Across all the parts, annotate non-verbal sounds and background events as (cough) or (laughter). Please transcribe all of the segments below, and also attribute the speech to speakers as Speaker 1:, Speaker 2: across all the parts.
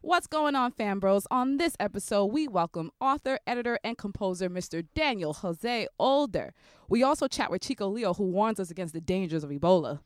Speaker 1: What's going on, fam bros? On this episode, we welcome author, editor, and composer Mr. Daniel Jose Older. We also chat with Chico Leo, who warns us against the dangers of Ebola.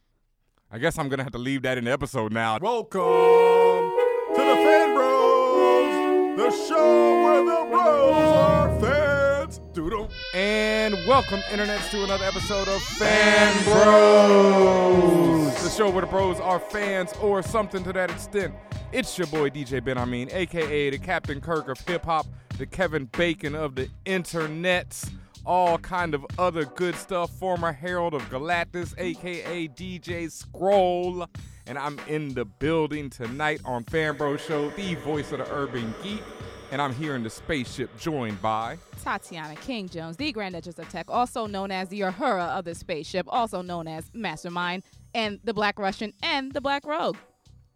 Speaker 2: I guess I'm gonna have to leave that in the episode now. Welcome to the Fan Bros, the show where the bros are fans. Doodle. And welcome, internets, to another episode of Fan Bros, the show where the bros are fans or something to that extent. It's your boy DJ Ben Amin, aka the Captain Kirk of hip hop, the Kevin Bacon of the internets all kind of other good stuff. Former Herald of Galactus, aka DJ Scroll, and I'm in the building tonight on Fanbro Show, the voice of the urban geek, and I'm here in the spaceship joined by
Speaker 1: Tatiana King Jones, the Grand Duchess of Tech, also known as the Uhura of the spaceship, also known as Mastermind, and the Black Russian, and the Black Rogue.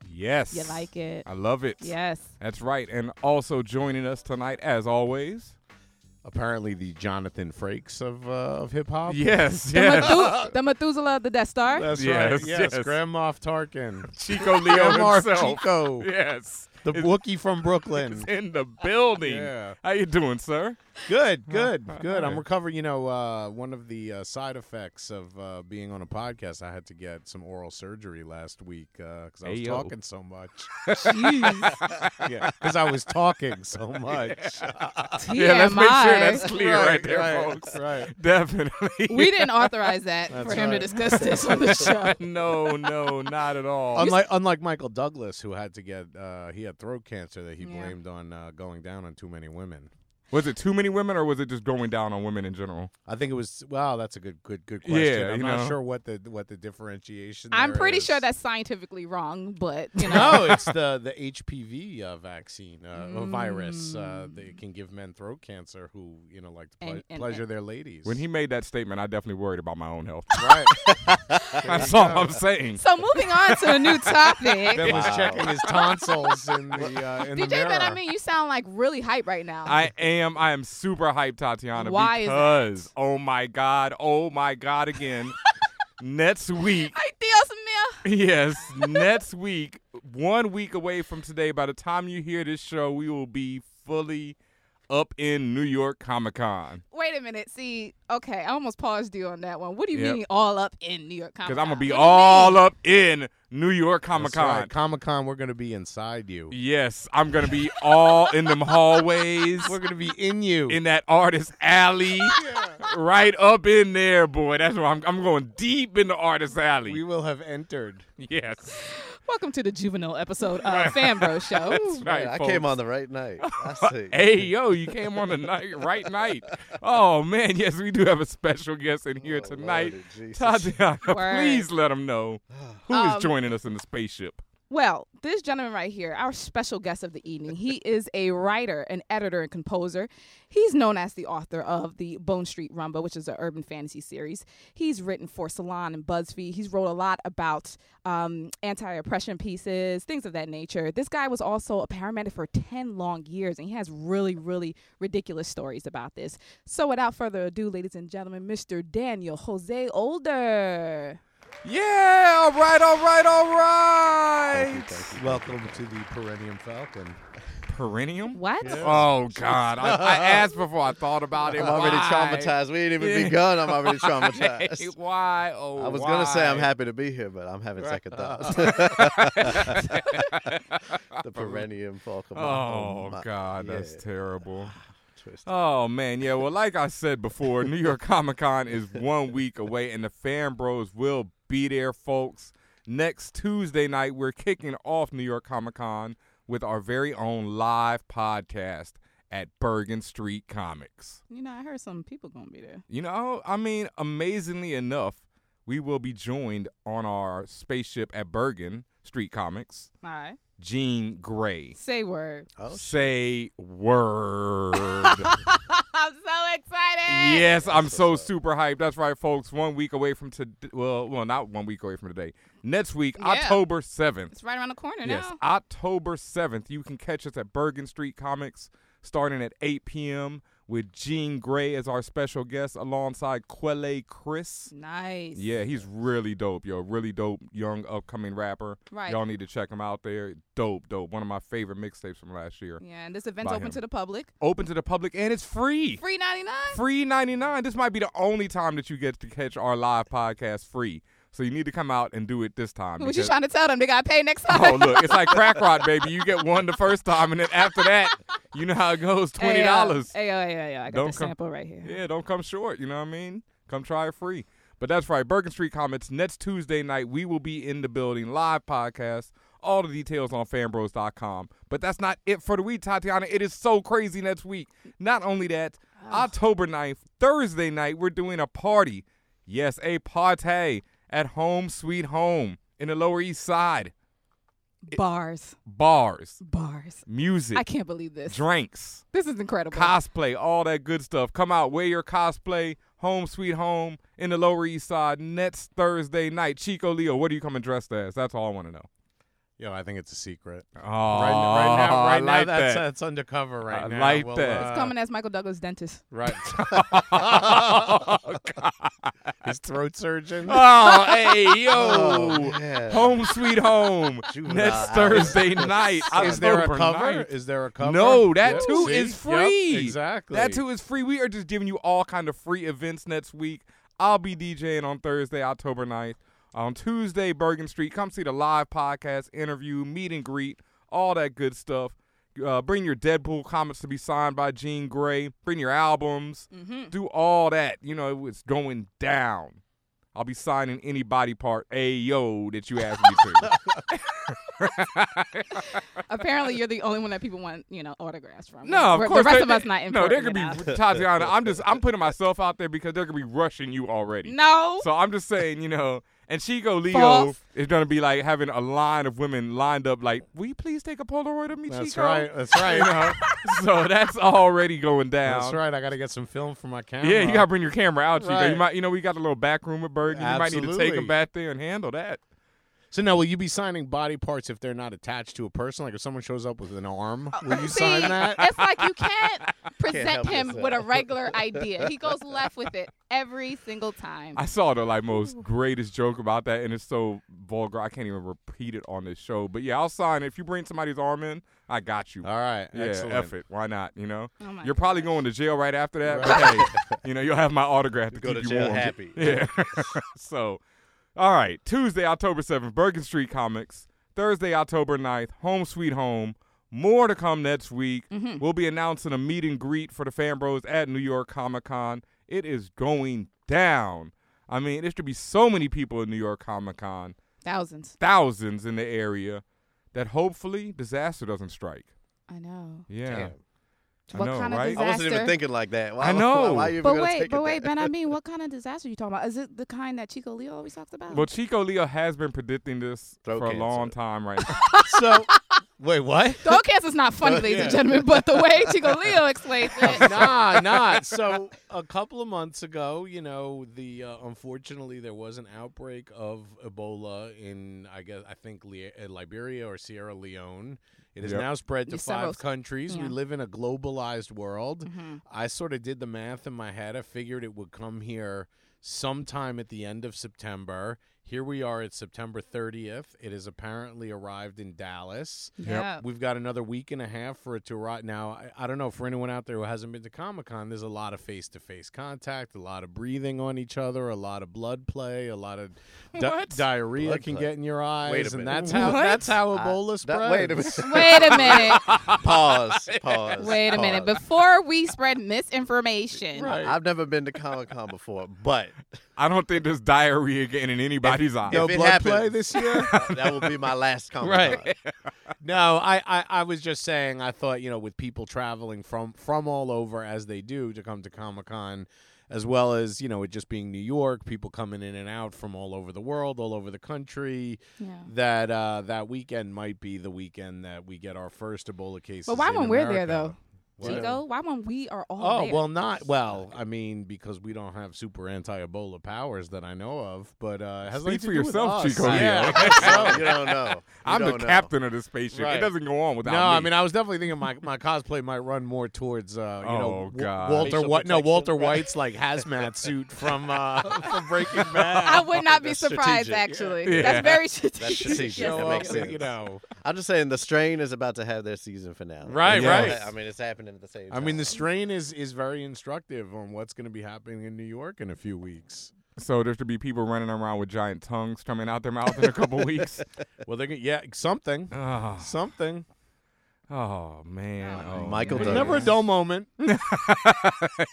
Speaker 2: Yes.
Speaker 1: You like it?
Speaker 2: I love it. (laughs)
Speaker 1: Yes.
Speaker 2: That's right. And also joining us tonight, as always.
Speaker 3: apparently the Jonathan Frakes of uh, of hip hop.
Speaker 2: Yes,
Speaker 1: The,
Speaker 2: yes.
Speaker 1: (laughs) Methu- the Methuselah of the Death Star.
Speaker 3: that's
Speaker 2: Yes,
Speaker 3: right. Yes,
Speaker 2: yes.
Speaker 3: Grand Moff Tarkin,
Speaker 2: Chico Leo
Speaker 3: Grand Moff
Speaker 2: himself.
Speaker 3: Chico,
Speaker 2: Yes.
Speaker 3: the
Speaker 2: Is-
Speaker 3: Wookiee from
Speaker 2: is
Speaker 3: Brooklyn.
Speaker 2: in the building.
Speaker 3: Yeah.
Speaker 2: How you doing, sir?
Speaker 3: Good,
Speaker 2: (laughs)
Speaker 3: good, good.
Speaker 2: alright.
Speaker 3: I'm recovering. You know, uh, one of the uh, side effects of uh, being on a podcast, I had to get some oral surgery last week because I was
Speaker 2: Ayo.
Speaker 3: talking so much.
Speaker 1: Jeez.
Speaker 3: (laughs) yeah, because I was talking so much.
Speaker 2: (laughs) Yeah, let's make sure
Speaker 1: TMI.
Speaker 2: that's clear right, there,
Speaker 3: right,
Speaker 2: folks.
Speaker 3: Right.
Speaker 2: Definitely. (laughs)
Speaker 1: We didn't authorize that
Speaker 3: That's
Speaker 1: for him to
Speaker 3: right.
Speaker 1: discuss this on the show.
Speaker 2: no, no, not at all.
Speaker 3: Unlike, unlike Michael Douglas, who had to get, uh, he had throat cancer that he
Speaker 1: Yeah.
Speaker 3: blamed on uh, going down on too many women.
Speaker 2: was it too many women, or was it just going down on women in general?
Speaker 3: I think it was. Wow, that's a good, good, good question.
Speaker 2: Yeah,
Speaker 3: I'm
Speaker 2: you
Speaker 3: not
Speaker 2: know.
Speaker 3: sure what the what the differentiation.
Speaker 1: I'm
Speaker 3: there
Speaker 1: pretty
Speaker 3: is. (laughs)
Speaker 1: sure that's (laughs) scientifically wrong, but you know,
Speaker 3: no, it's the the HPV uh, vaccine uh, or virus uh,
Speaker 1: Mm.
Speaker 3: that can give men throat cancer who you know like to ple-
Speaker 1: And- and-
Speaker 3: pleasure their ladies.
Speaker 2: When he made that statement, I definitely worried about my own health.
Speaker 3: (laughs) right,
Speaker 2: (laughs) That's all I'm saying.
Speaker 1: so moving on to a new topic.
Speaker 3: then was
Speaker 2: Wow.
Speaker 3: checking his tonsils in the
Speaker 1: (laughs)
Speaker 3: uh, in the
Speaker 1: DJ
Speaker 3: mirror.
Speaker 1: Ben, I mean, you sound like really hype right now.
Speaker 2: I am. I am super hyped, Tatiana.
Speaker 1: Why is that?
Speaker 2: because oh my god, oh my god again. next week,
Speaker 1: Ay, Dios mío.
Speaker 2: yes, next week, one week away from today. By the time you hear this show, we will be fully up in New York Comic Con.
Speaker 1: Wait a minute. See, okay, I almost paused you on that one. What do you
Speaker 2: Yep.
Speaker 1: mean all up in New York Comic?
Speaker 2: Because I'm gonna be all up in New York Comic Con.
Speaker 3: Comic Con, we're gonna be inside you.
Speaker 2: Yes, I'm gonna be all in them hallways,
Speaker 3: We're gonna be in you.
Speaker 2: in that artist
Speaker 4: (laughs)
Speaker 2: alley, right up in there, boy. That's where I'm. I'm going deep in the artist alley.
Speaker 3: we will have entered.
Speaker 2: yes,
Speaker 1: Welcome to the juvenile episode of Fanbro Show.
Speaker 2: that's right.
Speaker 4: Yeah, I
Speaker 2: folks.
Speaker 4: came on the right night. (laughs) I see.
Speaker 2: Hey yo, you came on the night, right night. Oh man, yes, we do have a special guest in here
Speaker 4: Oh,
Speaker 2: tonight.
Speaker 4: Lordy Jesus.
Speaker 2: Tatiana,
Speaker 1: Word.
Speaker 2: please let them know who is
Speaker 1: Um,
Speaker 2: joining us in the spaceship.
Speaker 1: Well, this gentleman right here, our special guest of the evening, he is a writer, an editor, and composer. He's known as the author of the Bone Street Rumba, which is an urban fantasy series. He's written for Salon and BuzzFeed. He's wrote a lot about um, anti-oppression pieces, things of that nature. This guy was also a paramedic for ten long years, and he has really, really ridiculous stories about this. So, without further ado, ladies and gentlemen, Mr. Daniel Jose Older.
Speaker 2: Yeah, all right, all right, all right.
Speaker 4: Thank you, thank you.
Speaker 3: Welcome to the Perennium Falcon.
Speaker 2: Perennium.
Speaker 1: What?
Speaker 2: Oh God! I,
Speaker 4: (laughs)
Speaker 2: I asked before I thought about it.
Speaker 4: I'm already
Speaker 2: Why?
Speaker 4: traumatized. We ain't
Speaker 2: Yeah.
Speaker 4: even begun. I'm already
Speaker 2: (laughs) Hey,
Speaker 4: traumatized.
Speaker 2: why? Oh,
Speaker 4: I was gonna say I'm
Speaker 2: why?
Speaker 4: happy to be here, but I'm having
Speaker 2: Right. Oh.
Speaker 4: second thoughts.
Speaker 2: (laughs)
Speaker 4: the perennium falcon.
Speaker 2: Oh,
Speaker 4: my-
Speaker 2: God, that's
Speaker 4: yeah, Ah,
Speaker 2: terrible.
Speaker 4: twisted.
Speaker 2: Oh man, yeah. Well, like I said before, New York Comic Con is one week away, and the Fan Bros will be there, folks. Next Tuesday night, we're kicking off New York Comic Con with our very own live podcast at Bergen Street Comics.
Speaker 1: You know, I heard some people gonna be there.
Speaker 2: You know, I mean, amazingly enough, we will be joined on our spaceship at Bergen Street Comics,
Speaker 1: All right.
Speaker 2: Jean Grey.
Speaker 1: Say word.
Speaker 4: Oh, sh-
Speaker 2: Say word.
Speaker 1: (laughs) I'm so excited.
Speaker 2: yes, I'm
Speaker 4: That's
Speaker 2: so
Speaker 4: what's up.
Speaker 2: super hyped. That's right, folks. One week away from today. Well, well, not one week away from today. Next week,
Speaker 1: Yeah.
Speaker 2: October 7th.
Speaker 1: It's right around the corner
Speaker 2: Yes,
Speaker 1: now.
Speaker 2: October 7th. You can catch us at Bergen Street Comics starting at 8 p.m. with Gene Gray as our special guest alongside Quelle Chris.
Speaker 1: Nice.
Speaker 2: Yeah, he's really dope, yo. Really dope, young upcoming rapper.
Speaker 1: Right.
Speaker 2: Y'all need to check him out there. Dope, dope. One of my favorite mixtapes from last year.
Speaker 1: Yeah, and this event's
Speaker 2: By
Speaker 1: open
Speaker 2: him.
Speaker 1: to the public.
Speaker 2: Open to the public and it's free.
Speaker 1: Free 99?
Speaker 2: Free 99. This might be the only time that you get to catch our live podcast free. So you need to come out and do it this time.
Speaker 1: What you
Speaker 2: because-
Speaker 1: trying to tell them? They got to pay next time. uh,
Speaker 2: Oh look, it's like crack rock, baby. You get one the first time, and then after that, you know how it goes. Twenty dollars.
Speaker 1: (laughs) Hey, uh, yo, hey, yo, hey, yo, I got
Speaker 2: Don't
Speaker 1: the
Speaker 2: come-
Speaker 1: sample right here.
Speaker 2: Yeah, don't come short. You know what I mean? Come try it free. But that's right. Bergen Street comments next Tuesday night. We will be in the building live podcast. All the details on fanbros.com. But that's not it for the week, Tatiana. It is so crazy next week. Not only that,
Speaker 1: Oh.
Speaker 2: October 9th, Thursday night, we're doing a party. Yes, a party at Home Sweet Home in the Lower East Side.
Speaker 1: Bars.
Speaker 2: Bars,
Speaker 1: Bars.
Speaker 2: music,
Speaker 1: I can't believe this.
Speaker 2: drinks.
Speaker 1: This is incredible.
Speaker 2: cosplay, all that good stuff. Come out, wear your cosplay, home sweet home in the Lower East Side next Thursday night. Chico Leo, what are you coming dressed as? That's all I want to know.
Speaker 3: Yo, I think it's a secret.
Speaker 2: Oh,
Speaker 3: right, right now, right
Speaker 2: I
Speaker 3: now,
Speaker 2: like
Speaker 3: that's
Speaker 2: that.
Speaker 3: that's undercover right
Speaker 2: I
Speaker 3: now.
Speaker 2: like
Speaker 3: We'll,
Speaker 2: that.
Speaker 3: uh,
Speaker 1: it's coming as Michael Douglas dentist.
Speaker 3: Right,
Speaker 2: oh, (laughs) God.
Speaker 3: his throat surgeon.
Speaker 2: Oh,
Speaker 3: (laughs)
Speaker 2: hey,
Speaker 4: Oh,
Speaker 2: yo.
Speaker 4: man.
Speaker 2: home sweet home
Speaker 4: Juvenile
Speaker 2: next
Speaker 3: (laughs)
Speaker 4: hours.
Speaker 2: Thursday night.
Speaker 3: Is there a
Speaker 2: October
Speaker 3: cover?
Speaker 2: 9th.
Speaker 3: Is there a cover?
Speaker 2: No, that
Speaker 3: Yep,
Speaker 2: too
Speaker 3: see?
Speaker 2: is
Speaker 3: Yep,
Speaker 2: free.
Speaker 3: exactly.
Speaker 2: That too is free. We are just giving you all kind of free events next week. I'll be DJing on Thursday, October 9th. On Tuesday, Bergen Street. Come see the live podcast, interview, meet and greet, all that good stuff. Uh, bring your Deadpool comics to be signed by Gene Gray. Bring your albums.
Speaker 1: Mm-hmm.
Speaker 2: Do all that. You know, it's going down. I'll be signing any body part, ayo, that you ask me to.
Speaker 1: Apparently, you're the only one that people want, you know, autographs from.
Speaker 2: No, of
Speaker 1: We're-
Speaker 2: course.
Speaker 1: The rest
Speaker 2: they-
Speaker 1: of us
Speaker 2: they-
Speaker 1: not
Speaker 2: No, they're
Speaker 1: important
Speaker 2: gonna
Speaker 1: enough.
Speaker 2: be Tatiana. I'm just I'm putting myself out there because they're gonna be rushing you already.
Speaker 1: No.
Speaker 2: So I'm just saying, you know, and Chico Leo
Speaker 1: False.
Speaker 2: is gonna be like having a line of women lined up, like, "Will you please take a Polaroid of me,
Speaker 3: That's
Speaker 2: Chico?"
Speaker 3: right. That's right.
Speaker 2: (laughs) So that's already going down.
Speaker 3: That's right. I got to get some film for my camera.
Speaker 2: Yeah, you gotta bring your camera out, Chico. You
Speaker 3: Right.
Speaker 2: might, you know, we got a little back room at Bergen. You might need to take them
Speaker 3: Absolutely.
Speaker 2: back there and handle that.
Speaker 3: So now, will you be signing body parts if they're not attached to a person? Like if someone shows up with an arm, will
Speaker 1: (laughs)
Speaker 3: you
Speaker 1: See,
Speaker 3: sign that?
Speaker 1: it's like you can't present
Speaker 4: help
Speaker 1: him
Speaker 4: yourself.
Speaker 1: with a regular idea. He goes left with it every single time.
Speaker 2: I saw the like most greatest joke about that, and it's so vulgar. I can't even repeat it on this show. But yeah, I'll sign it. if you bring somebody's arm in. I got you.
Speaker 3: All right.
Speaker 2: yeah,
Speaker 3: Uh, excellent.
Speaker 2: F it. Why not? You know,
Speaker 1: Oh my
Speaker 2: you're probably
Speaker 1: gosh.
Speaker 2: going to jail right after that. But hey, (laughs) you know, you'll have my autograph to
Speaker 4: go
Speaker 2: keep you
Speaker 4: to jail
Speaker 2: warm.
Speaker 4: happy.
Speaker 2: Yeah. (laughs) so, all right, Tuesday, October seventh, Bergen Street Comics. Thursday, October 9th, Home Sweet Home. More to come next week.
Speaker 1: Mm-hmm.
Speaker 2: We'll be announcing a meet and greet for the fan bros at New York Comic Con. It is going down. I mean, there should be so many people at New York Comic Con,
Speaker 1: Thousands.
Speaker 2: thousands in the area, that hopefully disaster doesn't strike.
Speaker 1: I know.
Speaker 2: Yeah.
Speaker 4: Damn.
Speaker 2: I
Speaker 1: What
Speaker 2: know,
Speaker 1: kind of
Speaker 2: right?
Speaker 1: disaster?
Speaker 4: I wasn't even thinking like that. Why,
Speaker 2: I know.
Speaker 4: Why, why you even
Speaker 1: But
Speaker 4: gonna
Speaker 1: wait,
Speaker 4: take
Speaker 1: but
Speaker 4: it
Speaker 1: wait,
Speaker 4: there?
Speaker 1: Ben. I mean, what kind of disaster are you talking about? Is it the kind that Chico Leo always talks about?
Speaker 2: Well, Chico Leo has been predicting this
Speaker 4: Throat
Speaker 2: for a
Speaker 4: cancer.
Speaker 2: long time
Speaker 4: (laughs)
Speaker 2: right now.
Speaker 3: So, (laughs) wait, what? (laughs)
Speaker 1: Dog cancer's not funny, ladies and gentlemen, but the way Chico Leo explains
Speaker 3: (laughs)
Speaker 1: it.
Speaker 3: nah, nah. So a couple of months ago, you know, the uh, unfortunately there was an outbreak of Ebola in I guess I think Li- uh, Liberia or Sierra Leone. It has
Speaker 2: Yep.
Speaker 3: now spread to
Speaker 1: Yes, several
Speaker 3: five
Speaker 1: s-
Speaker 3: countries.
Speaker 1: yeah.
Speaker 3: We live in a globalized world.
Speaker 1: Mm-hmm.
Speaker 3: I sort of did the math in my head. I figured it would come here sometime at the end of September. Here we are at September 30th. It has apparently arrived in Dallas.
Speaker 1: Yeah.
Speaker 3: We've got another week and a half for it to arrive. Now, I, I don't know for anyone out there who hasn't been to Comic Con, there's a lot of face to face contact, a lot of breathing on each other, a lot of blood play, a lot of di-
Speaker 2: What?
Speaker 3: diarrhea
Speaker 4: Blood
Speaker 3: can
Speaker 4: play?
Speaker 3: get in your eyes.
Speaker 4: Wait a
Speaker 3: and
Speaker 4: minute.
Speaker 3: that's how
Speaker 1: What?
Speaker 3: that's how
Speaker 4: I-
Speaker 3: Ebola
Speaker 4: that-
Speaker 3: spreads.
Speaker 4: Wait a minute.
Speaker 1: Wait a minute.
Speaker 2: (laughs)
Speaker 4: pause. Pause.
Speaker 1: Wait a minute.
Speaker 4: pause.
Speaker 1: Before we spread misinformation,
Speaker 3: Right.
Speaker 4: I've never been to Comic Con before,
Speaker 2: (laughs)
Speaker 4: but
Speaker 2: I don't think there's diarrhea getting in anybody's eye.
Speaker 3: (laughs) No
Speaker 4: If it
Speaker 3: blood play
Speaker 4: happens.
Speaker 3: this
Speaker 4: (laughs)
Speaker 3: year?
Speaker 4: that will be my last Comic Con.
Speaker 3: Right. No, I, I, I was just saying I thought, you know, with people traveling from from all over as they do to come to Comic Con, as well as, you know, it just being New York, people coming in and out from all over the world, all over the country,
Speaker 1: Yeah.
Speaker 3: that uh, that weekend might be the weekend that we get our first Ebola case.
Speaker 1: But why when we're there though?
Speaker 3: Whatever.
Speaker 1: Chico, why when we are all
Speaker 3: Oh
Speaker 1: there?
Speaker 3: well, not well. I mean, because we don't have super anti-Ebola powers that I know of. But uh, it has
Speaker 2: Speak
Speaker 3: nothing
Speaker 2: for
Speaker 3: to do with
Speaker 2: yourself,
Speaker 3: us.
Speaker 2: Chico
Speaker 3: Yeah.
Speaker 2: Leo.
Speaker 4: So, you don't know. You
Speaker 2: I'm the
Speaker 4: don't know.
Speaker 2: captain of this spaceship. It
Speaker 3: Right.
Speaker 2: doesn't go on without
Speaker 3: (laughs) no,
Speaker 2: me.
Speaker 3: I mean, I was definitely thinking my, my cosplay might run more towards uh, you
Speaker 2: Oh,
Speaker 3: know Wa-
Speaker 2: God.
Speaker 3: Walter
Speaker 4: Facial
Speaker 3: White. No,
Speaker 4: protection,
Speaker 3: Walter
Speaker 4: right.
Speaker 3: White's like
Speaker 4: (laughs)
Speaker 3: hazmat suit from uh, from (laughs) Breaking Bad.
Speaker 1: I would not be
Speaker 4: That's
Speaker 1: surprised.
Speaker 4: strategic.
Speaker 1: Actually,
Speaker 2: Yeah.
Speaker 1: that's very strategic. (laughs) Yes,
Speaker 4: strategic. That
Speaker 1: it
Speaker 3: Show
Speaker 4: makes
Speaker 1: is.
Speaker 3: up,
Speaker 4: sense.
Speaker 3: You know,
Speaker 4: I'm just saying the strain is about to have their season finale.
Speaker 3: Right,
Speaker 2: Yes.
Speaker 3: right.
Speaker 4: I mean, it's happening at the same
Speaker 3: I
Speaker 4: time.
Speaker 3: mean, the strain is is very instructive on what's going to be happening in New York in a few weeks.
Speaker 2: so there should be people running around with giant tongues coming out their mouth in a
Speaker 4: (laughs)
Speaker 2: couple weeks.
Speaker 3: Well, they're gonna, yeah, (sighs) something,
Speaker 2: Oh,
Speaker 3: something.
Speaker 2: oh, man.
Speaker 1: Oh,
Speaker 2: Oh,
Speaker 4: Michael
Speaker 2: man.
Speaker 3: There's never a dull moment.
Speaker 2: (laughs)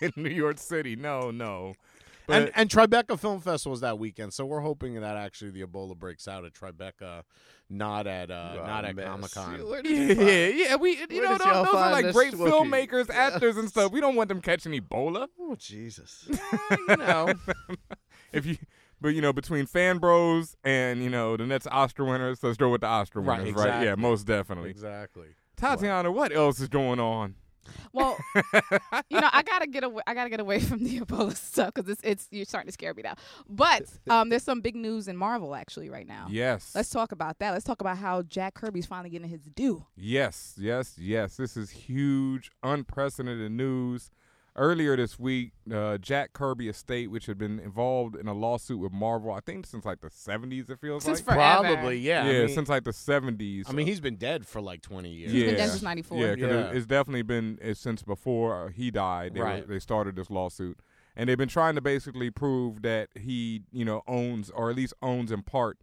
Speaker 2: in New York City. No, no.
Speaker 3: and,
Speaker 2: But
Speaker 3: and Tribeca Film Festival is that weekend, so we're hoping that actually the Ebola breaks out at Tribeca, not at uh,
Speaker 4: You are
Speaker 3: not
Speaker 4: a
Speaker 3: at
Speaker 4: mess.
Speaker 3: Comic
Speaker 4: You-
Speaker 3: Con.
Speaker 4: where did you
Speaker 2: yeah, (laughs)
Speaker 4: find-
Speaker 2: yeah, yeah, we you
Speaker 4: Where
Speaker 2: know
Speaker 4: did
Speaker 2: those,
Speaker 4: y'all
Speaker 2: those are
Speaker 4: find
Speaker 2: like
Speaker 4: this
Speaker 2: great
Speaker 4: Wookiee?
Speaker 2: filmmakers,
Speaker 4: Yeah.
Speaker 2: actors, and stuff. We don't want them catching Ebola.
Speaker 4: Oh, Jesus.
Speaker 3: you know,
Speaker 2: If you, but you know, between fan bros and you know the next Oscar winners, let's go with the Oscar
Speaker 3: Right,
Speaker 2: winners, right?
Speaker 3: exactly.
Speaker 2: Yeah, most definitely.
Speaker 3: (laughs) exactly.
Speaker 2: Tatiana, what else is going on?
Speaker 1: Well, you know, I gotta get away. I gotta get away from the (laughs) Ebola stuff because it's it's you're starting to scare me now. But um, there's some big news in Marvel actually right
Speaker 3: Oh,
Speaker 1: now.
Speaker 2: Yes,
Speaker 1: Let's talk about that. Let's talk about how Jack Kirby's finally getting his due.
Speaker 2: yes, yes, yes. This is huge, unprecedented news. Earlier this week, uh, Jack Kirby estate, which had been involved in a lawsuit with Marvel, I think since like the 70s, it feels
Speaker 1: Since
Speaker 2: like.
Speaker 1: forever.
Speaker 3: Probably, yeah.
Speaker 2: yeah,
Speaker 3: I mean,
Speaker 2: since like the 70s.
Speaker 3: I mean, he's been dead for like twenty years.
Speaker 1: He's been
Speaker 2: Yeah.
Speaker 1: dead since '94.
Speaker 2: Yeah, 'cause
Speaker 3: Yeah.
Speaker 2: It, it's definitely been it's since before uh, he died. They, were-
Speaker 3: Right.
Speaker 2: they started this lawsuit, and they've been trying to basically prove that he, you know, owns or at least owns in part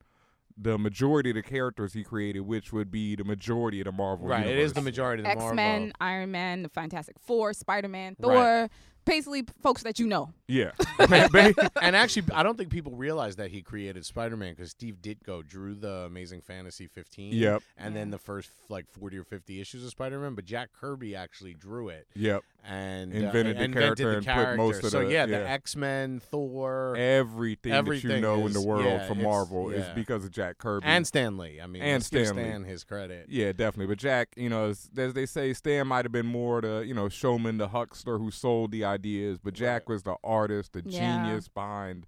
Speaker 2: the majority of the characters he created, which would be the majority of the Marvel.
Speaker 3: Right, it is the
Speaker 2: universe.
Speaker 3: majority of the
Speaker 1: X (laughs)
Speaker 3: Marvel. (laughs)
Speaker 1: Men, Iron Man, the Fantastic Four, Spider Man, Thor,
Speaker 3: Right.
Speaker 1: basically folks that you know.
Speaker 3: (laughs)
Speaker 2: Yeah, Ba- ba-
Speaker 3: and actually, I don't think people realize that he created Spider Man because Steve Ditko drew the Amazing Fantasy 15.
Speaker 2: Yep.
Speaker 3: And then the first like 40 or 50 issues of Spider Man, but Jack Kirby actually drew it
Speaker 2: yep.
Speaker 3: and
Speaker 2: Invented
Speaker 3: uh,
Speaker 2: the character
Speaker 3: the
Speaker 2: and put most
Speaker 3: character.
Speaker 2: of
Speaker 3: so
Speaker 2: the-
Speaker 3: yeah, the
Speaker 2: yeah.
Speaker 3: X Men, Thor,
Speaker 2: Everything, that you
Speaker 3: Everything
Speaker 2: know in the
Speaker 3: is-
Speaker 2: world
Speaker 3: yeah,
Speaker 2: from
Speaker 3: it's-
Speaker 2: Marvel is
Speaker 3: yeah.
Speaker 2: because of Jack Kirby
Speaker 3: and Stanley. I mean,
Speaker 2: And
Speaker 3: let's give
Speaker 2: Stan Lee.
Speaker 3: Stan his credit.
Speaker 2: Yeah, definitely. But Jack, you know, as, as they say, Stan might have been more the you know showman, the huckster who sold the ideas, but Jack was the artist, the
Speaker 1: Yeah.
Speaker 2: genius behind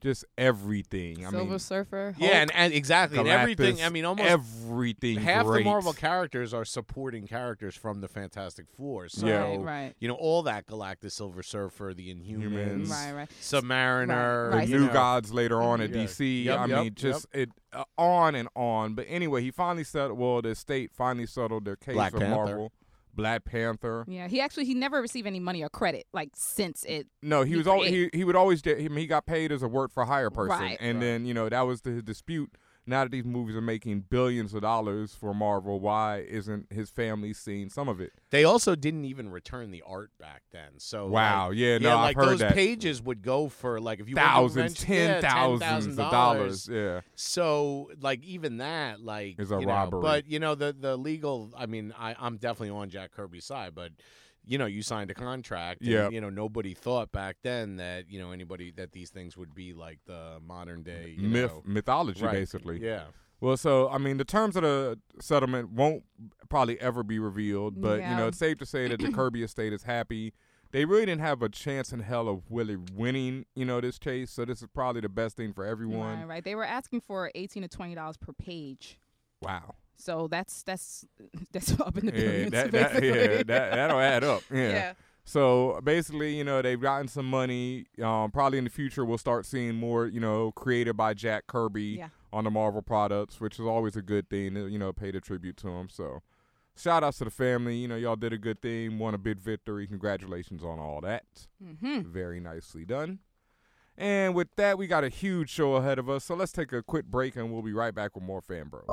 Speaker 2: just everything. I
Speaker 1: Silver
Speaker 2: mean,
Speaker 1: Surfer.
Speaker 3: Yeah, and, and exactly, and everything.
Speaker 2: Galactus,
Speaker 3: I mean, almost
Speaker 2: everything.
Speaker 3: half
Speaker 2: great.
Speaker 3: the Marvel characters are supporting characters from the Fantastic Four. So,
Speaker 2: Yeah.
Speaker 1: Right, right.
Speaker 3: you know, all that Galactus, Silver Surfer, the Inhumans,
Speaker 2: Humans.
Speaker 1: Right, right.
Speaker 3: Submariner,
Speaker 1: Right, right.
Speaker 3: you
Speaker 2: New
Speaker 3: know.
Speaker 2: Gods later on at
Speaker 3: Yeah.
Speaker 2: DC.
Speaker 3: Yep,
Speaker 2: I
Speaker 3: yep,
Speaker 2: mean, just it uh, on and on. But anyway, he finally settled. Well, the estate finally settled their case
Speaker 3: Black
Speaker 2: with
Speaker 3: Panther.
Speaker 2: Marvel. Black Panther.
Speaker 1: Yeah, he actually he never received any money or credit like since it.
Speaker 2: No, he
Speaker 1: You
Speaker 2: was always he,
Speaker 1: create-
Speaker 2: he would always get him. He got paid as a work for hire person,
Speaker 1: Right.
Speaker 2: and then you know that was the dispute. Now that these movies are making billions of dollars for Marvel, why isn't his family seeing some of it?
Speaker 3: They also didn't even return the art back then. So
Speaker 2: Wow,
Speaker 3: like,
Speaker 2: yeah, no, I've
Speaker 3: like
Speaker 2: heard
Speaker 3: those
Speaker 2: that.
Speaker 3: pages would go for like if you wanted to
Speaker 2: Thousands,
Speaker 3: rent- yeah,
Speaker 2: ten thousands of dollars. Yeah,
Speaker 3: So like even that like
Speaker 2: Is a
Speaker 3: you know,
Speaker 2: robbery.
Speaker 3: but you know the the legal. I mean, I I'm definitely on Jack Kirby's side, but. You know, you signed a contract. and,
Speaker 2: Yeah.
Speaker 3: You know, nobody thought back then that you know anybody that these things would be like the modern day you
Speaker 2: myth
Speaker 3: know,
Speaker 2: mythology
Speaker 3: right.
Speaker 2: basically.
Speaker 3: Yeah.
Speaker 2: Well, so I mean, the terms of the settlement won't probably ever be revealed, but you
Speaker 1: Yeah.
Speaker 2: know, it's safe to say that the Kirby estate is happy. They really didn't have a chance in hell of really winning, you know, this case. So this is probably the best thing for everyone.
Speaker 1: Right, right. They were asking for eighteen to twenty dollars per page. (laughs)
Speaker 2: Wow.
Speaker 1: So that's that's (laughs) that's up in the
Speaker 2: Yeah,
Speaker 1: billions. (laughs)
Speaker 2: that, that,
Speaker 1: basically.
Speaker 2: yeah, that, that'll add up. Yeah.
Speaker 1: Yeah.
Speaker 2: So basically, you know, they've gotten some money. Um, probably in the future, we'll start seeing more, you know, created by Jack Kirby
Speaker 1: Yeah.
Speaker 2: on the Marvel products, which is always a good thing, to, you know, pay the tribute to him. So shout outs to the family. You know, y'all did a good thing, won a big victory. Congratulations on all that.
Speaker 1: Mhm.
Speaker 2: Very nicely done. And with that, we got a huge show ahead of us. So let's take a quick break and we'll be right back with more Fan Bros.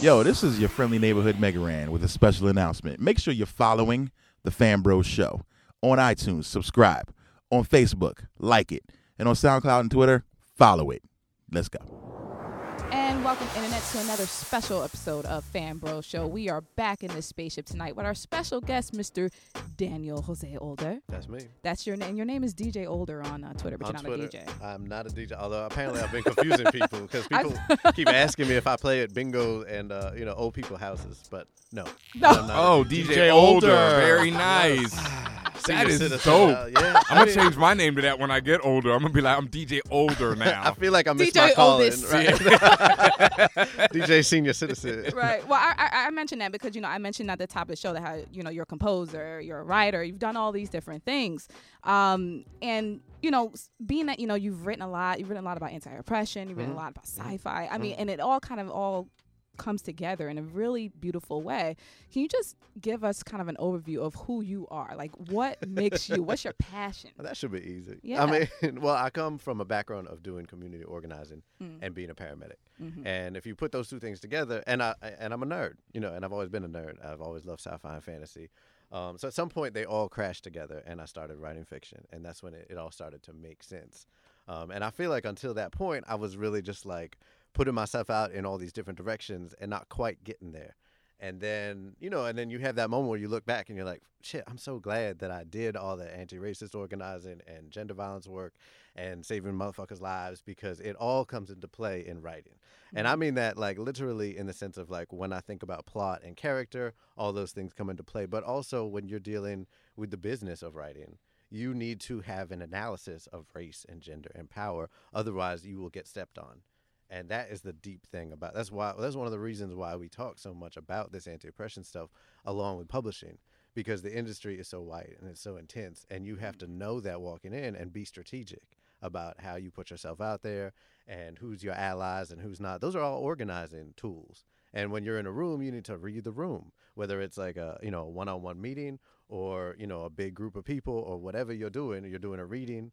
Speaker 5: Yo, this is your friendly neighborhood Megaran with a special announcement. Make sure you're following the Fan Bros Show on iTunes. Subscribe on Facebook, like it, and on SoundCloud and Twitter, follow it. Let's go.
Speaker 1: And welcome, Internet, to another special episode of Fan Bro Show. We are back in this spaceship tonight with our special guest, Mr. Daniel Jose Older.
Speaker 4: That's me.
Speaker 1: That's your name. Your name is DJ Older on uh, Twitter, but
Speaker 4: on
Speaker 1: you're not
Speaker 4: Twitter,
Speaker 1: a DJ.
Speaker 4: I'm not a DJ. Although apparently I've
Speaker 1: (laughs)
Speaker 4: been confusing people because people keep asking me if I play at bingo and uh, you know old people houses, but no.
Speaker 1: No.
Speaker 4: I'm not a
Speaker 2: Oh,
Speaker 4: DJ.
Speaker 2: DJ,
Speaker 3: DJ
Speaker 2: Older.
Speaker 3: Older.
Speaker 2: Very
Speaker 4: (laughs)
Speaker 2: nice. that
Speaker 4: Senior
Speaker 2: is
Speaker 4: citizen,
Speaker 2: dope.
Speaker 4: uh, yeah.
Speaker 2: I'm gonna
Speaker 4: (laughs) mean,
Speaker 2: change my name to that when I get older. I'm gonna be like, I'm DJ Older now.
Speaker 4: I feel like I missed
Speaker 1: DJ
Speaker 4: my calling.
Speaker 1: oldest.
Speaker 4: Right?
Speaker 2: (laughs)
Speaker 4: (laughs) DJ senior citizen.
Speaker 1: Right. Well, I, I I mentioned that because you know I mentioned at the top of the show that how you know you're a composer, you're a writer, you've done all these different things, um, and you know s- being that you know you've written a lot, you've written a lot about anti-oppression, you've
Speaker 4: Mm-hmm.
Speaker 1: written a lot about sci-fi. I mean, and it all kind of all comes together in a really beautiful way. Can you just give us kind of an overview of who you are? Like, what makes you? What's
Speaker 4: (laughs)
Speaker 1: your passion?
Speaker 4: Well, that should be easy.
Speaker 1: Yeah.
Speaker 4: I mean, (laughs) well, I come from a background of doing community organizing
Speaker 1: Mm.
Speaker 4: and being a paramedic.
Speaker 1: Mhm.
Speaker 4: And if you put those two things together, and I and I'm a nerd, you know, and I've always been a nerd. I've always loved sci-fi and fantasy. Um, so at some point, they all crashed together, and I started writing fiction, and that's when it, it all started to make sense. Um, and I feel like until that point, I was really just like putting myself out in all these different directions and not quite getting there. And then, you know, and then you have that moment where you look back and you're like, shit, I'm so glad that I did all the anti racist organizing and gender violence work and saving motherfuckers' lives because it all comes into play in writing. And
Speaker 1: Mm-hmm.
Speaker 4: I mean that like literally in the sense of like when I think about plot and character, all those things come into play. But also when you're dealing with the business of writing, you need to have an analysis of race and gender and power. Otherwise, you will get stepped on and that is the deep thing about that's why that's one of the reasons why we talk so much about this anti-oppression stuff along with publishing because the industry is so white and it's so intense and you have to know that walking in and be strategic about how you put yourself out there and who's your allies and who's not those are all organizing tools and when you're in a room you need to read the room whether it's like a you know a one-on-one meeting or you know a big group of people or whatever you're doing you're doing a reading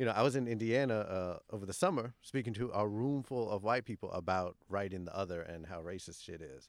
Speaker 4: you know, I was in Indiana uh, over the summer speaking to a room full of white people about writing the other and how racist shit is.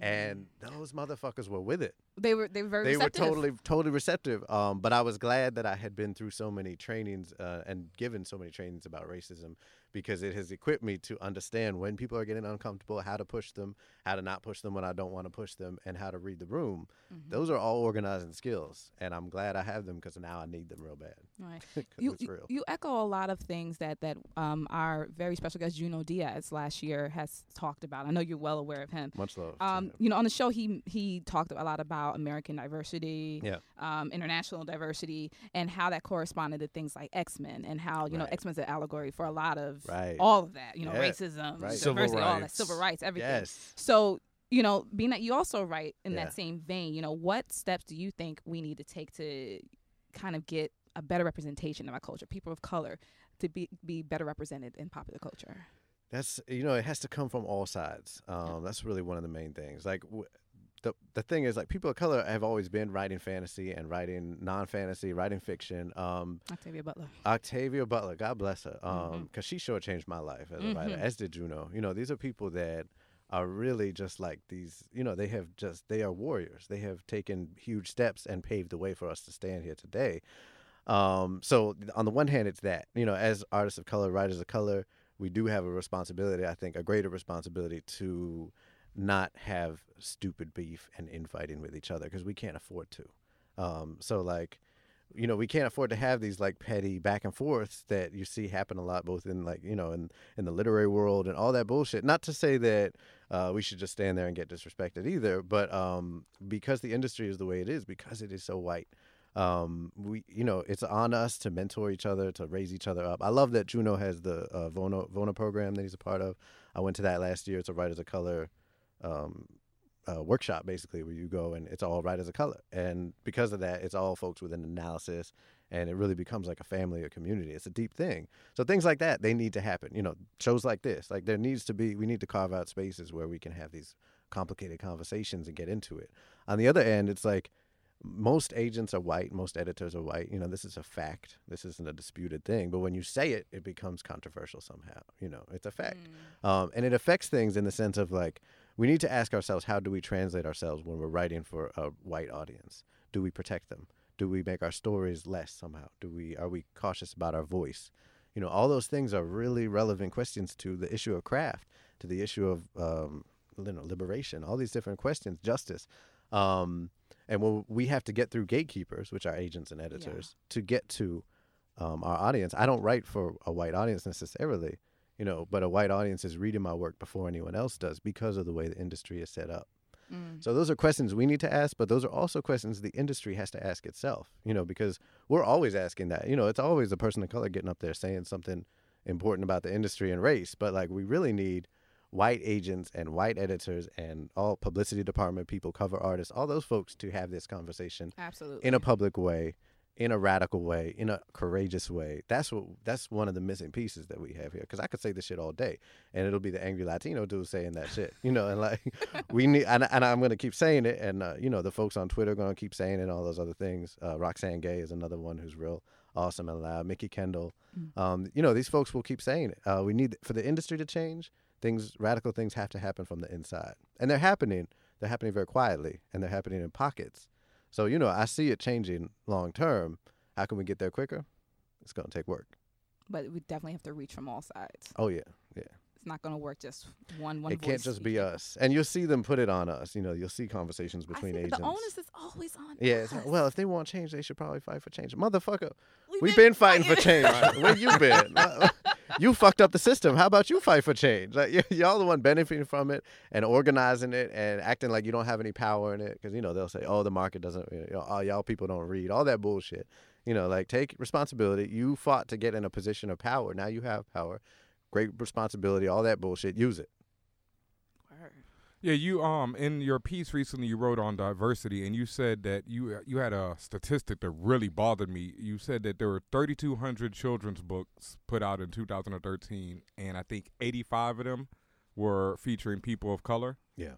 Speaker 4: And those motherfuckers were with it.
Speaker 1: Mm-hmm. They were they were very
Speaker 4: They
Speaker 1: receptive.
Speaker 4: were totally, totally receptive. Um, but I was glad that I had been through so many trainings uh, and given so many trainings about racism because it has equipped me to understand when people are getting uncomfortable, how to push them, how to not push them when I don't want to push them, and how to read the room.
Speaker 1: Mm-hmm.
Speaker 4: Those are all organizing skills. And I'm glad I have them because now I need them real bad.
Speaker 1: Right.
Speaker 4: (laughs) 'Cause
Speaker 1: you,
Speaker 4: it's
Speaker 1: you-
Speaker 4: real.
Speaker 1: you echo a lot of things that that um, our very special guest Juno Diaz last year has talked about. I know you're well aware of him.
Speaker 4: Much love. to
Speaker 1: Um,
Speaker 4: him.
Speaker 1: you know, on the show he he talked a lot about American diversity,
Speaker 4: Yeah.
Speaker 1: um, international diversity, and how that corresponded to things like X Men and how you know
Speaker 4: Right.
Speaker 1: X Men's an allegory for a lot of
Speaker 4: Right.
Speaker 1: all of that. You know,
Speaker 4: Yeah.
Speaker 1: racism,
Speaker 4: Right.
Speaker 3: Civil
Speaker 1: diversity, all that,
Speaker 3: rights.
Speaker 1: civil rights, everything.
Speaker 4: Yes.
Speaker 1: So, you know, being that you also write in
Speaker 4: Yeah.
Speaker 1: that same vein, you know, what steps do you think we need to take to kind of get a better representation of our culture, people of color, to be be better represented in popular culture?
Speaker 4: That's you know it has to come from all sides. Um, that's really one of the main things. Like w- the the thing is like people of color have always been writing fantasy and writing non fantasy, writing fiction. Um,
Speaker 1: Octavia Butler.
Speaker 4: Octavia Butler, God bless her, because she sure changed my life as a writer, as did Juno. You know, these are people that are really just like these. You know, they have just they are warriors. They have taken huge steps and paved the way for us to stand here today. Um, so on the one hand, it's that you know, as artists of color, writers of color, we do have a responsibility. I think a greater responsibility to not have stupid beef and infighting with each other because we can't afford to. Um, so like, you know, we can't afford to have these like petty back and forths that you see happen a lot, both in like you know, in in the literary world and all that bullshit. Not to say that uh, we should just stand there and get disrespected either, but um, because the industry is the way it is, because it is so white, um, we you know, it's on us to mentor each other, to raise each other up. I love that Juno has the uh, Vona Vona program that he's a part of. I went to that last year. It's a writers of color um, uh, workshop basically where you go and it's all writers of color and because of that it's all folks with an analysis and it really becomes like a family or community it's a deep thing so things like that they need to happen you know shows like this like there needs to be we need to carve out spaces where we can have these complicated conversations and get into it on the other end it's like most agents are white most editors are white you know this is a fact this isn't a disputed thing but when you say it it becomes controversial somehow you know it's a fact um, and it affects things in the sense of like we need to ask ourselves how do we translate ourselves when we're writing for a white audience do we protect them do we make our stories less somehow do we are we cautious about our voice you know all those things are really relevant questions to the issue of craft to the issue of um, you know, liberation, all these different questions, justice. Um, and when we have to get through gatekeepers, which are agents and editors, to get to um, our audience. I don't write for a white audience necessarily, you know, but a white audience is reading my work before anyone else does because of the way the industry is set up. So those are questions we need to ask, but those are also questions the industry has to ask itself, you know, because we're always asking that. You know, it's always the person of color getting up there saying something important about the industry and race, but like we really need white agents and white editors and all publicity department people, cover artists, all those folks to have this conversation
Speaker 1: Absolutely.
Speaker 4: in a public way, in a radical way, in a courageous way. That's what that's one of the missing pieces that we have here. Because I could say this shit all day, and it'll be the angry Latino dude saying that shit, you know. And like, we need, and, and I'm gonna keep saying it, and uh, you know, the folks on Twitter are gonna keep saying it, and all those other things. Uh, Roxanne Gay is another one who's real awesome and loud. Mickey Kendall,
Speaker 1: Mm.
Speaker 4: um, you know, these folks will keep saying it. Uh, we need for the industry to change. Things radical things have to happen from the inside, and they're happening. They're happening very quietly, and they're happening in pockets. So, you know, I see it changing long term. How can we get there quicker? It's going to take work.
Speaker 1: (laughs) but we definitely have to reach from all sides.
Speaker 4: Oh, yeah. Yeah.
Speaker 1: It's not going to work just one one.
Speaker 4: it can't
Speaker 1: voice
Speaker 4: just
Speaker 1: speaking.
Speaker 4: be us. And you'll see them put it on us. You know, you'll see conversations
Speaker 1: I
Speaker 4: between
Speaker 1: think
Speaker 4: agents.
Speaker 1: the onus is always on.
Speaker 4: yeah. it's
Speaker 1: us.
Speaker 4: like, well, if they want change, they should probably fight for change. Motherfucker,
Speaker 1: We've
Speaker 4: we've
Speaker 1: been
Speaker 4: been fighting for
Speaker 1: fighting.
Speaker 4: change. Where
Speaker 2: (laughs)
Speaker 4: you been? Uh, you fucked up the system. How about you fight for change? Like, y- y'all the one benefiting from it and organizing it and acting like you don't have any power in it. Because, you know, they'll say, oh, the market doesn't, you know, oh, y'all people don't read, all that bullshit. You know, like take responsibility. You fought to get in a position of power. Now you have power. Great responsibility, all that bullshit. Use it.
Speaker 1: Word.
Speaker 2: Yeah, you um in your piece recently you wrote on diversity and you said that you uh, you had a statistic that really bothered me. You said that there were 3200 children's books put out in 2013 and I think 85 of them were featuring people of color.
Speaker 4: Yeah.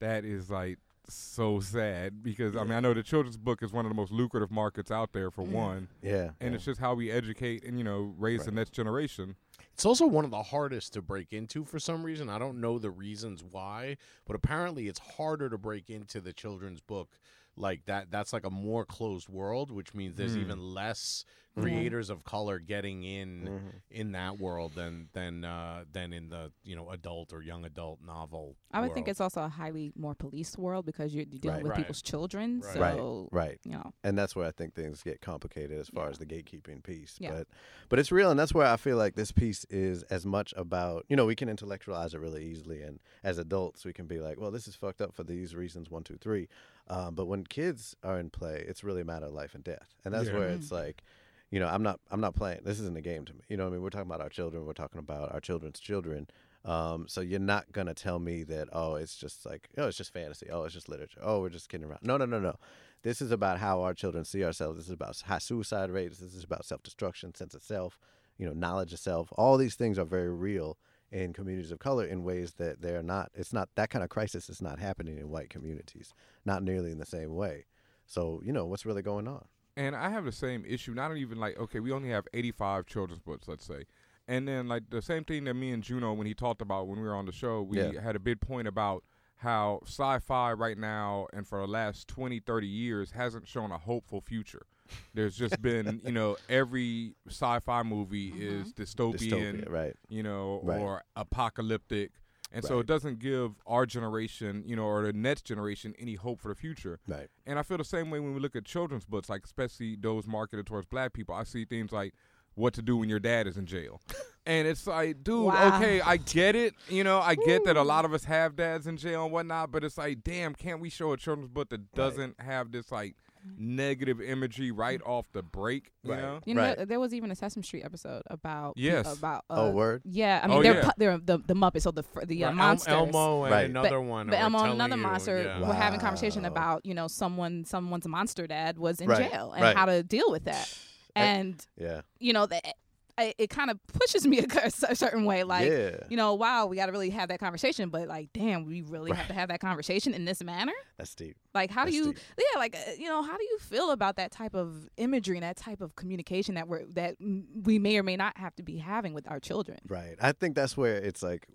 Speaker 2: That is like so sad because I mean I know the children's book is one of the most lucrative markets out there for one
Speaker 4: Mm-hmm. Yeah.
Speaker 2: and it's just how we educate and you know raise the next generation.
Speaker 3: It's also one of the hardest to break into for some reason. I don't know the reasons why, but apparently it's harder to break into the children's book like that. That's like a more closed world, which means
Speaker 2: Hmm.
Speaker 3: there's even less creators of color getting in
Speaker 4: Mm-hmm.
Speaker 3: in that world than than uh, than in the you know adult or young adult novel.
Speaker 1: I would think
Speaker 3: world.
Speaker 1: it's also a highly more policed world because you're, you're dealing
Speaker 4: Right.
Speaker 1: with
Speaker 3: Right.
Speaker 1: people's children.
Speaker 3: Right.
Speaker 4: Right,
Speaker 1: So
Speaker 4: Right.
Speaker 1: you know,
Speaker 4: and that's where I think things get complicated as far
Speaker 1: Yeah.
Speaker 4: as the gatekeeping piece.
Speaker 1: Yeah.
Speaker 4: But but it's real, and that's where I feel like this piece is as much about you know we can intellectualize it really easily, and as adults we can be like, well, this is fucked up for these reasons one, two, three. Um, but when kids are in play, it's really a matter of life and death, and that's
Speaker 2: Yeah.
Speaker 4: where it's like. You know, I'm not. I'm not playing. This isn't a game to me. You know, what I mean, we're talking about our children. We're talking about our children's children. Um, so you're not gonna tell me that. Oh, it's just like. Oh, it's just fantasy. Oh, it's just literature. Oh, we're just kidding around. No, no, no, no. This is about how our children see ourselves. This is about high suicide rates. This is about self destruction, sense of self, you know, knowledge of self. All these things are very real in communities of color in ways that they're not. It's not that kind of crisis is not happening in white communities, not nearly in the same way. So you know what's really going on.
Speaker 2: and I have the same issue. Not even like okay, we only have eighty five children's books, let's say, and then like the same thing that me and Juno when he talked about when we were on the show, we
Speaker 4: Yeah.
Speaker 2: had a big point about how sci-fi right now and for the last 20 30 years hasn't shown a hopeful future there's just
Speaker 4: (laughs)
Speaker 2: been you know every sci-fi movie is dystopian,
Speaker 4: Dystopia, Mm-hmm. right?
Speaker 2: you know,
Speaker 4: Right.
Speaker 2: or apocalyptic. And so it doesn't give our generation, you know, or the next generation any hope for the future.
Speaker 4: Right.
Speaker 2: And I feel the same way when we look at children's books, like especially those marketed towards black people. I see things like what to do when your dad is in jail. And it's like, dude,
Speaker 1: Wow.
Speaker 2: okay, I get it. You know, I get that a lot of us have dads in jail and whatnot, but it's like, damn, can't we show a children's book that doesn't have this like negative imagery right off the break? You
Speaker 4: Right.
Speaker 2: know?
Speaker 1: you know,
Speaker 4: Right.
Speaker 1: there- there was even a Sesame Street episode about pe-
Speaker 2: Yes.
Speaker 1: about uh,
Speaker 4: Oh, word.
Speaker 1: Yeah, I mean
Speaker 2: Oh,
Speaker 1: they're
Speaker 2: yeah.
Speaker 1: pu- they're the the Muppets, so the fr- the uh,
Speaker 3: Right, El-
Speaker 1: monsters.
Speaker 3: Elmo and
Speaker 4: Right.
Speaker 1: But-
Speaker 3: another one.
Speaker 1: But
Speaker 3: are
Speaker 1: Elmo, and
Speaker 3: telling
Speaker 1: another
Speaker 3: you,
Speaker 1: monster,
Speaker 3: yeah.
Speaker 1: were having conversation
Speaker 4: Wow.
Speaker 1: about you know someone someone's monster dad was in
Speaker 4: Right,
Speaker 1: jail and
Speaker 4: right.
Speaker 1: how to deal with
Speaker 4: (sighs)
Speaker 1: that, and
Speaker 4: Yeah.
Speaker 1: you know that it, it kind of pushes me (laughs) a cer- a certain way, like.
Speaker 4: yeah.
Speaker 1: You know, wow, we got to really have that conversation, but like, damn, we really have to have that conversation in this manner.
Speaker 4: That's deep.
Speaker 1: Like, how do
Speaker 4: That's
Speaker 1: you,
Speaker 4: deep.
Speaker 1: yeah, like, uh, you know, how do you feel about that type of imagery and that type of communication that we're that mm, we may or may not have to be having with our children?
Speaker 4: Right. I think that's where it's like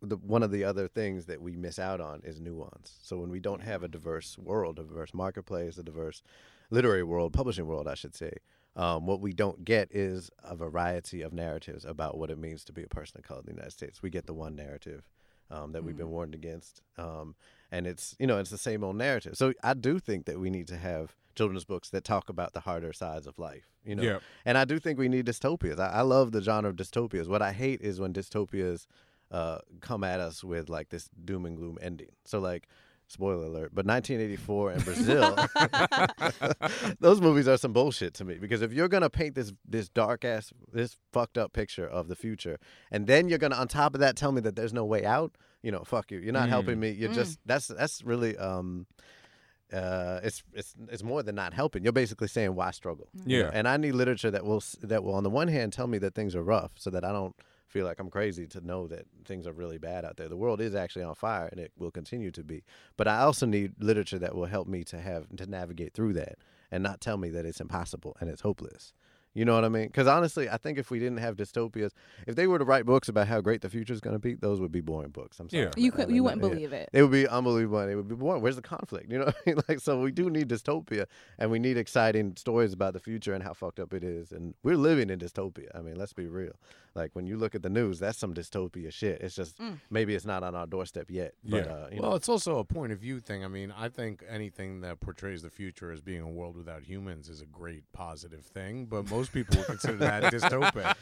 Speaker 4: the, one of the other things that we miss out on is nuance. So when we don't have a diverse world, a diverse marketplace, a diverse literary world, publishing world, I should say, um, what we don't get is a variety of narratives about what it means to be a person of color in the United States. We get the one narrative um, that we've been warned against, um, and it's you know it's the same old narrative. So I do think that we need to have children's books that talk about the harder sides of life. You know,
Speaker 2: Yeah.
Speaker 4: and I do think we need dystopias. I, I love the genre of dystopias. What I hate is when dystopias uh, come at us with like this doom and gloom ending. So like, spoiler alert, but 1984 and
Speaker 1: (laughs)
Speaker 4: Brazil, (laughs) those movies are some bullshit to me because if you're gonna paint this this dark ass, this fucked up picture of the future, and then you're gonna on top of that tell me that there's no way out, you know, fuck you. You're not helping me. You're just that's that's really um. Uh, it's it's it's more than not helping. You're basically saying why struggle. You
Speaker 2: Yeah.
Speaker 4: know, and I need literature that will s- that will on the one hand tell me that things are rough, so that I don't feel like I'm crazy to know that things are really bad out there. The world is actually on fire, and it will continue to be. But I also need literature that will help me to have to navigate through that, and not tell me that it's impossible and it's hopeless. You know what I mean? Because honestly, I think if we didn't have dystopias, if they were to write books about how great the future is going to be, those would be boring books. I'm sorry.
Speaker 2: Yeah.
Speaker 1: You
Speaker 4: man.
Speaker 1: could,
Speaker 4: I
Speaker 1: you
Speaker 4: mean,
Speaker 1: wouldn't
Speaker 4: yeah.
Speaker 1: believe it.
Speaker 4: It would be unbelievable. and It would be boring. Where's the conflict? You know, (laughs) what I mean? like so we do need dystopia, and we need exciting stories about the future and how fucked up it is. And we're living in dystopia. I mean, let's be real. Like when you look at the news, that's some dystopia shit. It's just maybe it's not on our doorstep yet. But,
Speaker 2: Yeah.
Speaker 4: Uh, you
Speaker 3: well,
Speaker 4: know,
Speaker 3: it's also a point of view thing. I mean, I think anything that portrays the future as being a world without humans is a great positive thing, but most people would consider
Speaker 4: (laughs)
Speaker 3: that dystopic.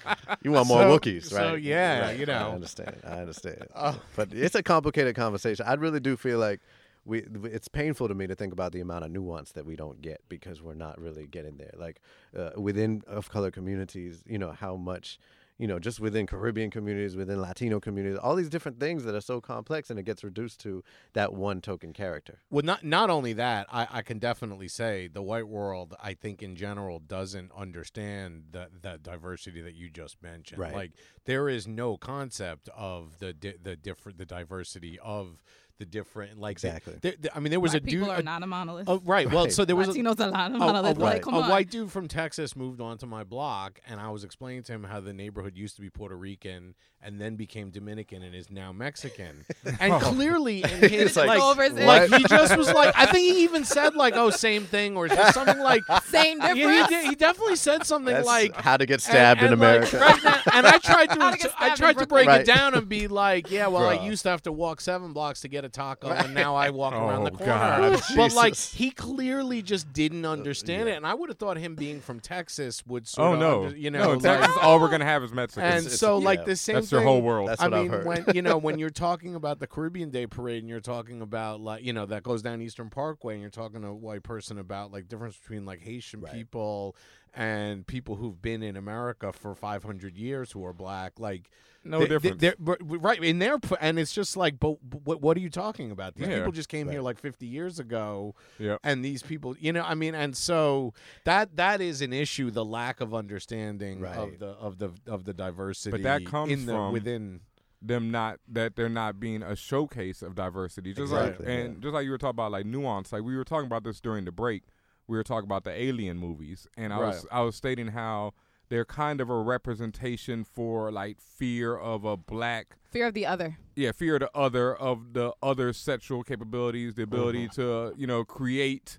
Speaker 4: you want more
Speaker 3: so-
Speaker 4: Wookiees,
Speaker 3: so,
Speaker 4: right?
Speaker 3: yeah,
Speaker 4: Right.
Speaker 3: you know. Oh.
Speaker 4: I understand. I
Speaker 3: (laughs)
Speaker 4: understand. But it's a complicated conversation. I really do feel like. We, it's painful to me to think about the amount of nuance that we don't get because we're not really getting there. Like uh, within of color communities, you know how much, you know, just within Caribbean communities, within Latino communities, all these different things that are so complex, and it gets reduced to that one token character.
Speaker 3: Well, not not only that, I, I can definitely say the white world, I think in general, doesn't understand the, the diversity that you just mentioned.
Speaker 4: Right.
Speaker 3: Like there is no concept of the di- the different the diversity of the different like the-
Speaker 4: Exactly.
Speaker 3: there- there- I mean, there was
Speaker 1: Black
Speaker 3: a dude.
Speaker 1: people are
Speaker 3: a-
Speaker 1: not a monolith.
Speaker 3: oh, right. Well,
Speaker 4: Right.
Speaker 3: so there was a, Oh,
Speaker 1: Latinos are not a
Speaker 3: a,
Speaker 4: Oh,
Speaker 3: a
Speaker 1: monolith.
Speaker 3: white,
Speaker 1: Like, come
Speaker 3: a
Speaker 1: on.
Speaker 3: white dude from Texas moved onto my block, and I was explaining to him how the neighborhood used to be Puerto Rican and then became Dominican and is now
Speaker 4: (laughs)
Speaker 3: Mexican. And clearly, in his
Speaker 4: like,
Speaker 3: like,
Speaker 1: Leftovers in.
Speaker 3: like, he just was like, I think he even said like, "Oh, same thing," or just something like.
Speaker 1: (laughs) (laughs) Same
Speaker 3: Yeah,
Speaker 1: difference.
Speaker 3: he, did- he definitely said something
Speaker 4: That's
Speaker 3: like
Speaker 4: how to get stabbed
Speaker 3: and-
Speaker 4: in
Speaker 3: and, like,
Speaker 4: America. (laughs)
Speaker 3: right now- and I
Speaker 1: (laughs)
Speaker 3: tried
Speaker 1: How to get
Speaker 3: to, I
Speaker 1: stabbed
Speaker 3: tried
Speaker 1: in
Speaker 3: to
Speaker 1: Brooklyn.
Speaker 3: break it
Speaker 4: Right.
Speaker 3: down and be like, yeah, well, I
Speaker 4: Bruh.
Speaker 3: used to have to walk seven blocks to get a taco, and now I walk around the
Speaker 2: Oh,
Speaker 3: corner.
Speaker 2: God.
Speaker 3: But like,
Speaker 4: Jesus.
Speaker 3: he clearly just didn't understand it, and I would have thought him being from Texas would sort
Speaker 2: Oh
Speaker 3: of,
Speaker 2: no!
Speaker 3: under- you
Speaker 2: no,
Speaker 3: know,
Speaker 2: in
Speaker 3: like-
Speaker 2: Texas, all we're gonna have is Mexicans.
Speaker 3: and
Speaker 4: it's-
Speaker 3: so
Speaker 4: yeah.
Speaker 3: like the same.
Speaker 2: that's their
Speaker 3: thing-
Speaker 2: whole world.
Speaker 4: That's
Speaker 3: I
Speaker 4: what I've
Speaker 3: mean,
Speaker 4: heard.
Speaker 3: when you know when
Speaker 4: (laughs)
Speaker 3: you're talking about the Caribbean Day Parade and you're talking about like you know that goes down Eastern Parkway and you're talking to a white person about like difference between like Haitian
Speaker 4: Right.
Speaker 3: people and people who've been in America for 500 years who are black, like
Speaker 2: No
Speaker 3: they- they-
Speaker 2: difference.
Speaker 3: they're- but- but right in their pr- and it's just like, but, but what, what are you talking about? These
Speaker 2: Yeah.
Speaker 3: people just came here
Speaker 4: Right.
Speaker 3: like 50 years ago
Speaker 2: yeah.
Speaker 3: and these people you know i mean and so that that is an issue the lack of understanding of
Speaker 4: Right.
Speaker 3: the of the of the diversity
Speaker 2: comes
Speaker 3: in the
Speaker 2: from-
Speaker 3: within
Speaker 2: them not that they're not being a showcase of diversity. Just
Speaker 4: Exactly,
Speaker 2: like and just like you were talking about like nuance. Like we were talking about this during the break. We were talking about the alien movies and I was I was stating how they're kind of a representation for like fear of a black
Speaker 1: Fear of the
Speaker 3: (laughs)
Speaker 1: other.
Speaker 2: yeah, fear of the other of the other sexual capabilities, the ability
Speaker 1: Mm-hmm.
Speaker 2: to, you know, create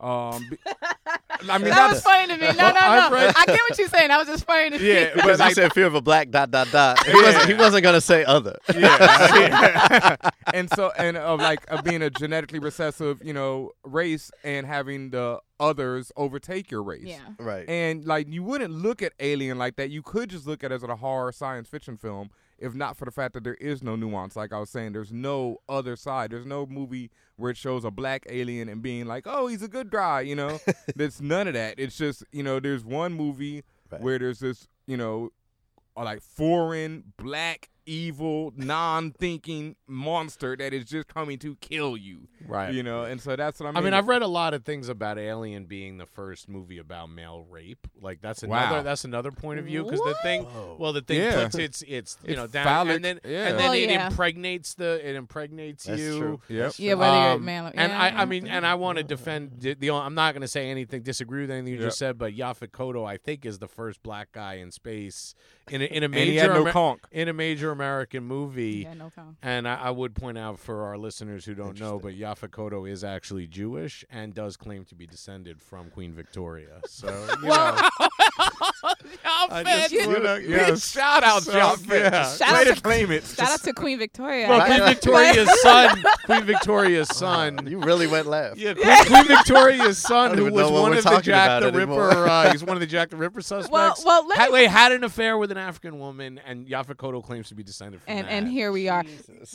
Speaker 2: um
Speaker 1: (laughs)
Speaker 2: be- I mean
Speaker 1: That
Speaker 2: not
Speaker 1: was funny to me. No, no,
Speaker 3: Oh,
Speaker 1: no.
Speaker 2: I've read-
Speaker 1: I get what you're saying. That was just funny
Speaker 3: (laughs)
Speaker 1: to me.
Speaker 2: yeah,
Speaker 4: Because
Speaker 2: but
Speaker 4: he
Speaker 2: like,
Speaker 4: said fear of a black dot dot dot. He wasn't, he wasn't gonna say other.
Speaker 2: and so and of like of being a genetically recessive, you know, race and having the others overtake your race.
Speaker 1: (laughs) Yeah.
Speaker 4: (laughs) Right.
Speaker 2: And like you wouldn't look at Alien like that. You could just look at it as a horror science fiction film if not for the fact that there is no nuance. Like I was saying, there's no other side. There's no movie where it shows a black alien and being like, "Oh, he's a good guy," you know? There's none of that. It's just, you know, there's one movie
Speaker 4: Right.
Speaker 2: where there's this, you know, a, like foreign black evil non-thinking monster that is just coming to kill you.
Speaker 3: right
Speaker 2: You know, and so that's what I mean.
Speaker 3: I mean, I've read a lot of things about Alien being the first movie about male rape. Like that's another
Speaker 2: Wow.
Speaker 3: that's another point of view because the thing,
Speaker 4: Whoa.
Speaker 3: well, the thing
Speaker 2: Yeah.
Speaker 3: puts its its you
Speaker 2: It's
Speaker 3: know down
Speaker 2: phallic,
Speaker 3: and then
Speaker 2: yeah.
Speaker 3: and then
Speaker 1: Well,
Speaker 3: it
Speaker 1: yeah.
Speaker 3: impregnates the it impregnates
Speaker 4: That's
Speaker 3: you.
Speaker 4: true.
Speaker 2: Yep.
Speaker 1: Yeah, whether you're a
Speaker 3: Um,
Speaker 1: man or
Speaker 3: and
Speaker 1: yeah,
Speaker 3: I, I mean, and I want to defend the. the only- I'm not going to say anything, disagree with anything you
Speaker 2: Yep.
Speaker 3: just said, but Yaphet Kotto, I think, is the first black guy in space in a, in a
Speaker 2: and he
Speaker 3: major
Speaker 2: had no
Speaker 3: Amer-
Speaker 2: conk.
Speaker 3: in a major American movie.
Speaker 1: Yeah, no count.
Speaker 3: And I, I would point out for our listeners who don't know, but Yaphet Kotto is actually Jewish and does claim to be descended from Queen Victoria.
Speaker 4: (laughs)
Speaker 3: So, (laughs) you know, I
Speaker 1: (laughs)
Speaker 3: just
Speaker 1: you-
Speaker 3: wanna-
Speaker 4: (laughs)
Speaker 2: big
Speaker 3: yes.
Speaker 2: shout out,
Speaker 3: So,
Speaker 2: Yaphet.
Speaker 3: yeah.
Speaker 1: Shout
Speaker 2: Way
Speaker 1: out
Speaker 2: to
Speaker 1: to-
Speaker 2: claim it.
Speaker 1: Shout (laughs) out to Queen Victoria.
Speaker 3: Well,
Speaker 1: I
Speaker 3: Queen
Speaker 1: guess.
Speaker 3: (laughs) Victoria's son. Queen Victoria's (laughs) son.
Speaker 4: You really went left.
Speaker 3: Yeah, Queen, Queen Victoria's
Speaker 4: I
Speaker 3: son,
Speaker 4: don't
Speaker 3: who
Speaker 4: even
Speaker 3: was
Speaker 4: know what
Speaker 3: one
Speaker 4: we're
Speaker 3: of the
Speaker 4: talking
Speaker 3: Jack
Speaker 4: about
Speaker 3: the
Speaker 4: anymore.
Speaker 3: Ripper. Uh, he's one of the Jack the Ripper suspects.
Speaker 1: well, well, let
Speaker 3: had,
Speaker 1: me-
Speaker 3: wait, had an affair with an African woman, and Yaphet Kotto claims to be descended from
Speaker 1: and
Speaker 3: that.
Speaker 1: and here we are.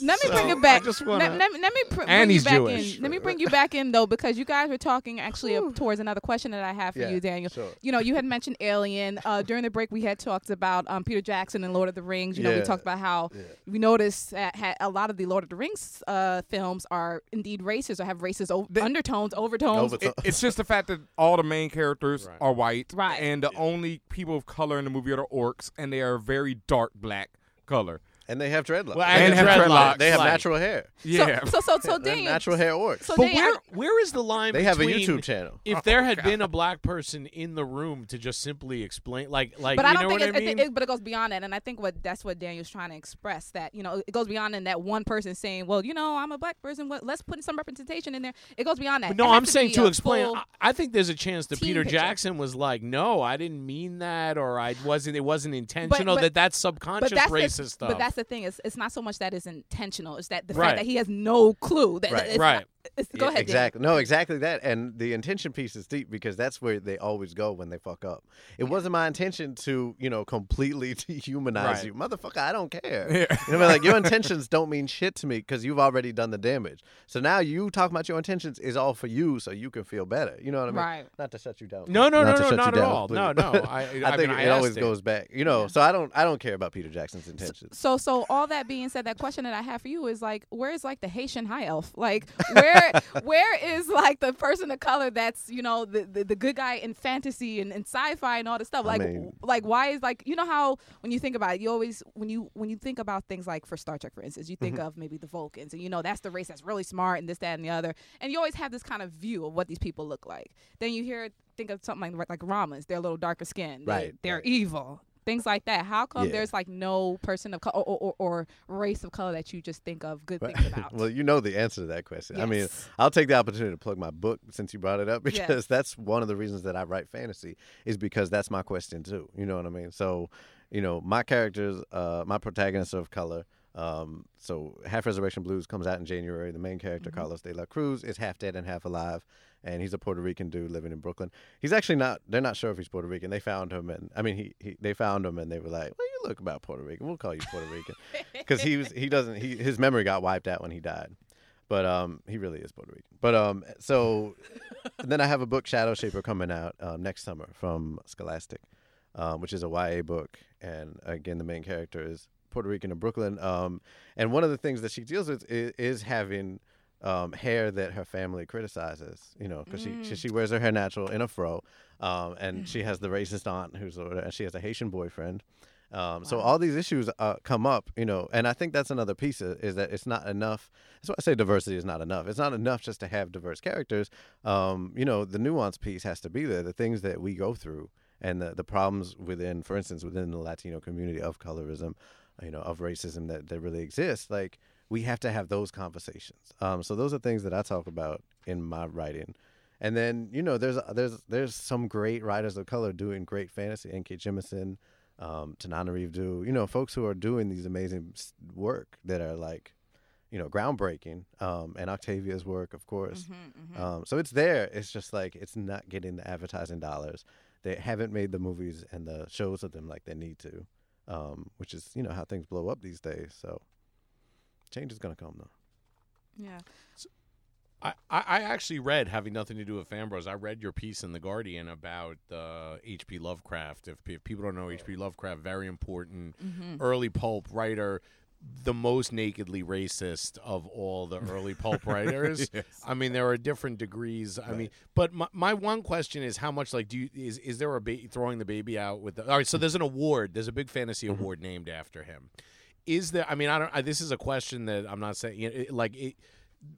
Speaker 1: Let me
Speaker 3: So,
Speaker 1: bring
Speaker 3: I
Speaker 1: it back.
Speaker 3: just
Speaker 1: Let-
Speaker 3: wanna-
Speaker 1: let, me- let me pr- bring
Speaker 3: And
Speaker 1: you
Speaker 3: he's
Speaker 1: back
Speaker 3: Jewish.
Speaker 1: in. Let me bring you back in though, because you guys were talking actually up towards another question that I have for
Speaker 4: Yeah,
Speaker 1: you, Daniel.
Speaker 4: sure.
Speaker 1: You know, you had mentioned Alien uh, during the break. We had talked about um, Peter Jackson and Lord of the Rings. You know, we
Speaker 4: Yeah.
Speaker 1: talked about how we noticed that ha- a lot of the Lord of the Rings uh, films are indeed racist or have racist o- undertones, overtones.
Speaker 4: Overtones.
Speaker 2: It- it's just the fact that all the main characters
Speaker 3: Right.
Speaker 2: are white,
Speaker 1: Right.
Speaker 2: and the only people of color in the movie are the orcs, and they are very dark black color.
Speaker 4: And they have dreadlocks.
Speaker 3: Well,
Speaker 2: and
Speaker 4: they
Speaker 2: have dreadlocks.
Speaker 4: They have
Speaker 3: Like-
Speaker 4: natural hair.
Speaker 2: Yeah,
Speaker 1: So, so, so, so
Speaker 4: They're
Speaker 1: Daniel.
Speaker 4: natural hair orcs.
Speaker 1: So
Speaker 3: But
Speaker 1: Daniel,
Speaker 3: where where is the line?
Speaker 4: They have a
Speaker 3: between
Speaker 4: YouTube channel. (laughs)
Speaker 3: If there had been a black person in the room to just simply explain, like, like
Speaker 1: but
Speaker 3: you
Speaker 1: I don't
Speaker 3: know
Speaker 1: think
Speaker 3: what
Speaker 1: it's,
Speaker 3: I
Speaker 1: it-
Speaker 3: mean?
Speaker 1: it, but it goes beyond that, and I think what that's what Daniel's trying to express that you know it goes beyond in that one person saying, well, you know, I'm a black person, what, let's put some representation in there. It goes beyond that.
Speaker 3: no,
Speaker 1: It has
Speaker 3: I'm saying
Speaker 1: be
Speaker 3: to
Speaker 1: a
Speaker 3: explain.
Speaker 1: full-
Speaker 3: I, I think there's a chance that
Speaker 1: team
Speaker 3: Peter
Speaker 1: picture.
Speaker 3: Jackson was like, "No, I didn't mean that," or "I wasn't. It wasn't intentional."
Speaker 1: but-
Speaker 3: that that's
Speaker 1: but
Speaker 3: subconscious
Speaker 1: that's
Speaker 3: racist
Speaker 1: the,
Speaker 3: stuff.
Speaker 1: But that's the thing is, it's not so much that it's intentional; it's that the
Speaker 3: Right.
Speaker 1: fact that he has no clue. That, that
Speaker 4: Right.
Speaker 1: it's
Speaker 3: Right.
Speaker 1: not- it's- go
Speaker 4: Yeah,
Speaker 1: ahead. Daniel.
Speaker 4: Exactly. No, exactly that. And the intention piece is deep because that's where they always go when they fuck up. It wasn't my intention to, you know, completely (laughs) dehumanize
Speaker 3: Right.
Speaker 4: you. Motherfucker, I don't care. You know, what I mean?
Speaker 3: (laughs)
Speaker 4: like your intentions don't mean shit to me because you've already done the damage. So now you talking about your intentions is all for you so you can feel better. You know what I mean?
Speaker 1: Right.
Speaker 4: Not to shut you down.
Speaker 3: No, no,
Speaker 4: Not
Speaker 3: no,
Speaker 4: to
Speaker 3: no,
Speaker 4: shut
Speaker 3: not
Speaker 4: you
Speaker 3: at
Speaker 4: down,
Speaker 3: all.
Speaker 4: please. (laughs)
Speaker 3: No, no. I- I
Speaker 4: think
Speaker 3: mean, I
Speaker 4: it always
Speaker 3: asked it.
Speaker 4: goes back. You know, so I don't I don't care about Peter Jackson's intentions.
Speaker 1: So, so all that being said, that question that I have for you is like, where is like the Haitian high elf? Like,
Speaker 4: (laughs)
Speaker 1: where, where is like the person of color that's you know the the, the good guy in fantasy and, and sci-fi and all this stuff? Like,
Speaker 4: mean-
Speaker 1: w- like why is like you know how when you think about it, you always when you when you think about things like for Star Trek, for instance, you
Speaker 4: Mm-hmm.
Speaker 1: think of maybe the Vulcans and you know that's the race that's really smart and this that and the other, and you always have this kind of view of what these people look like. Then you hear think of something like like Ramas, they're a little darker skinned,
Speaker 4: Right,
Speaker 1: They, are
Speaker 4: right.
Speaker 1: evil. Things like that. How come
Speaker 4: Yeah.
Speaker 1: there's like no person of color or, or, or race of color that you just think of good things about.
Speaker 4: (laughs) well, you know the answer to that question. I mean,
Speaker 1: Yes.
Speaker 4: I'll take the opportunity to plug my book since you brought it up (laughs) because
Speaker 1: Yes.
Speaker 4: that's one of the reasons that I write fantasy is because that's my question too. You know what I mean? So, you know, my characters, uh, my protagonists are of color. Um, so Half Resurrection Blues comes out in January. The main character, Carlos de la Cruz, is half dead and half alive, and he's a Puerto Rican dude living in Brooklyn. He's actually not. They're not sure if he's Puerto Rican. They found him, and I mean, he, he they found him, and they were like, "Well, you look about Puerto Rican. We'll call you Puerto Rican," because he was he doesn't he his memory got wiped out when he died but um, he really is Puerto Rican. But um, so then I have a book, Shadow Shaper, coming out um, next summer from Scholastic, um, which is a YA book, and again, the main character is Puerto Rican in Brooklyn. Um, and one of the things that she deals with is, is having um, hair that her family criticizes, you know, because she, she she wears her hair natural in a fro, um, and she has the racist aunt who's older, and she has a Haitian boyfriend. Um, So all these issues uh, come up, you know, and I think that's another piece is, is that it's not enough. That's why I say diversity is not enough. It's not enough just to have diverse characters. Um, you know, the nuance piece has to be there. The things that we go through and the, the problems within, for instance, within the Latino community of colorism, you know, of racism that, that really exists, like we have to have those conversations. Um, so those are things that I talk about in my writing. And then you know, there's there's there's some great writers of color doing great fantasy. N.K. Jemisin, um, Tanana Reeve Du, you know, folks who are doing these amazing s- work that are like, you know, groundbreaking. Um, and Octavia's work, of
Speaker 1: Mm-hmm.
Speaker 4: course.
Speaker 3: Mm.
Speaker 4: Um, so it's there. It's just like it's not getting the advertising dollars. They haven't made the movies and the shows of them like they need to, um, which is you know how things blow up these days. So change is gonna come though.
Speaker 1: yeah.
Speaker 3: I, I I actually read, having nothing to do with Fambros, I read your piece in The Guardian about uh, H.P. Lovecraft. If, pe- if people don't know H.P. Lovecraft, very important early pulp writer, the most nakedly racist of all the early pulp writers. I mean, there are different degrees. I mean, but my, my one question is how much, like, do you, is, is there a ba- throwing the baby out with the. All right, so there's an award, there's a big fantasy award named after him is there i mean i don't I, this is a question that i'm not saying you know, it- like it,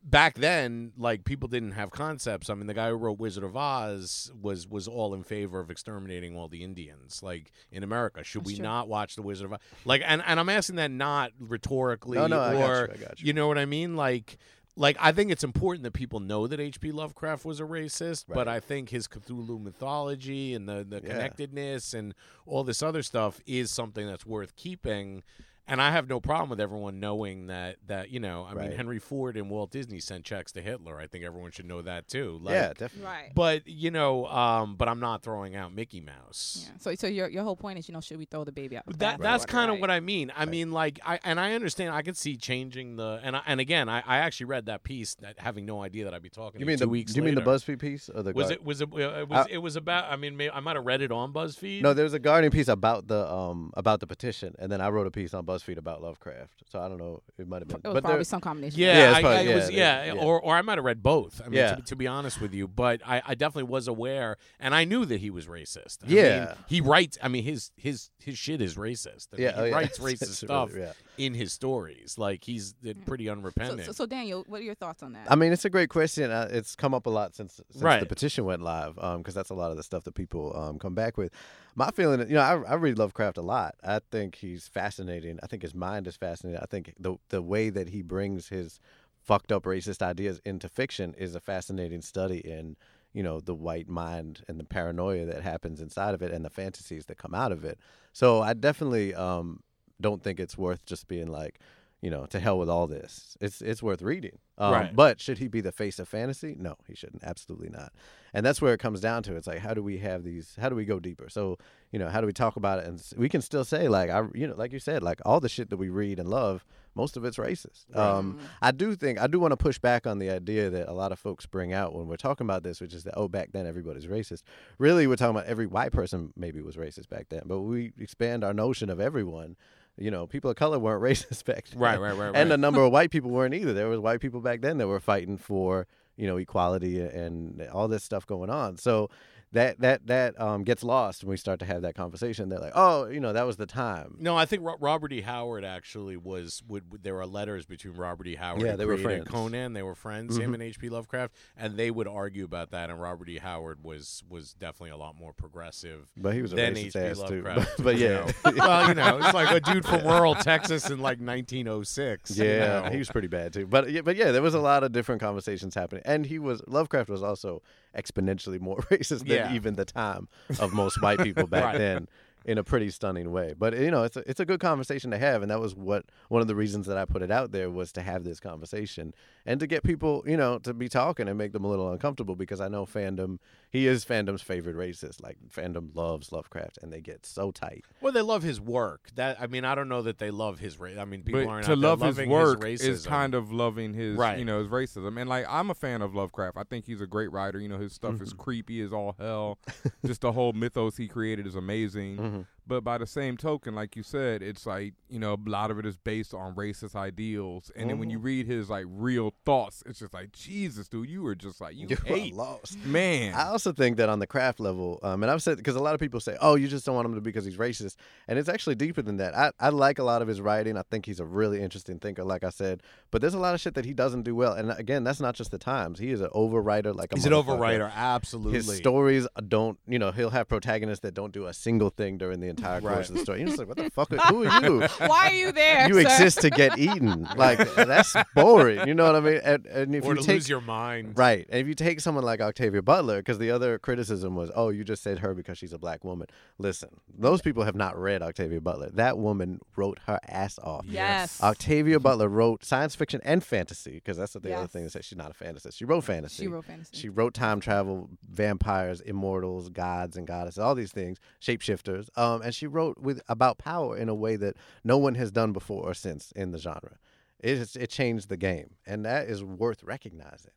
Speaker 3: back then, like people didn't have concepts. I mean, the guy who wrote Wizard of Oz was was all in favor of exterminating all the Indians, like in America. Should we
Speaker 1: true.
Speaker 3: not watch the Wizard of Oz? Like, and and I'm asking that not rhetorically
Speaker 4: No, no, I got you,
Speaker 3: or
Speaker 4: I got you.
Speaker 3: know what I mean, like. Like I think it's important that people know that H.P. Lovecraft was a racist, but I think his Cthulhu mythology and the, the
Speaker 4: Yeah.
Speaker 3: connectedness and all this other stuff is something that's worth keeping. And I have no problem with everyone knowing that that you know, I mean,
Speaker 4: Right.
Speaker 3: Henry Ford and Walt Disney sent checks to Hitler. I think everyone should know that too. Like,
Speaker 4: yeah, definitely.
Speaker 1: Right.
Speaker 3: But you know, um, but I'm not throwing out Mickey Mouse.
Speaker 1: Yeah. So, so your your whole point is, you know, should we throw the baby out? with
Speaker 3: That,
Speaker 1: the
Speaker 3: that's
Speaker 1: bathwater,
Speaker 3: kind of
Speaker 1: right?
Speaker 3: what I mean. I mean, like, I and I understand. I could see changing the and I, and again, I, I actually read that piece, that, having no idea that I'd be talking.
Speaker 4: You
Speaker 3: to
Speaker 4: mean
Speaker 3: two
Speaker 4: the
Speaker 3: weeks
Speaker 4: you mean the
Speaker 3: later.
Speaker 4: BuzzFeed piece or the
Speaker 3: Was
Speaker 4: Guar-
Speaker 3: it was it, uh, it was
Speaker 4: I-
Speaker 3: it was about? I mean, may, I might have read it on BuzzFeed.
Speaker 4: No, there was a Guardian piece about the um about the petition, and then I wrote a piece on BuzzFeed about Lovecraft. So I don't know, it might have been,
Speaker 1: It was
Speaker 4: but
Speaker 1: probably
Speaker 4: there,
Speaker 1: some combination.
Speaker 3: Yeah,
Speaker 4: Yeah, it's
Speaker 3: I,
Speaker 4: probably-
Speaker 3: I
Speaker 4: yeah,
Speaker 3: was.
Speaker 4: they-
Speaker 3: Yeah,
Speaker 4: yeah.
Speaker 3: or or I might have read both. I mean,
Speaker 4: Yeah.
Speaker 3: to, to be honest with you, but I, I definitely was aware, and I knew that he was racist. I
Speaker 4: Yeah.
Speaker 3: mean, he writes. I mean, his his his shit is racist. I mean,
Speaker 4: Yeah,
Speaker 3: he
Speaker 4: oh, yeah.
Speaker 3: writes
Speaker 4: (laughs) It's-
Speaker 3: racist
Speaker 4: it's
Speaker 3: stuff
Speaker 4: really- yeah.
Speaker 3: in his stories. Like he's uh, pretty
Speaker 1: So,
Speaker 3: unrepentant.
Speaker 1: Hmm. so, so Daniel, what are your thoughts on that?
Speaker 4: I mean, it's a great question. Uh, it's come up a lot since, since the
Speaker 3: Right.
Speaker 4: petition went live, because that's a lot of the stuff that people um, come back with. My feeling, is- you know, I, I read Lovecraft a lot. I think he's fascinating. I think his mind is fascinating. I think the the way that he brings his fucked up racist ideas into fiction is a fascinating study in, you know, the white mind and the paranoia that happens inside of it and the fantasies that come out of it. So I definitely um, don't think it's worth just being like, you know, to hell with all this. It's it's worth reading. Um,
Speaker 3: Right.
Speaker 4: But should he be the face of fantasy? No, he shouldn't. Absolutely not. And that's where it comes down to. It's like how do we have these? How do we go deeper? So you know, how do we talk about it? And s- we can still say like I, you know, like you said, like all the shit that we read and love, most of it's racist. Um, I do think I do want to push back on the idea that a lot of folks bring out when we're talking about this, which is that oh, back then everybody's racist. Really, we're talking about every white person maybe was racist back then, but we expand our notion of everyone. You know, people of color weren't (laughs) racist back then.
Speaker 3: Right, right, right,
Speaker 4: And
Speaker 3: right.
Speaker 4: a number of white people weren't either. There was white people back then that were fighting for you know equality and all this stuff going on. So that that that um, gets lost when we start to have that conversation. They're like, oh, you know, that was the time.
Speaker 3: No, I think Ro- Robert E. Howard actually was. Would, would- there were letters between Robert E. Howard?
Speaker 4: Yeah,
Speaker 3: who
Speaker 4: they were
Speaker 3: created
Speaker 4: friends. Mm-hmm.
Speaker 3: Conan, they were friends. Him and H.P. Lovecraft, and they would argue about that. And Robert E. Howard was was definitely a lot more progressive.
Speaker 4: But he was a
Speaker 3: than
Speaker 4: racist
Speaker 3: H.P.
Speaker 4: ass, too.
Speaker 3: Lovecraft,
Speaker 4: But- (laughs) but
Speaker 3: you
Speaker 4: yeah.
Speaker 3: know. well, you know, it's like a dude from rural Texas in like 1906. you
Speaker 4: Yeah,
Speaker 3: know.
Speaker 4: he was pretty bad too. But yeah, but yeah, there was a lot of different conversations happening, and he was Lovecraft was also exponentially more (laughs) racist than
Speaker 3: Yeah.
Speaker 4: even the time of most white people back
Speaker 3: Right.
Speaker 4: then, in a pretty stunning way. But you know, it's a, it's a good conversation to have, and that was what one of the reasons that I put it out there was to have this conversation and to get people, you know, to be talking and make them a little uncomfortable because I know fandom, he is fandom's favorite racist. Like fandom loves Lovecraft, and they get so tight.
Speaker 3: Well, they love his work. That I mean, I don't know that they love his. Ra- I mean, people
Speaker 2: But
Speaker 3: aren't
Speaker 2: to
Speaker 3: out
Speaker 2: love
Speaker 3: there
Speaker 2: his
Speaker 3: loving
Speaker 2: work
Speaker 3: his racism.
Speaker 2: is kind of loving his,
Speaker 3: Right.
Speaker 2: you know, his racism. And like, I'm a fan of Lovecraft. I think he's a great writer. You know, his stuff
Speaker 3: Mm-hmm.
Speaker 2: is creepy as all
Speaker 3: (laughs)
Speaker 2: hell. Just the whole mythos he created is amazing.
Speaker 3: Mm-hmm.
Speaker 2: But by the same token, like you said, it's like you know, a lot of it is based on racist ideals. And then when you
Speaker 3: Mm-hmm.
Speaker 2: read his like real thoughts, it's just like, Jesus, dude, you were just like
Speaker 3: (laughs)
Speaker 2: you
Speaker 4: (laughs) You are
Speaker 2: hate,
Speaker 4: lost.
Speaker 2: man.
Speaker 4: I also think that on the craft level, um, and I've said because a lot of people say, "Oh, you just don't want him to because he's racist," and it's actually deeper than that. I, I like a lot of his writing. I think he's a really interesting thinker, like I said. But there's a lot of shit that he doesn't do well, and again, that's not just the times. He is an overwriter, like a
Speaker 3: he's an
Speaker 4: motherfucker.
Speaker 3: overwriter. Absolutely.
Speaker 4: His stories don't, you know, he'll have protagonists that don't do a single thing during the entire course
Speaker 3: Right.
Speaker 4: of the story. You're just like,
Speaker 3: (laughs)
Speaker 4: what the fuck? Who are you?
Speaker 1: (laughs) Why are
Speaker 4: (laughs)
Speaker 1: you there?
Speaker 4: You
Speaker 1: sir?
Speaker 4: exist to get eaten. Like that's boring. You know what I mean? And, and if
Speaker 3: or
Speaker 4: you
Speaker 3: to
Speaker 4: take
Speaker 3: lose your mind.
Speaker 4: Right. And if you take someone like Octavia Butler, because the other criticism was, oh, you just said her because she's a black woman. Listen, those people have not read Octavia Butler. That woman wrote her ass off.
Speaker 1: Yes.
Speaker 4: Octavia Butler wrote science fiction and fantasy, because that's the other
Speaker 1: mm-hmm. Yes.
Speaker 4: thing that said she's not a fantasist. She wrote fantasy.
Speaker 1: She wrote fantasy. (laughs)
Speaker 4: She wrote time travel, vampires, immortals, gods and goddesses, all these things, shapeshifters. Um, and she wrote with about power in a way that no one has done before or since in the genre. It, is- it changed the game, and that is worth recognizing.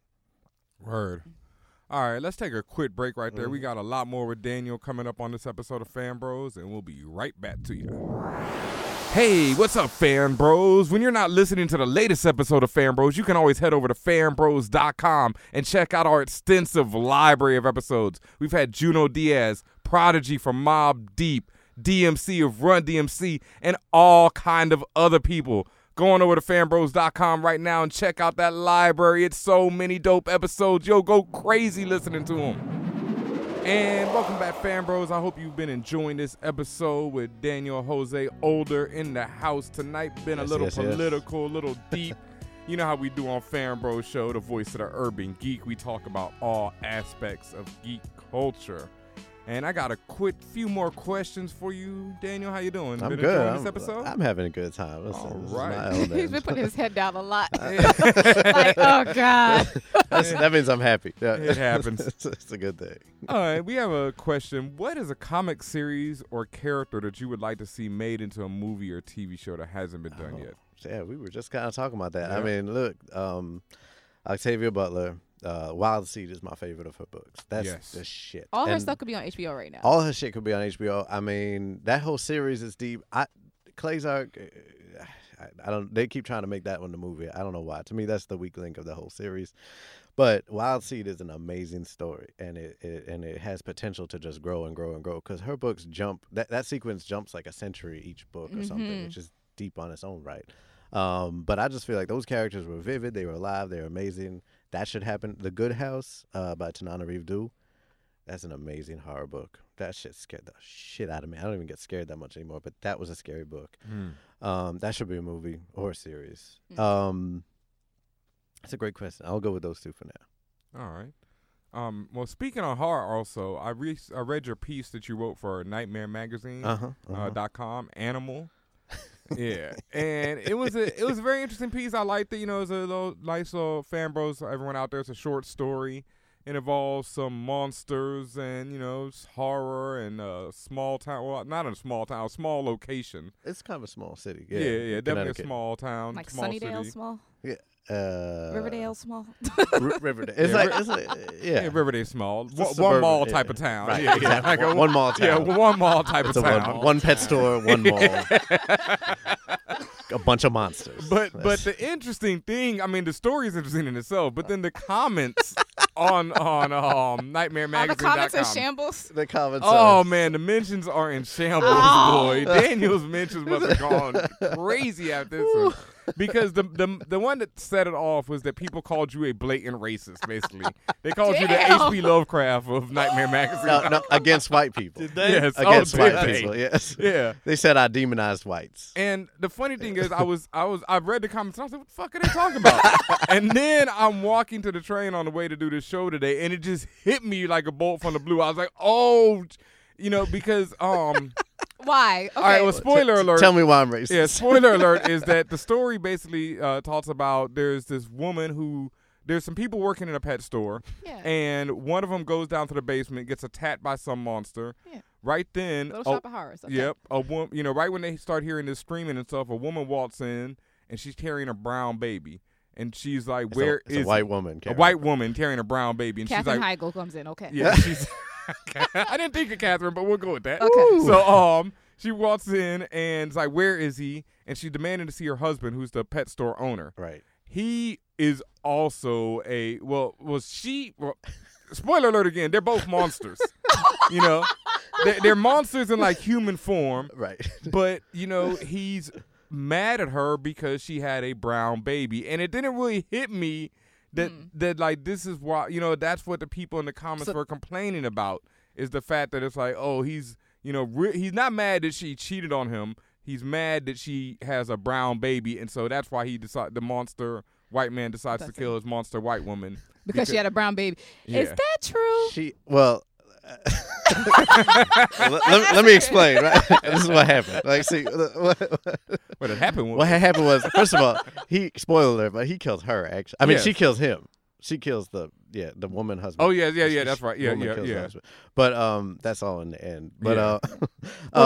Speaker 2: Word. All right, let's take a quick break right there.
Speaker 3: Mm-hmm.
Speaker 2: We got a lot more with Daniel coming up on this episode of Fan Bros, and we'll be right back to you. Hey, what's up, Fan Bros? When you're not listening to the latest episode of Fan Bros, you can always head over to fanbros.com and check out our extensive library of episodes. We've had Juno Diaz, Prodigy from Mob Deep, DMC of Run DMC, and all kind of other people. Go on over to fanbros.com right now and check out that library. It's so many dope episodes. Yo, go crazy listening to them. And welcome back, fan bros. I hope you've been enjoying this episode with Daniel Jose Older in the house tonight. Been a
Speaker 4: Yes,
Speaker 2: little
Speaker 4: yes, yes.
Speaker 2: political, a little deep. (laughs) you know how we do on Fan Bros Show, the voice of the urban geek. We talk about all aspects of geek culture. And I got a quick few more questions for you, Daniel. How you doing?
Speaker 4: I'm
Speaker 2: Been
Speaker 4: good.
Speaker 2: enjoying
Speaker 4: I'm,
Speaker 2: this episode?
Speaker 4: I'm having a good time. Listen,
Speaker 2: All
Speaker 4: this
Speaker 2: right. (laughs)
Speaker 4: is my element.
Speaker 1: He's been putting his head down a
Speaker 4: (laughs)
Speaker 1: lot. (laughs)
Speaker 2: Yeah.
Speaker 1: like, oh God.
Speaker 4: That's- that means I'm happy. Yeah.
Speaker 2: It happens.
Speaker 4: (laughs) it's, it's a good thing.
Speaker 2: all right, we have a question. What is a comic series or character that you would like to see made into a movie or TV show that hasn't been done
Speaker 4: Oh,
Speaker 2: yet?
Speaker 4: Yeah, we were just kind of talking about that.
Speaker 2: Yeah.
Speaker 4: I mean, look, um, Octavia Butler, uh, Wild Seed is my favorite of her books. That's
Speaker 2: Yes.
Speaker 4: the shit.
Speaker 1: All her
Speaker 4: And
Speaker 1: stuff could be on HBO right now.
Speaker 4: All her shit could be on HBO. I mean, that whole series is deep. I Clay's arc. uh, I, I don't. They keep trying to make that one the movie. I don't know why. To me, that's the weak link of the whole series. But Wild Seed is an amazing story, and it, it and it has potential to just grow and grow and grow because her books jump. That that sequence jumps like a century each book or something,
Speaker 1: Mhm.
Speaker 4: which is deep on its own right. Um, but I just feel like those characters were vivid. They were alive. They were amazing. That should happen. The Good House uh, by Tanana Reeve Du. That's an amazing horror book. That shit scared the shit out of me. I don't even get scared that much anymore, but that was a scary book. Um, that should be a movie or a series.
Speaker 1: Mm.
Speaker 4: Um, that's a great question. I'll go with those two for now.
Speaker 2: All right. Um, well, speaking of horror, also, I re- I read your piece that you wrote for Nightmare Magazine
Speaker 4: Uh-huh,
Speaker 2: uh, dot com
Speaker 4: (laughs)
Speaker 2: Animal. yeah, and it was a it was a very interesting piece. I liked it. You know, it was a little nice little fan bros. Everyone out there, it's a short story. It involves some monsters and you know s- horror and a small town. Well, not a small town, a small location.
Speaker 4: It's kind of a small city.
Speaker 2: Yeah,
Speaker 4: Yeah,
Speaker 2: yeah, definitely a
Speaker 4: Connecticut.
Speaker 2: small town,
Speaker 1: like
Speaker 2: small
Speaker 1: Sunnydale
Speaker 2: city.
Speaker 1: small,
Speaker 4: Uh,
Speaker 1: Riverdale small. (laughs)
Speaker 4: Ri- Riverdale. It's
Speaker 2: Yeah,
Speaker 4: like, it's like yeah.
Speaker 2: Yeah, Riverdale small,
Speaker 4: a
Speaker 2: one, one
Speaker 4: suburban-
Speaker 2: mall
Speaker 4: yeah.
Speaker 2: type of town.
Speaker 4: Right,
Speaker 2: Yeah, yeah,
Speaker 4: exactly.
Speaker 2: like a-
Speaker 4: one, one mall
Speaker 2: Yeah,
Speaker 4: town.
Speaker 2: one mall type
Speaker 4: it's a
Speaker 2: of town.
Speaker 4: one, one pet store, one
Speaker 2: (laughs)
Speaker 4: mall, a bunch of monsters.
Speaker 2: But but
Speaker 4: That's-
Speaker 2: the interesting thing, I mean, the story is interesting in itself. But
Speaker 4: (laughs)
Speaker 2: then the comments on on um Nightmare
Speaker 1: All the
Speaker 2: Magazine.
Speaker 1: comments are shambles.
Speaker 4: the comments.
Speaker 2: Oh
Speaker 4: are-
Speaker 2: man, the mentions are in shambles,
Speaker 1: Oh. (laughs)
Speaker 2: boy. Daniel's mentions must have gone crazy after this
Speaker 4: (laughs)
Speaker 2: one. Because the, the the one that set it off was that people called you a blatant racist, basically. They called you the
Speaker 1: Damn.
Speaker 2: H.P. Lovecraft of Nightmare Magazine.
Speaker 4: No, no, against white people.
Speaker 2: Yes, oh,
Speaker 4: (laughs) Against
Speaker 2: did
Speaker 4: white
Speaker 2: they?
Speaker 4: people. Yes.
Speaker 2: Yeah.
Speaker 4: They said I demonized whites.
Speaker 2: And the funny thing is,
Speaker 4: (laughs)
Speaker 2: I was, I was, I read the comments. And I was like, "What the fuck are they talking about?" and then I'm walking to the train on the way to do this show today, and it just hit me like a bolt from the blue. I was like, "Oh," you know,
Speaker 4: (laughs)
Speaker 2: because um,
Speaker 1: Why? Okay.
Speaker 2: all right. Well, spoiler
Speaker 4: T-
Speaker 2: alert.
Speaker 4: Tell me why I'm racist.
Speaker 2: Yeah, spoiler alert
Speaker 4: (laughs)
Speaker 2: is that the story basically uh, talks about there's this woman who there's some people working in a pet
Speaker 4: (laughs)
Speaker 2: store,
Speaker 1: yeah.
Speaker 2: and one of them goes down to the basement, gets attacked by some monster.
Speaker 1: Yeah.
Speaker 2: Right then,
Speaker 1: Little
Speaker 2: a-
Speaker 1: Shop of Horrors. Okay.
Speaker 2: Yep. A woman, you know, right when they start hearing this screaming and stuff, a woman walks in and she's carrying a brown baby, and she's like,
Speaker 4: It's a-
Speaker 2: "Where is
Speaker 4: it's a,
Speaker 2: it?"
Speaker 4: white woman?
Speaker 2: A
Speaker 4: Karen.
Speaker 2: white woman carrying a brown baby, and
Speaker 1: Katherine
Speaker 2: she's like,
Speaker 1: Heigl comes in. Okay.
Speaker 4: (laughs)
Speaker 2: "Yeah." She's, (laughs) I didn't think of Catherine, but we'll go with that.
Speaker 1: Okay. Ooh.
Speaker 2: So, um, she walks in and is like, "Where is he?" And she demanded to see her husband, who's the pet store owner.
Speaker 4: Right.
Speaker 2: He is also a well. Was she? Well, spoiler alert again. They're both monsters. you know, they're, they're monsters in like human form
Speaker 4: Right. (laughs)
Speaker 1: (laughs)
Speaker 2: but you know he's mad at her because she had a brown baby and it didn't really hit me that
Speaker 1: Mm.
Speaker 2: that like this is why you know that's what the people in the comments were complaining about is the fact that it's like oh he's you know re- he's not mad that she cheated on him he's mad that she has a brown baby and so that's why he decide the monster white man decides
Speaker 1: That's
Speaker 2: to kill his monster white woman
Speaker 1: Because she had a brown baby. Is
Speaker 2: Yeah.
Speaker 1: that true?
Speaker 4: She. Well. uh,
Speaker 2: (laughs)
Speaker 4: let, (laughs) let- let me explain. Right. (laughs) this is what happened. Like, see, what,
Speaker 2: what had happened was
Speaker 4: what had happened was, first of all, he spoiler alert, but he kills her. Actually, I mean,
Speaker 2: Yes.
Speaker 4: she kills him. She kills the yeah the woman husband.
Speaker 2: oh yeah yeah yeah that's right yeah
Speaker 4: Woman
Speaker 2: yeah
Speaker 4: kills
Speaker 2: yeah
Speaker 4: husband. But um, that's all in the end. But
Speaker 2: Yeah.
Speaker 4: uh, (laughs)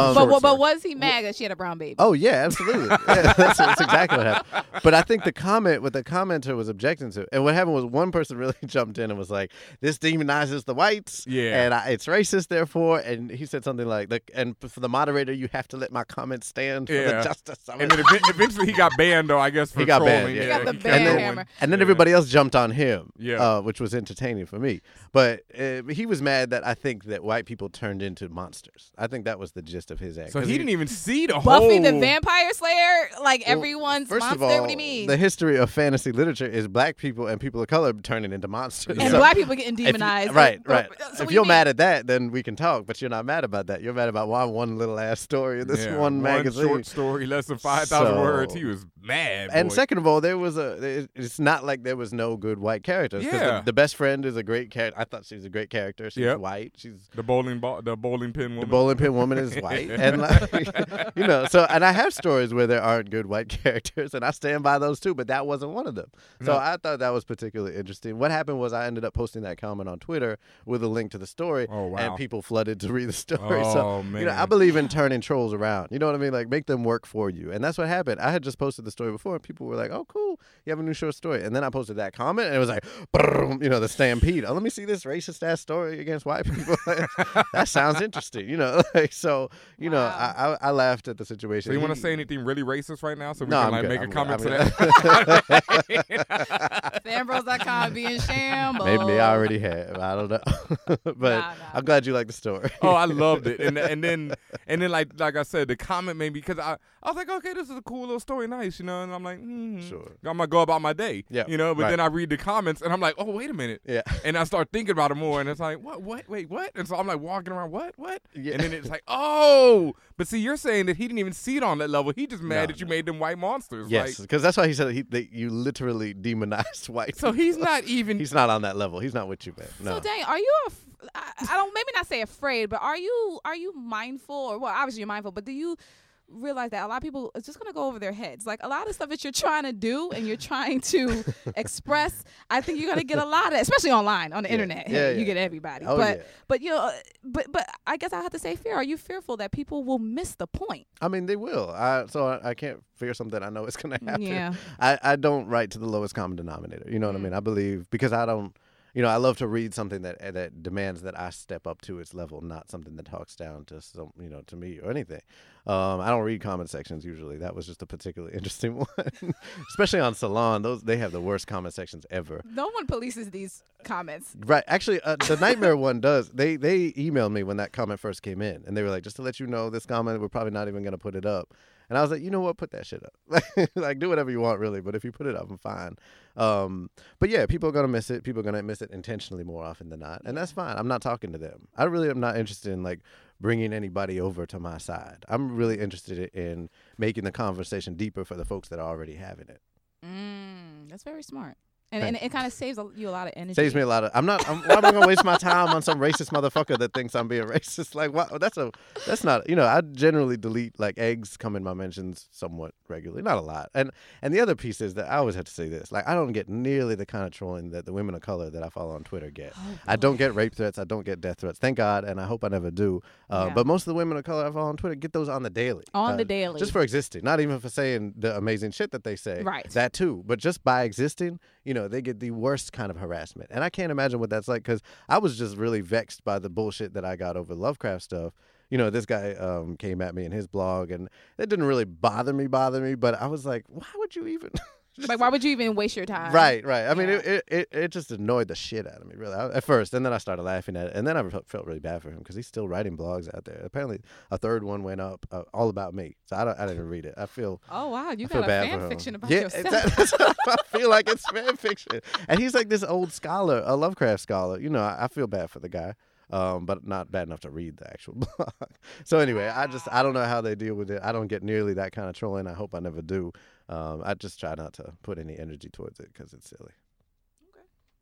Speaker 4: um,
Speaker 1: but, but, but was he mad that she had a brown baby?
Speaker 4: Oh yeah,
Speaker 2: (laughs)
Speaker 4: absolutely. Yeah, that's, that's exactly what happened. But I think the comment, what the commenter was objecting to, and what happened was one person (laughs) really jumped in and was like, "This demonizes the whites,
Speaker 2: Yeah.
Speaker 4: and I, it's racist, therefore." And he said something like, "Like, and for the moderator, you have to let my comment stand for
Speaker 2: Yeah.
Speaker 4: the justice." of
Speaker 2: and
Speaker 4: it."
Speaker 2: then ev- eventually he got banned though I guess for
Speaker 4: got
Speaker 2: trolling
Speaker 4: banned, yeah. He
Speaker 1: got the
Speaker 2: kept
Speaker 1: ban
Speaker 2: going.
Speaker 1: hammer.
Speaker 4: And then
Speaker 2: Yeah.
Speaker 4: everybody else jumped on him,
Speaker 2: Yeah.
Speaker 4: uh, which was was entertaining for me. But uh, he was mad that I think that white people turned into monsters. I think that was the gist of his act.
Speaker 2: So
Speaker 4: 'Cause
Speaker 2: he didn't even see the whole.
Speaker 1: Buffy
Speaker 4: (laughs)
Speaker 1: the Vampire Slayer, like everyone's
Speaker 4: First
Speaker 1: monster.
Speaker 4: of all,
Speaker 1: what do you mean?
Speaker 4: the history of fantasy literature is black people and people of color turning into monsters.
Speaker 1: and
Speaker 4: (laughs) So-
Speaker 1: black people getting
Speaker 4: If you-
Speaker 1: demonized.
Speaker 4: right,
Speaker 1: So
Speaker 4: right.
Speaker 1: what do
Speaker 4: if
Speaker 1: you
Speaker 4: you're
Speaker 1: mean?
Speaker 4: mad at that, then we can talk. But you're not mad about that. You're mad about why one little ass story in this
Speaker 2: Yeah,
Speaker 4: one magazine.
Speaker 2: short story, less than five thousand
Speaker 4: So-
Speaker 2: words. He was mad.
Speaker 4: and
Speaker 2: boy.
Speaker 4: second of all, there was a. it- It's not like there was no good white characters. 'cause
Speaker 2: Yeah.
Speaker 4: The, the best friend is a great character. I thought she was a great character. She's
Speaker 2: Yep.
Speaker 4: white. She's
Speaker 2: the bowling ball, the bowling pin
Speaker 4: the
Speaker 2: woman.
Speaker 4: bowling pin woman is white, and like (laughs) you know. So and I have stories where there aren't good white (laughs) characters, and I stand by those too. But that wasn't one of them. So I thought that was particularly interesting. What happened was I ended up posting that comment on Twitter with a link to the story,
Speaker 2: Oh, wow.
Speaker 4: and people flooded to read the (laughs) story.
Speaker 2: Oh,
Speaker 4: so you know, I
Speaker 2: man.
Speaker 4: believe in turning trolls around. You know what I mean? Like make them work for you, and that's what happened. I had just posted the story before, and people were like, "Oh, cool, you have a new short story." And then I posted that comment, and it was like, brrrm, you know, the stampede. Oh, let me see this racist ass story against white people. (laughs) that sounds interesting. You know, (laughs) like so. You know, I, I I laughed at the situation.
Speaker 2: so you want to
Speaker 4: He-
Speaker 2: say anything really racist right now, so we
Speaker 4: No,
Speaker 2: can
Speaker 4: I'm
Speaker 2: like
Speaker 4: good,
Speaker 2: make
Speaker 4: I'm
Speaker 2: a
Speaker 4: good.
Speaker 2: comment
Speaker 4: I mean- (laughs)
Speaker 2: to that?
Speaker 1: Fanbros.com
Speaker 4: (laughs)
Speaker 1: being shambles.
Speaker 4: Maybe I already have. I don't know, (laughs) but
Speaker 1: Oh. Nah, nah.
Speaker 4: I'm glad you like the story.
Speaker 2: oh, I loved it. And and then and then like like I said, the comment made me because I I was like, okay, this is a cool little story, nice, you know. And I'm like, hmm
Speaker 4: Sure.
Speaker 2: I'm gonna go about my day,
Speaker 4: Yeah,
Speaker 2: you know. But
Speaker 4: right.
Speaker 2: then I read the comments, and I'm like, oh, wait a minute,
Speaker 4: (laughs) Yeah.
Speaker 2: And I start thinking about it more, and it's like, what, what, wait, what? And so I'm like walking around, what, what?
Speaker 4: Yeah.
Speaker 2: And then it's like, oh, but see, you're saying that he didn't even see it on that level. He just mad
Speaker 4: No,
Speaker 2: that you
Speaker 4: no.
Speaker 2: made them white monsters,
Speaker 4: Yes,
Speaker 2: Like,
Speaker 4: because that's why he said he, that you literally demonized (laughs) white.
Speaker 2: so he's
Speaker 4: people.
Speaker 2: not even.
Speaker 4: He's not on that level. He's not with you, man. No.
Speaker 1: So dang, are you? Af- I, I don't maybe not say afraid, but are you are you mindful or well? Obviously you're mindful, but do you realize that a lot of people it's just gonna go over their heads? Like a lot of stuff that you're trying to do and you're trying
Speaker 4: (laughs)
Speaker 1: to express. I think you're gonna get a lot of, especially online on the internet.
Speaker 4: Yeah,
Speaker 1: you
Speaker 4: yeah.
Speaker 1: get everybody.
Speaker 4: Oh,
Speaker 1: but
Speaker 4: yeah.
Speaker 1: but you know, uh, but but I guess I have to say fear. Are you fearful that people will miss the point?
Speaker 4: I mean, they will. I, so I, I can't fear something I know it's going to (laughs) happen.
Speaker 1: Yeah.
Speaker 4: I, I don't write to the lowest common denominator. You know what I mean? I believe because I don't. You know, I love to read something that eh, that demands that I step up to its level, not something that talks down to some, you know, to me or anything. Um, I don't read comment sections usually. That was just a particularly (laughs) interesting one, especially on Salon. Those they have the worst comment sections ever.
Speaker 1: No one polices these comments.
Speaker 4: Right. Actually, uh, the nightmare one does. They they emailed me when that comment first came in, and they were like, "Just to let you know, this comment we're probably not even gonna put it up." And I was like, "You know what? Put that shit up. (laughs) like, do whatever you want, really. But if you put it up, I'm fine." Um, but yeah, people are gonna miss it. People are gonna miss it intentionally more often than not, and that's fine. I'm not talking to them. I really am not interested in like bringing anybody over to my side. I'm really interested in making the conversation deeper for the folks that are already having it.
Speaker 1: Mm, that's very smart, and and it kind of saves a- you a lot of energy.
Speaker 4: Saves me a lot of. I'm not. I'm, why am I gonna waste my time on some racist motherfucker that thinks I'm being (laughs) racist? Like, what? That's a. That's not. You know, I generally delete like eggs come in my mentions somewhat regularly, not a lot. And and the other piece is that I always have to say this. Like, I don't get nearly the kind of trolling that the women of color that I follow on Twitter get.
Speaker 1: Oh,
Speaker 4: I don't get rape threats. I don't get death threats. Thank God, and I hope I never do. Uh,
Speaker 1: Yeah.
Speaker 4: But most of the women of color I follow on Twitter get those on the daily.
Speaker 1: On
Speaker 4: Uh,
Speaker 1: the daily.
Speaker 4: Just for existing, not even for saying the amazing shit that they say.
Speaker 1: Right.
Speaker 4: That that too. But just by existing, you know, they get the worst kind of harassment. And I can't imagine what that's like because I was just really vexed by the bullshit that I got over Lovecraft stuff. You know, this guy um, came at me in his blog, and it didn't really bother me, bother me, but I was like, why would you even? (laughs)
Speaker 1: Like why would you even waste your time?
Speaker 4: Right, right. I mean,
Speaker 1: yeah.
Speaker 4: it, it, it, it just annoyed the shit out of me, really, I- at first. And then I started laughing at it. And then I felt, felt really bad for him because he's still writing blogs out there. Apparently, a third one went up uh, all about me. So I, don't, I didn't read it. I feel
Speaker 1: Oh wow, you
Speaker 4: I feel
Speaker 1: got a
Speaker 4: bad for
Speaker 1: fan
Speaker 4: him.
Speaker 1: fiction about
Speaker 4: yeah, (laughs)
Speaker 1: yourself.
Speaker 4: exact- that's what I feel like it's fan fiction. And he's like this old scholar, a Lovecraft scholar. You know, I, I feel bad for the guy, um, but not bad enough to read the actual (laughs) blog. so anyway, I just I don't know how they deal with it. I don't get nearly that kind of trolling. I hope I never do. Um, I just try not to put any energy towards it because it's silly.
Speaker 1: (laughs)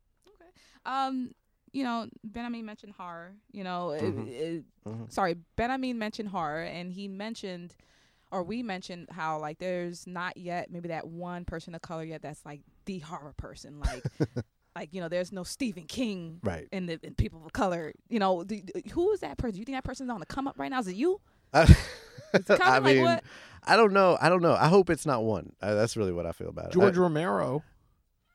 Speaker 1: Um, you know, Benjamin mentioned horror. You know, it- it-
Speaker 4: Mhm.
Speaker 1: sorry, Benjamin mentioned horror, and he mentioned, or we mentioned how like there's not yet maybe that one person of color yet that's like the horror person,
Speaker 4: (laughs)
Speaker 1: like. Like you know, there's no Stephen King
Speaker 4: Right.
Speaker 1: in the in people of color. You know, the, the- who is that person? Do you think that person's on the come up right now? Is it (laughs) you?
Speaker 4: (laughs) I,
Speaker 1: kinda like what-
Speaker 4: I don't know. I don't know. I hope it's not one. Uh, that's really what I feel about it.
Speaker 3: George
Speaker 4: I,
Speaker 3: Romero.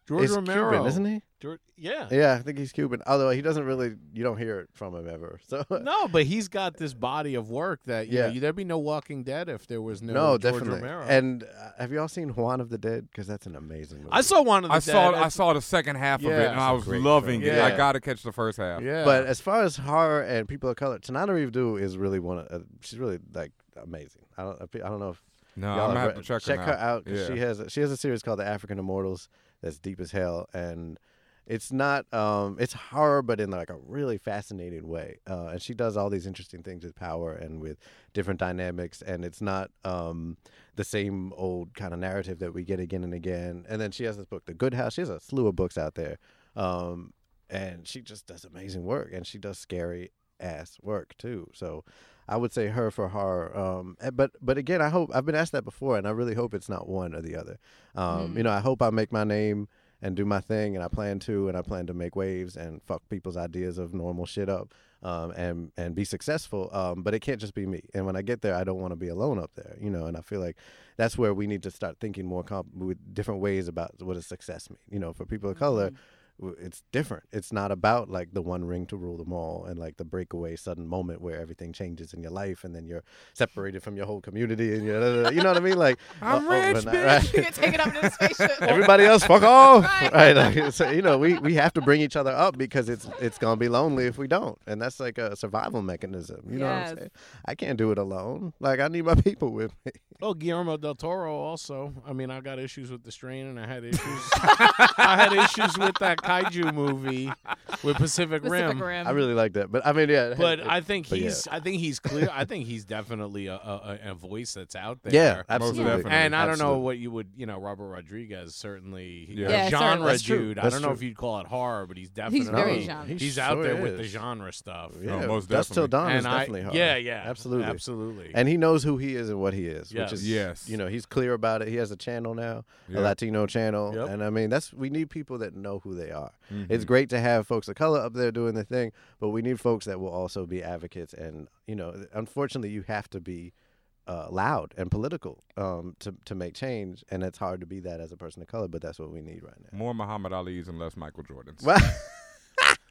Speaker 3: George
Speaker 4: it's
Speaker 3: Romero,
Speaker 4: Cuban, isn't he?
Speaker 3: George, yeah.
Speaker 4: Yeah, I think he's Cuban. Although he doesn't really, you don't hear it from him ever. (laughs) So
Speaker 3: No, but he's got this body of work that you
Speaker 4: Yeah.
Speaker 3: know, you- there'd be no Walking Dead if there was no,
Speaker 4: no,
Speaker 3: George
Speaker 4: definitely.
Speaker 3: Romero.
Speaker 4: And uh, have you all seen Juan of the Dead? Because that's an amazing movie.
Speaker 3: I saw one of the
Speaker 2: I saw
Speaker 3: Dead.
Speaker 2: I saw the second half of it
Speaker 3: Yeah.
Speaker 2: and I was
Speaker 4: Great
Speaker 2: loving
Speaker 3: film.
Speaker 2: it. I
Speaker 3: Yeah.
Speaker 2: gotta catch the first half.
Speaker 3: Yeah,
Speaker 4: But as far as horror and people of color, Tanana Reeve is really one. Of, uh, she's really like amazing. I don't. I don't know if
Speaker 2: No,
Speaker 4: y'all
Speaker 2: I'm gonna have to
Speaker 4: ever-
Speaker 2: check,
Speaker 4: check
Speaker 2: her,
Speaker 4: her
Speaker 2: out.
Speaker 4: out. 'cause
Speaker 2: Yeah.
Speaker 4: She has a, she has a series called The African Immortals that's deep as hell, and it's not um it's horror, but in like a really fascinating way. Uh, and she does all these interesting things with power and with different dynamics, and it's not um the same old kind of narrative that we get again and again. And then she has this book, The Good House. She has a slew of books out there, um, and she just does amazing work, and she does scary ass work too. So I would say her for horror. Um, eh, but but again, I hope I've been asked that before, and I really hope it's not one or the other. Um,
Speaker 2: Mm-hmm.
Speaker 4: You know, I hope I make my name and do my thing, and I plan to, and I plan to make waves and fuck people's ideas of normal shit up, um, and and be successful. Um, but it can't just be me. And when I get there, I don't want to be alone up there. You know, and I feel like that's where we need to start thinking more comp- with different ways about what does success mean. You know, for people of
Speaker 2: Mm-hmm.
Speaker 4: color w- it's different. It's not about like the one ring to rule them all and like the breakaway sudden moment where everything changes in your life and then you're separated from your whole community and you're, you know what I mean? Like uh,
Speaker 2: I'm
Speaker 4: o-
Speaker 2: rich,
Speaker 4: overnight,
Speaker 2: bitch.
Speaker 4: right?
Speaker 1: Get taken up in (laughs) the spaceship.
Speaker 4: Everybody else, fuck off,
Speaker 1: Right.
Speaker 4: right? like, so you know, we, we have to bring each other up because it's it's gonna be lonely if we don't, and that's like a survival mechanism. You know what
Speaker 1: Yes.
Speaker 4: I'm saying? I can't do it alone. Like I need my (laughs) people with me.
Speaker 3: Oh, Guillermo del Toro also. I mean, I got issues with the strain, and I had
Speaker 4: (laughs)
Speaker 3: issues. I had issues with that kaiju movie with Pacific,
Speaker 1: Pacific Rim.
Speaker 4: I really like that, but I mean, yeah.
Speaker 3: But
Speaker 4: it-
Speaker 3: I think
Speaker 4: but yeah.
Speaker 3: he's. I think he's clear. I think he's definitely a, a, a a voice that's out there.
Speaker 4: yeah, absolutely.
Speaker 2: definitely.
Speaker 3: And I don't know
Speaker 4: Absolutely.
Speaker 3: what you would, you know, Robert Rodriguez certainly
Speaker 2: Yeah.
Speaker 3: a
Speaker 1: Yeah, certainly.
Speaker 3: genre
Speaker 1: That's
Speaker 4: true.
Speaker 3: dude. I
Speaker 4: That's
Speaker 3: don't know
Speaker 4: true.
Speaker 3: if you'd call it horror, but he's definitely
Speaker 1: He's very genre.
Speaker 4: He
Speaker 3: he's out
Speaker 4: sure
Speaker 3: there with the
Speaker 4: is.
Speaker 3: genre stuff.
Speaker 4: Yeah,
Speaker 2: No, most
Speaker 4: Dust Till
Speaker 2: definitely.
Speaker 4: Dawn is
Speaker 3: And I-
Speaker 4: definitely hard.
Speaker 3: Yeah, yeah,
Speaker 4: absolutely,
Speaker 3: absolutely.
Speaker 4: And he knows who he is and what he is,
Speaker 3: Yes.
Speaker 4: which is
Speaker 2: Yes.
Speaker 4: you know he's clear about it. He has a channel now,
Speaker 2: Yeah.
Speaker 4: a Latino channel,
Speaker 3: Yep.
Speaker 4: and I mean that's we need people that know who they are. It's great to have folks of color up there doing their thing, but we need folks that will also be advocates. And you know, unfortunately, you have to be uh, loud and political um, to to make change, and it's hard to be that as a person of color. But that's what we need right now.
Speaker 2: More Muhammad Ali's and less Michael Jordans.
Speaker 4: (laughs) Wow!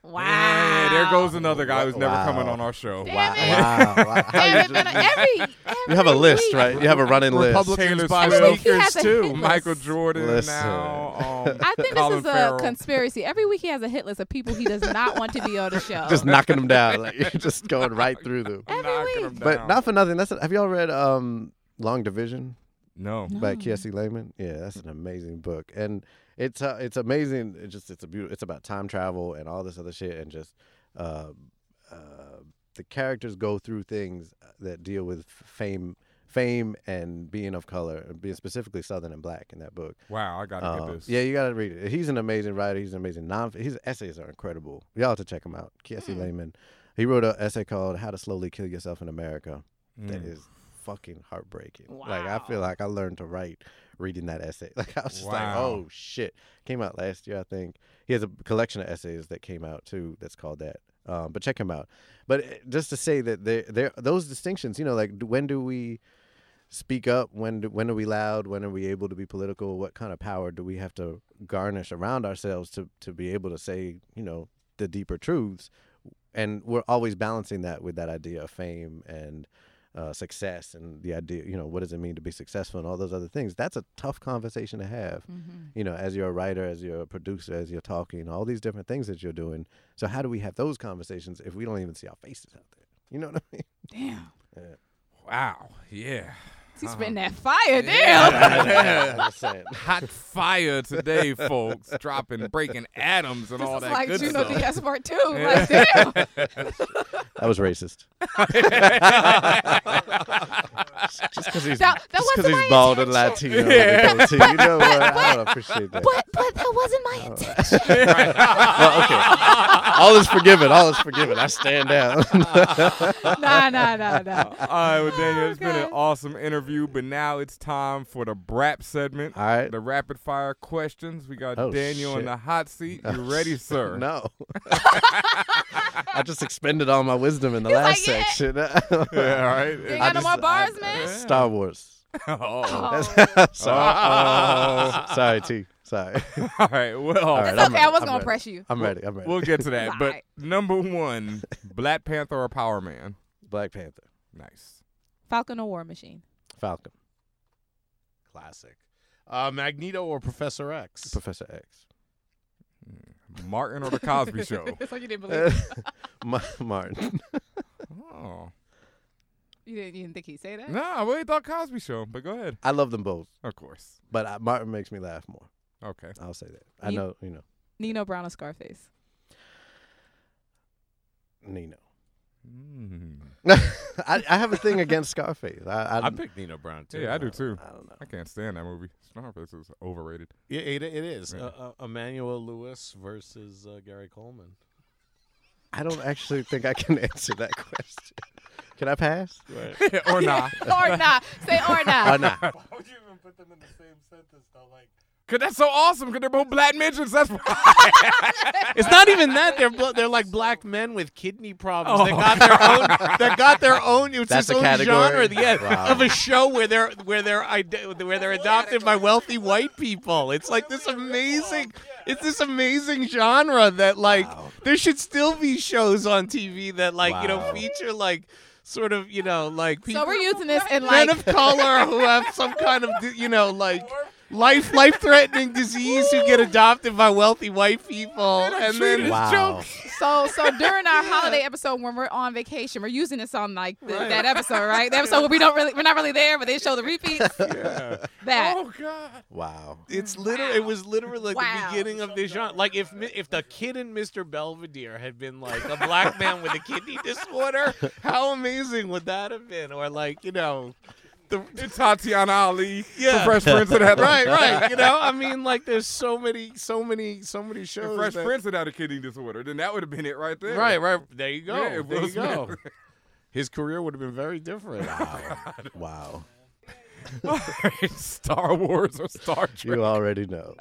Speaker 1: Wow.
Speaker 2: Hey, there goes another guy who's never
Speaker 4: Wow.
Speaker 2: coming on our show.
Speaker 4: wow!
Speaker 1: Damn it.
Speaker 4: wow.
Speaker 1: Damn it,
Speaker 4: You
Speaker 1: man,
Speaker 4: just-
Speaker 1: every,
Speaker 4: you have a
Speaker 1: every
Speaker 4: list,
Speaker 1: week.
Speaker 4: right? You have a running list.
Speaker 2: Taylor
Speaker 3: Republicans buy
Speaker 2: Swift. I mean,
Speaker 1: he has
Speaker 3: sneakers
Speaker 1: a
Speaker 3: too.
Speaker 1: hit-
Speaker 2: Michael Jordan
Speaker 4: Listen.
Speaker 2: now. Um,
Speaker 1: I think
Speaker 2: Colin
Speaker 1: this is a
Speaker 2: Farrell.
Speaker 1: conspiracy. Every week he has a hit list of people he
Speaker 2: (laughs)
Speaker 1: does not want to be on the show.
Speaker 4: (laughs) Just knocking them down, like (laughs) you're just going right through them.
Speaker 2: I'm
Speaker 1: Every
Speaker 2: knocking
Speaker 1: week.
Speaker 2: him
Speaker 4: But
Speaker 2: down.
Speaker 4: not for nothing. That's have y'all read um, Long Division
Speaker 2: no.
Speaker 1: No.
Speaker 4: by Kiesi Lehman? Yeah, that's an amazing book, and it's uh, it's amazing. It just it's a beautiful. It's about time travel and all this other shit, and just uh, uh, the characters go through things uh, that deal with f- fame, fame, and being of color, being specifically Southern and Black in that book.
Speaker 2: Wow, I gotta
Speaker 4: Um,
Speaker 2: get this.
Speaker 4: yeah, you gotta read it. He's an amazing writer. He's an amazing non. His essays are incredible. Y'all have to check him out. Kiesi Lehman. He wrote an essay called "How to Slowly Kill Yourself in America."
Speaker 2: Mm.
Speaker 4: That is fucking heartbreaking. Like I feel like I learned to write reading that essay. (laughs) Like I was just like,
Speaker 2: Wow.
Speaker 4: oh shit. Came out last year, I think. He has a collection of essays that came out too. That's called that. Um, but check him out. But eh, just to say that there, there, those distinctions. You know, like d- when do we speak up? When do, when are we loud? When are we able to be political? What kind of power do we have to garnish around ourselves to to be able to say, you know, the deeper truths? And we're always balancing that with that idea of fame and uh, success and the idea, you know, what does it mean to be successful and all those other things. That's a tough conversation to have,
Speaker 1: Mm-hmm.
Speaker 4: you know, as you're a writer, as you're a producer, as you're talking, all these different things that you're doing. So how do we have those conversations if we don't even see our faces out there? You know what (laughs) I mean?
Speaker 1: Damn.
Speaker 2: Wow. Yeah.
Speaker 1: He's
Speaker 2: Uh-huh.
Speaker 1: spitting that fire. Damn.
Speaker 4: I'm just saying.
Speaker 2: Hot fire
Speaker 4: (laughs)
Speaker 2: today, folks. Dropping, breaking atoms and
Speaker 1: This
Speaker 2: all
Speaker 1: is
Speaker 2: that
Speaker 1: like
Speaker 2: good
Speaker 1: Juno
Speaker 2: (laughs) stuff.
Speaker 1: Diaz part two. Like,
Speaker 2: (laughs)
Speaker 1: damn.
Speaker 4: That was racist. (laughs) just because he's,
Speaker 1: That- that
Speaker 4: just 'cause
Speaker 1: wasn't my
Speaker 4: he's bald and Latino.
Speaker 1: (laughs)
Speaker 4: and goatee. you know what? I don't appreciate that.
Speaker 1: But but that wasn't my intention.
Speaker 2: (laughs)
Speaker 4: Well, okay. all is forgiven. All is forgiven. I stand down. (laughs)
Speaker 1: Nah, nah, nah, nah.
Speaker 2: All right, well, Daniel, it's been an
Speaker 1: Okay.
Speaker 2: awesome interview, but now it's time for the BRAP segment.
Speaker 4: all right.
Speaker 2: The rapid fire questions. We got
Speaker 4: Oh,
Speaker 2: Daniel in
Speaker 4: shit. Oh,
Speaker 2: the hot seat. You ready, sir?
Speaker 4: (laughs) No. I just expended all my wisdom in the
Speaker 1: He's like,
Speaker 4: last
Speaker 1: "Yeah."
Speaker 4: section.
Speaker 2: (laughs)
Speaker 4: (laughs)
Speaker 2: Yeah, all right.
Speaker 1: They got no
Speaker 4: just-
Speaker 1: more bars,
Speaker 4: I-
Speaker 1: man.
Speaker 4: Star Wars.
Speaker 2: (laughs) Oh.
Speaker 1: (laughs)
Speaker 2: (laughs)
Speaker 1: Oh.
Speaker 4: Sorry. Sorry, T. Sorry.
Speaker 2: All right. Well,
Speaker 4: All
Speaker 1: That's
Speaker 4: right,
Speaker 1: okay. I wasn't
Speaker 4: I'm ready, I'm
Speaker 1: gonna
Speaker 4: ready.
Speaker 1: press you.
Speaker 4: I'm ready. I'm ready.
Speaker 2: we'll get to that.
Speaker 1: All
Speaker 2: but
Speaker 1: right.
Speaker 2: number one, Black Panther or Power Man?
Speaker 4: Black Panther,
Speaker 2: Nice.
Speaker 1: Falcon or War Machine.
Speaker 4: Falcon,
Speaker 3: Classic. Uh, Magneto or Professor X?
Speaker 4: Professor X,
Speaker 2: Martin or
Speaker 1: (laughs)
Speaker 2: the Cosby Show?
Speaker 1: it's like you didn't believe.
Speaker 4: Uh, Ma- Martin.
Speaker 2: Oh.
Speaker 1: You didn't, you didn't think he'd say that?
Speaker 2: No, I really thought Cosby Show, but go ahead.
Speaker 4: I love them both,
Speaker 2: Of course.
Speaker 4: but I, Martin makes me laugh more.
Speaker 2: Okay.
Speaker 4: I'll say that. I
Speaker 1: You-
Speaker 4: know, you know,
Speaker 1: Nino Brown or Scarface? (laughs)
Speaker 4: Nino.
Speaker 2: Mm.
Speaker 4: (laughs) I, I have a thing against Scarface. I, I,
Speaker 3: I picked Nino Brown too.
Speaker 2: Yeah, I do too.
Speaker 4: I don't know.
Speaker 2: I can't stand that movie. Scarface is (laughs) overrated.
Speaker 3: Yeah, it, it is.
Speaker 2: Yeah.
Speaker 3: Uh, uh, Emmanuel Lewis versus uh, Gary Coleman.
Speaker 4: I don't actually think I can (laughs) answer that question. Can I pass?
Speaker 3: Right.
Speaker 2: or not.
Speaker 1: or not. Say or
Speaker 2: (laughs)
Speaker 1: not.
Speaker 4: Or not?
Speaker 6: Why would you even put them in the same sentence though? Like,
Speaker 2: Cause that's so awesome. Cause they're both black midgets. (laughs) That's why.
Speaker 3: It's not even that they're bl- they're like black men with kidney problems. They got their own. They got their own. It's
Speaker 4: Oh, That's
Speaker 3: its
Speaker 4: a
Speaker 3: own
Speaker 4: category?
Speaker 3: genre. The end
Speaker 4: Wow.
Speaker 3: of a show where they're where they're ide- where they're adopted by wealthy white people. It's like this amazing. It's this amazing genre that like there should still be shows on TV that like you know
Speaker 4: Wow.
Speaker 3: feature like sort of you know like people
Speaker 1: So we're using this in
Speaker 3: men
Speaker 1: like
Speaker 3: of (laughs) color who have some kind of di- you know like life life threatening disease who get adopted by wealthy white people and
Speaker 2: treated
Speaker 3: then
Speaker 2: as
Speaker 4: Wow.
Speaker 1: so so during our holiday episode when we're on vacation, we're using this on like the, that episode, right?
Speaker 4: (laughs)
Speaker 1: The episode where we don't really we're not really there, but they show the repeats. That
Speaker 2: Oh God.
Speaker 4: Wow.
Speaker 3: it's literally it was literally like
Speaker 1: Wow.
Speaker 3: the beginning of this genre like if Mi- if the kid in Mr. Belvedere had been like a black man with a kidney (laughs) disorder how amazing would that have been or like you know the
Speaker 2: It's Tatiana Ali.
Speaker 3: Yeah.
Speaker 2: From Fresh Prince of (laughs) that.
Speaker 3: right right you know I mean like there's so many so many so many
Speaker 2: If (laughs)
Speaker 3: shows
Speaker 2: Fresh
Speaker 3: that-
Speaker 2: Prince had had a kidney disorder, then that would have been it right there.
Speaker 3: Right, right. There you go.
Speaker 2: Yeah, it
Speaker 3: there you
Speaker 2: was
Speaker 3: go.
Speaker 2: better.
Speaker 3: His career would have been very different.
Speaker 4: Wow.
Speaker 1: (laughs)
Speaker 4: Wow.
Speaker 2: (laughs) Star Wars or Star Trek.
Speaker 4: You already know.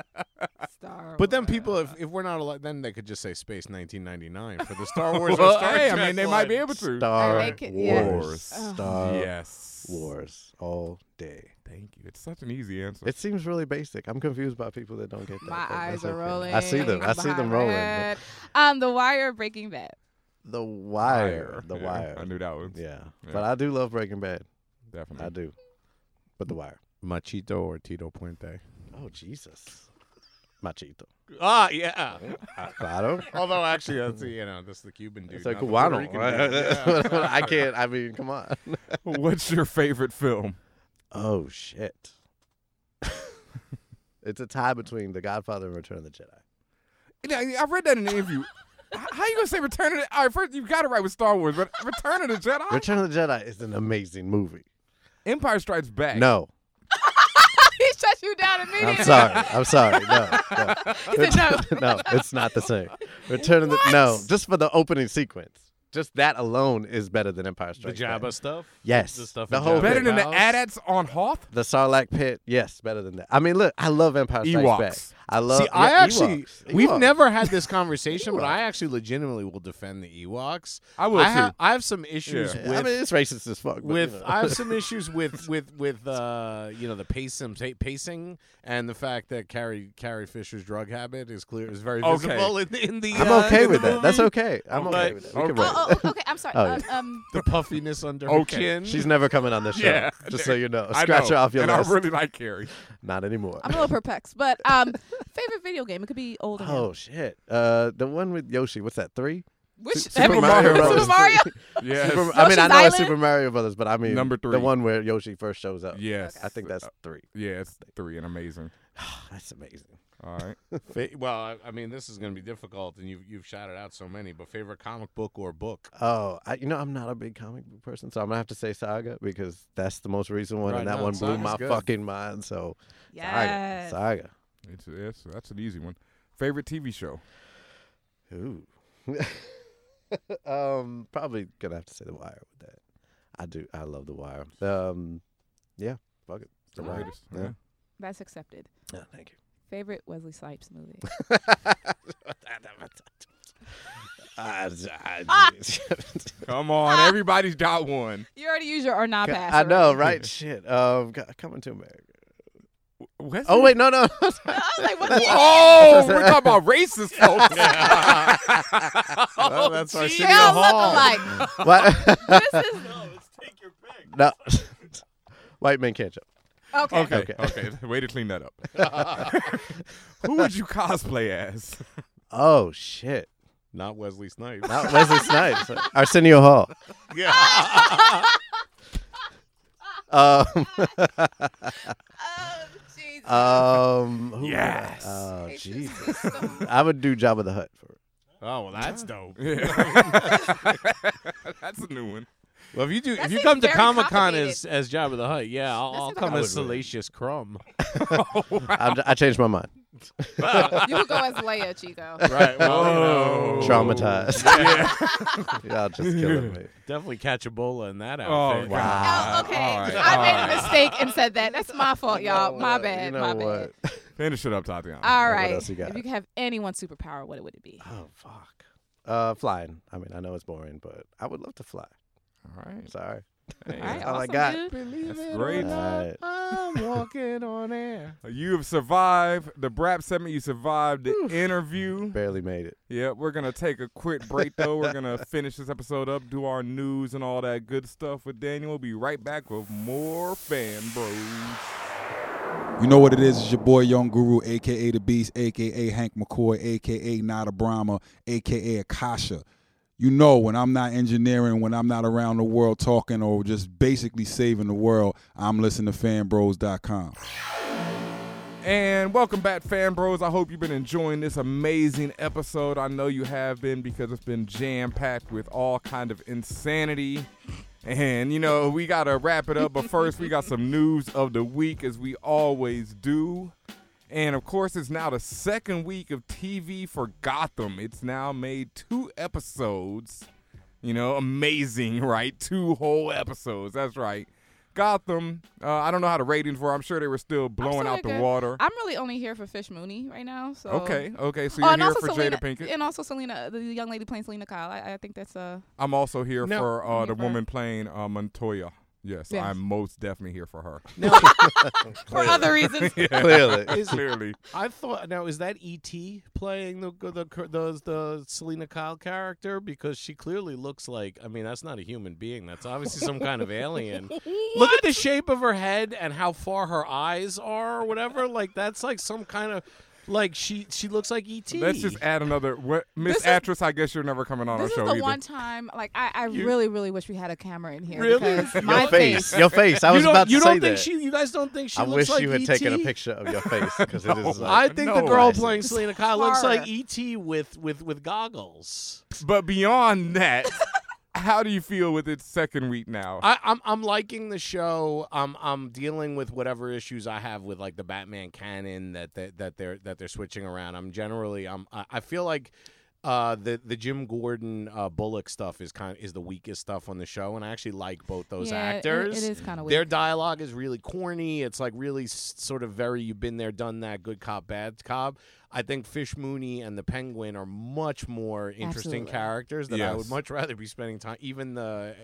Speaker 1: Star
Speaker 3: But then
Speaker 1: Wars.
Speaker 3: people, if, if we're not allowed, then they could just say Space 1999 for
Speaker 2: (laughs)
Speaker 3: the Star Wars
Speaker 2: Well,
Speaker 3: or Star
Speaker 2: hey,
Speaker 3: Trek.
Speaker 2: I mean, they might be
Speaker 3: one.
Speaker 2: able to.
Speaker 4: Star
Speaker 1: make it- yeah.
Speaker 4: Wars.
Speaker 2: Ugh.
Speaker 4: Star
Speaker 2: yes.
Speaker 4: Wars all day.
Speaker 2: Thank you. It's such an easy answer.
Speaker 4: It seems really basic. I'm confused by people that don't get that.
Speaker 1: my
Speaker 4: but
Speaker 1: eyes
Speaker 4: that's
Speaker 1: are
Speaker 4: okay.
Speaker 1: rolling.
Speaker 4: I see them. I see
Speaker 1: behind
Speaker 4: them
Speaker 1: my
Speaker 4: rolling. but
Speaker 1: head. Um, The Wire, Breaking Bad. (laughs)
Speaker 4: The Wire. The
Speaker 2: Yeah,
Speaker 4: Wire.
Speaker 2: I knew that one.
Speaker 4: Yeah.
Speaker 2: Yeah. Mm-hmm.
Speaker 4: But I do love Breaking Bad. I
Speaker 2: Definitely.
Speaker 4: do. But The Wire.
Speaker 3: Machito or Tito Puente.
Speaker 4: Oh, Jesus. Machito.
Speaker 2: (laughs)
Speaker 3: Ah, yeah.
Speaker 4: Claro.
Speaker 3: Although, actually, that's, you know, that's the Cuban dude.
Speaker 4: It's like
Speaker 3: not the Puerto
Speaker 4: Cubano.
Speaker 3: Rican
Speaker 4: (laughs)
Speaker 3: dude. Yeah.
Speaker 2: (laughs)
Speaker 4: I can't. I mean, come on.
Speaker 2: What's your favorite film?
Speaker 4: Oh, shit. (laughs) it's a tie between The Godfather and Return of the Jedi.
Speaker 2: You know, I read that in an
Speaker 4: (laughs)
Speaker 2: interview. H- How you gonna say Return of the? All right, first you got it right with Star Wars, but Return of the Jedi,
Speaker 4: Return of the Jedi is an amazing movie.
Speaker 2: Empire Strikes Back.
Speaker 4: No.
Speaker 1: he shut you down immediately.
Speaker 3: (laughs)
Speaker 4: I'm sorry. I'm sorry. No. no.
Speaker 1: He said no.
Speaker 4: (laughs) no, it's not the same. Return of the No, just for the opening sequence. Just that alone is better than Empire
Speaker 3: The
Speaker 4: Strikes Back.
Speaker 3: Jabba stuff?
Speaker 4: Yes.
Speaker 3: The stuff
Speaker 4: The
Speaker 3: in
Speaker 4: whole
Speaker 3: Jabba's
Speaker 2: better than the
Speaker 3: house?
Speaker 2: Adats on Hoth.
Speaker 4: The Sarlacc pit, yes, better than that. I mean, look, I love Empire Strikes
Speaker 2: Ewoks.
Speaker 4: Back. I love.
Speaker 3: See, I
Speaker 4: yeah,
Speaker 3: actually,
Speaker 4: Ewoks.
Speaker 3: we've
Speaker 4: Ewoks.
Speaker 3: never had this conversation, but
Speaker 4: Ewoks.
Speaker 3: I actually legitimately will defend the Ewoks.
Speaker 2: I will
Speaker 3: I,
Speaker 2: too.
Speaker 3: ha- I have some issues
Speaker 2: Yeah.
Speaker 3: with
Speaker 4: I mean, it's racist as fuck. but, you
Speaker 3: with
Speaker 4: know.
Speaker 3: I have
Speaker 4: (laughs)
Speaker 3: some issues with with with uh you know the pacing ta- pacing and the fact that Carrie Carrie Fisher's drug habit is clear is very
Speaker 2: Okay.
Speaker 3: visible in, in the
Speaker 4: I'm
Speaker 3: uh,
Speaker 4: okay
Speaker 3: in
Speaker 4: with
Speaker 3: the
Speaker 4: that.
Speaker 3: (laughs)
Speaker 4: That's
Speaker 3: movie.
Speaker 4: okay. I'm
Speaker 3: But-
Speaker 4: okay with that. We can
Speaker 2: okay.
Speaker 4: roll.
Speaker 1: Oh, oh, okay. I'm sorry.
Speaker 4: Oh,
Speaker 1: um, um,
Speaker 3: the puffiness under
Speaker 2: Okay.
Speaker 3: her chin
Speaker 4: She's never coming on this show.
Speaker 2: Yeah.
Speaker 4: just so you know,
Speaker 2: I
Speaker 4: scratch her
Speaker 2: know,
Speaker 4: off your
Speaker 2: and
Speaker 4: list.
Speaker 2: I really like
Speaker 4: (laughs)
Speaker 2: Carrie.
Speaker 4: Not anymore. (laughs)
Speaker 1: I'm a little perplexed, but um, favorite video game. It could be old. or new.
Speaker 4: Oh shit! Uh, the one with Yoshi. What's that? Three?
Speaker 1: Which
Speaker 4: Super Mario Brothers.
Speaker 1: Super
Speaker 4: (laughs)
Speaker 1: Mario.
Speaker 2: Yes.
Speaker 4: Super- I
Speaker 1: Yoshi's
Speaker 4: mean, I know it's
Speaker 1: Island?
Speaker 4: Super Mario Brothers, but I mean
Speaker 2: Number three.
Speaker 4: the one where Yoshi first shows up.
Speaker 2: Yes. Uh,
Speaker 4: I think that's three. (sighs)
Speaker 2: Yeah, it's three and amazing.
Speaker 4: That's amazing.
Speaker 2: All right.
Speaker 3: Fa- well I, I mean this is going to be difficult and you have you've shouted out so many but favorite comic book
Speaker 1: (laughs)
Speaker 3: or book
Speaker 4: Oh, I, you know, I'm not a big comic book person, so I'm gonna have to say Saga because that's the most recent one,
Speaker 3: Right,
Speaker 4: and that
Speaker 3: no,
Speaker 4: one blew
Speaker 3: Saga's
Speaker 4: my
Speaker 3: good.
Speaker 4: fucking mind. So
Speaker 1: Yes.
Speaker 4: Saga,
Speaker 2: It's, it's, that's an easy one. Favorite TV show?
Speaker 4: Saga. Ooh. (laughs) um, probably gonna have to say The Wire with that. I do. I love The Wire. Um, yeah. Fuck it. The
Speaker 2: The
Speaker 4: Wire.
Speaker 2: greatest.
Speaker 4: Yeah.
Speaker 2: Yeah.
Speaker 1: That's accepted.
Speaker 4: Yeah, thank you.
Speaker 1: Favorite Wesley Snipes movie.
Speaker 4: I,
Speaker 1: Ah!
Speaker 2: Come on, everybody's got one.
Speaker 1: you already used your or not pass.
Speaker 4: I know,
Speaker 1: already.
Speaker 4: right? Shit. Um, co- coming to America.
Speaker 2: Wh- Wesley?
Speaker 4: (laughs) Oh wait, no, no.
Speaker 1: I was like, what the
Speaker 2: Oh, we're talking about racist folks.
Speaker 1: Oh,
Speaker 3: Well, that's our
Speaker 1: they
Speaker 3: city
Speaker 1: all look
Speaker 3: hall.
Speaker 1: alike.
Speaker 4: Why-
Speaker 1: This is
Speaker 6: No, it's take your pick.
Speaker 4: (laughs) no. White men can't jump.
Speaker 1: okay.
Speaker 2: Okay, okay. Way to clean that up. Who would you cosplay as?
Speaker 4: Oh shit.
Speaker 3: Not Wesley Snipes.
Speaker 4: Not Wesley Snipes. (laughs) Arsenio Hall.
Speaker 2: (laughs)
Speaker 3: yeah. ah,
Speaker 4: Um,
Speaker 1: Oh, Jesus.
Speaker 4: (laughs) um who would I-
Speaker 2: Yes.
Speaker 4: Oh
Speaker 1: It's just
Speaker 4: Jesus.
Speaker 1: system.
Speaker 4: I would do Jabba the Hutt for
Speaker 3: Oh well, that's dope.
Speaker 2: (laughs) That's a new one.
Speaker 3: Well, if you do,
Speaker 1: That
Speaker 3: if you
Speaker 1: seems
Speaker 3: come to
Speaker 1: very
Speaker 3: Comic Con
Speaker 1: complicated.
Speaker 3: as as Jabba the Hutt, yeah, I'll,
Speaker 1: That
Speaker 3: I'll
Speaker 1: seems like
Speaker 3: come
Speaker 1: a-
Speaker 3: as
Speaker 1: (laughs)
Speaker 3: Salacious Crumb.
Speaker 4: I, I changed my mind.
Speaker 1: (laughs) You could go as Leia, Chico.
Speaker 3: Right. Oh,
Speaker 2: well, you know.
Speaker 4: Traumatized. (laughs) Y'all just killing me.
Speaker 3: definitely catch Ebola in that
Speaker 2: Oh,
Speaker 3: outfit.
Speaker 1: Oh,
Speaker 2: wow.
Speaker 1: okay.
Speaker 2: All right,
Speaker 1: I
Speaker 2: all
Speaker 1: made
Speaker 2: right.
Speaker 1: a mistake and said that. That's my fault, y'all.
Speaker 4: You know
Speaker 1: my
Speaker 4: what?
Speaker 1: bad.
Speaker 4: You know
Speaker 1: my bad.
Speaker 4: what?
Speaker 2: Finish it up, Tatiana.
Speaker 3: Uh,
Speaker 1: All
Speaker 4: What
Speaker 1: right.
Speaker 4: else you got?
Speaker 1: If you could have any one superpower, what would it be?
Speaker 4: Oh fuck. Uh, flying. I mean, I know it's boring, but I would love to fly.
Speaker 2: All right.
Speaker 4: Sorry.
Speaker 2: Hey,
Speaker 1: All right.
Speaker 4: That's all I
Speaker 1: awesome,
Speaker 4: got.
Speaker 1: dude.
Speaker 3: Believe
Speaker 2: That's
Speaker 3: it or
Speaker 2: great.
Speaker 3: not,
Speaker 4: Right.
Speaker 3: I'm walking on air.
Speaker 2: You have survived the brap segment. You survived the interview.
Speaker 4: Barely made
Speaker 2: (laughs)
Speaker 4: it.
Speaker 2: Yeah, we're gonna take a quick break though. We're gonna finish this episode up, do our news and all that good stuff with Daniel. We'll be right back with more fan bros.
Speaker 7: You know what it is? It's your boy Young Guru, aka the Beast, aka Hank McCoy, aka Nada Brahma, aka Akasha. You know when I'm not engineering, when I'm not around the world talking or just basically saving the world, I'm listening to fanbros.com.
Speaker 2: And welcome back, fan bros. I hope you've been enjoying this amazing episode. I know you have been because it's been jam packed with all kind of insanity. And you know we gotta wrap it up, but first we got some news of the week as we always do. And of course, it's now the second week of TV for Gotham. It's now made two episodes. You know, amazing, right? Two whole episodes. That's right. Gotham. Uh, I don't know how the ratings were. I'm sure they were still blowing
Speaker 1: still
Speaker 2: out the
Speaker 1: good.
Speaker 2: water.
Speaker 1: I'm really only here for Fish Mooney right now. So
Speaker 2: Okay, okay. So
Speaker 1: oh,
Speaker 2: you're
Speaker 1: and
Speaker 2: here
Speaker 1: also
Speaker 2: for
Speaker 1: Selena,
Speaker 2: Jada Pinkett.
Speaker 1: and also Selena, the young lady playing Selena Kyle. I, I think that's uh
Speaker 2: I'm also here
Speaker 3: No.
Speaker 2: for uh,
Speaker 1: You're
Speaker 2: the
Speaker 1: here for-
Speaker 2: woman playing uh, Montoya. Yes,
Speaker 1: Yes.
Speaker 2: I'm most definitely here for her.
Speaker 1: for other reasons. (laughs)
Speaker 4: Clearly.
Speaker 2: Clearly,
Speaker 3: I thought now is that E.T. playing the the the, the Selena Kyle character because she clearly looks like I mean that's not a human being that's obviously some kind of alien. Look at the shape of her head and how far her eyes are or whatever like that's like some kind of like she she looks like E E.T.
Speaker 2: let's just add another what,
Speaker 1: This
Speaker 2: Miss
Speaker 1: is-
Speaker 2: Actress. I guess you're never coming on
Speaker 1: This is
Speaker 2: our show
Speaker 1: the
Speaker 2: either.
Speaker 1: one time, like I, I really, really wish we had a camera in here.
Speaker 3: Really?
Speaker 1: because
Speaker 3: Your
Speaker 1: my face.
Speaker 4: Your face. I was
Speaker 3: you don't,
Speaker 4: about to
Speaker 3: you
Speaker 4: say
Speaker 3: don't think
Speaker 4: that.
Speaker 3: she you guys don't think she
Speaker 4: I
Speaker 3: looks
Speaker 4: wish
Speaker 3: like
Speaker 4: you had
Speaker 3: E.T.?
Speaker 4: taken a picture of your face because it is
Speaker 3: I
Speaker 4: like
Speaker 3: think
Speaker 2: (laughs) No.
Speaker 3: the girl
Speaker 2: Just
Speaker 3: playing Selena Kyle looks
Speaker 1: horror.
Speaker 3: like E.T. with with with goggles.
Speaker 2: But
Speaker 1: (laughs)
Speaker 2: beyond that, how do you feel with its second week now?
Speaker 3: I, I'm I'm liking the show. I'm I'm dealing with whatever issues I have with like the Batman canon that that, that they're that they're switching around. I'm generally I'm I, I feel like uh, the the Jim Gordon uh, Bullock stuff is kind is the weakest stuff on the show, and I actually like both those
Speaker 1: Yeah, it-
Speaker 3: actors.
Speaker 1: it is kind of weird.
Speaker 3: Their dialogue is really corny. It's like really s- sort of very you've been there, done that, good cop, bad cop. I think Fish Mooney and the Penguin are much more interesting
Speaker 1: Absolutely.
Speaker 3: characters that I would
Speaker 2: Yes.
Speaker 3: much rather be spending time. Even the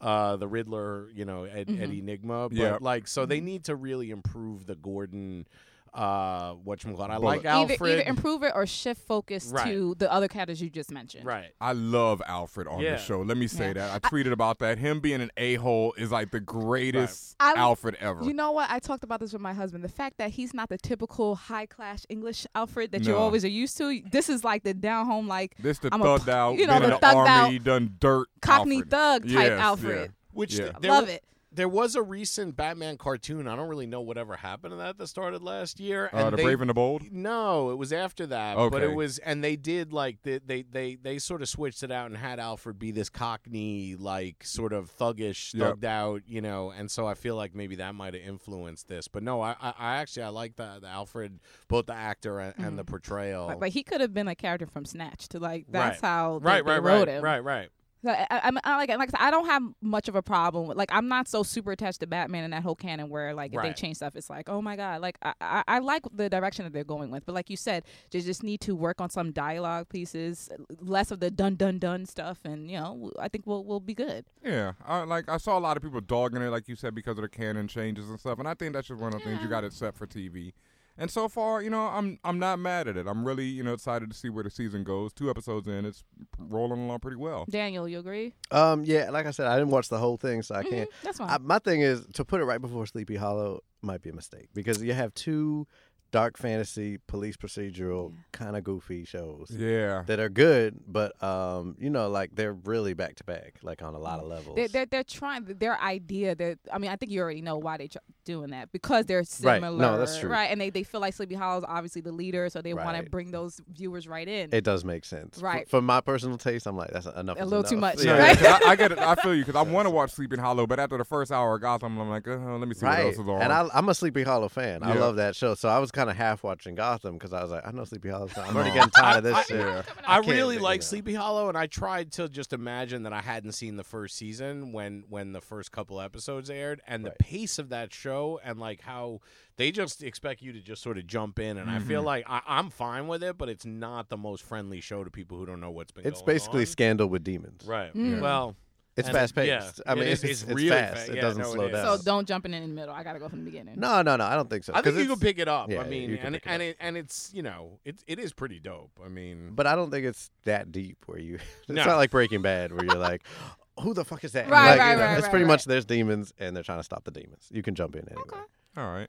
Speaker 3: uh, the Riddler, you know, Ed,
Speaker 1: Mm-hmm.
Speaker 3: Eddie Enigma, but
Speaker 2: Yep.
Speaker 3: like so they need to really improve the Gordon. Uh, what I
Speaker 2: Bullock.
Speaker 3: like
Speaker 1: Either,
Speaker 3: Alfred.
Speaker 1: either improve it or shift focus
Speaker 3: Right.
Speaker 1: to the other characters you just mentioned.
Speaker 3: right.
Speaker 2: I love Alfred on
Speaker 3: Yeah.
Speaker 2: the show. Let me say
Speaker 1: Yeah.
Speaker 2: that. I tweeted about that. Him being an a hole is like the greatest
Speaker 1: I-
Speaker 2: Alfred ever.
Speaker 1: You know what? I talked about this with my husband. The fact that he's not the typical high class English Alfred that you
Speaker 2: No.
Speaker 1: always are used to. This is like the down home, like
Speaker 2: this the
Speaker 1: I'm a
Speaker 2: thugged
Speaker 1: pl-
Speaker 2: out,
Speaker 1: you know,
Speaker 2: been
Speaker 1: the
Speaker 2: in the
Speaker 1: thugged
Speaker 2: army,
Speaker 1: out
Speaker 2: done dirt,
Speaker 1: Cockney
Speaker 2: Alfred.
Speaker 1: thug type
Speaker 2: Yes, yeah.
Speaker 1: Alfred.
Speaker 3: Which
Speaker 2: Yeah.
Speaker 3: th- there
Speaker 1: Love
Speaker 3: wa-
Speaker 1: it.
Speaker 3: There was a recent Batman cartoon. I don't really know whatever happened to that that started last year.
Speaker 2: Uh, the
Speaker 3: they-
Speaker 2: brave and the bold.
Speaker 3: No, it was after that. But
Speaker 2: Okay.
Speaker 3: it was, and they did like they, they they they sort of switched it out and had Alfred be this Cockney, like sort of thuggish,
Speaker 2: Yep.
Speaker 3: thugged out, you know. And so I feel like maybe that might have influenced this. But no, I I, I actually I like the, the Alfred, both the actor and, and
Speaker 1: Mm.
Speaker 3: the portrayal.
Speaker 1: Like, like, he could have been a character from Snatch to like that's how they,
Speaker 3: Oh. right
Speaker 1: they
Speaker 3: right
Speaker 1: wrote
Speaker 3: right
Speaker 1: him.
Speaker 3: right right.
Speaker 1: So I, I, I'm- I like like I said, I don't have much of a problem with like I'm not so super attached to Batman and that whole canon where like if
Speaker 3: Right.
Speaker 1: they change stuff it's like oh my god like I, I I like the direction that they're going with but like you said they just need to work on some dialogue pieces less of the dun dun dun stuff and you know I think we'll we'll be good.
Speaker 2: Yeah, I, like I saw a lot of people dogging it, like you said, because of the canon changes and stuff. And I think that's just one of the things you got to set for TV. And so far, you know, I'm I'm not mad at it. I'm really you know excited to see where the season goes. Two episodes in, it's rolling along pretty well.
Speaker 1: Daniel, you agree?
Speaker 4: Um, yeah, like I said, I didn't watch the whole thing, so I can't.
Speaker 1: That's
Speaker 3: Mm-hmm.
Speaker 1: fine.
Speaker 4: I, my thing is to put it right before Sleepy Hollow might be a mistake because you have two dark fantasy police procedural kind of goofy shows
Speaker 2: Yeah,
Speaker 4: that are good, but um, you know, like they're really back to back, like on a
Speaker 3: Mm.
Speaker 4: lot of levels.
Speaker 1: They're, they're, they're trying their idea that I mean I think you already know why they're doing that because they're
Speaker 4: Right.
Speaker 1: similar,
Speaker 4: No, that's true.
Speaker 1: right? And they, they feel like Sleepy Hollow is obviously the leader, so they want to
Speaker 4: Right.
Speaker 1: bring those viewers right in.
Speaker 4: it does make sense, F-
Speaker 1: Right.
Speaker 4: For, my personal taste, I'm like, that's enough.
Speaker 1: A
Speaker 4: is
Speaker 1: little too
Speaker 4: enough. (laughs)
Speaker 1: much,
Speaker 2: No,
Speaker 1: right?
Speaker 2: yeah, (laughs) 'cause I, I get it. I feel you because I want to watch Sleeping Hollow, but after the first hour of Gotham, I'm like, uh, let me see what
Speaker 4: Right,
Speaker 2: else is on.
Speaker 4: and I, I'm a Sleepy Hollow fan. I
Speaker 2: Yeah.
Speaker 4: love that show, so I was kind of half watching Gotham because I was like, I know Sleepy Hollow's not. I'm already getting tired
Speaker 3: (laughs)
Speaker 4: of this shit.
Speaker 3: I,
Speaker 4: can't
Speaker 3: really
Speaker 4: figure
Speaker 3: like
Speaker 4: it out.
Speaker 3: Sleepy Hollow, and I tried to just imagine that I hadn't seen the first season when when the first couple episodes aired, and
Speaker 4: Right.
Speaker 3: the pace of that show, and like how they just expect you to just sort of jump in, and I
Speaker 4: Mm-hmm.
Speaker 3: feel like I, I'm fine with it, but it's not the most friendly show to people who don't know what's been.
Speaker 4: It's
Speaker 3: going
Speaker 4: basically
Speaker 3: on.
Speaker 4: Scandal with demons.
Speaker 3: right.
Speaker 1: Mm.
Speaker 3: Well,
Speaker 4: It's
Speaker 3: and it-
Speaker 4: fast paced.
Speaker 3: yeah,
Speaker 4: I
Speaker 3: it
Speaker 4: mean,
Speaker 3: is-
Speaker 4: it's,
Speaker 3: it's
Speaker 4: it's
Speaker 3: really
Speaker 4: fast.
Speaker 3: fa-
Speaker 4: It
Speaker 3: yeah,
Speaker 4: doesn't
Speaker 3: no, it
Speaker 4: slow
Speaker 3: is.
Speaker 4: down.
Speaker 1: So don't jump in in the middle. I gotta go from the beginning.
Speaker 4: no, no, no. I don't think so.
Speaker 3: I
Speaker 4: 'Cause
Speaker 3: think you can
Speaker 4: it's-
Speaker 3: pick it up.
Speaker 4: yeah,
Speaker 3: I mean,
Speaker 4: you can
Speaker 3: and it,
Speaker 4: pick it
Speaker 3: and
Speaker 4: up.
Speaker 3: it and it's you know it it is pretty dope. I mean,
Speaker 4: (laughs) But I don't think it's that deep where you. (laughs) It's
Speaker 3: No.
Speaker 4: not like Breaking Bad where you're like, (gasps) who the fuck is that?
Speaker 1: Right,
Speaker 4: Like,
Speaker 1: right,
Speaker 4: you know,
Speaker 1: right,
Speaker 4: It's
Speaker 1: right,
Speaker 4: pretty
Speaker 1: right.
Speaker 4: much there's demons and they're trying to stop the demons. You can jump in anyway.
Speaker 2: All right.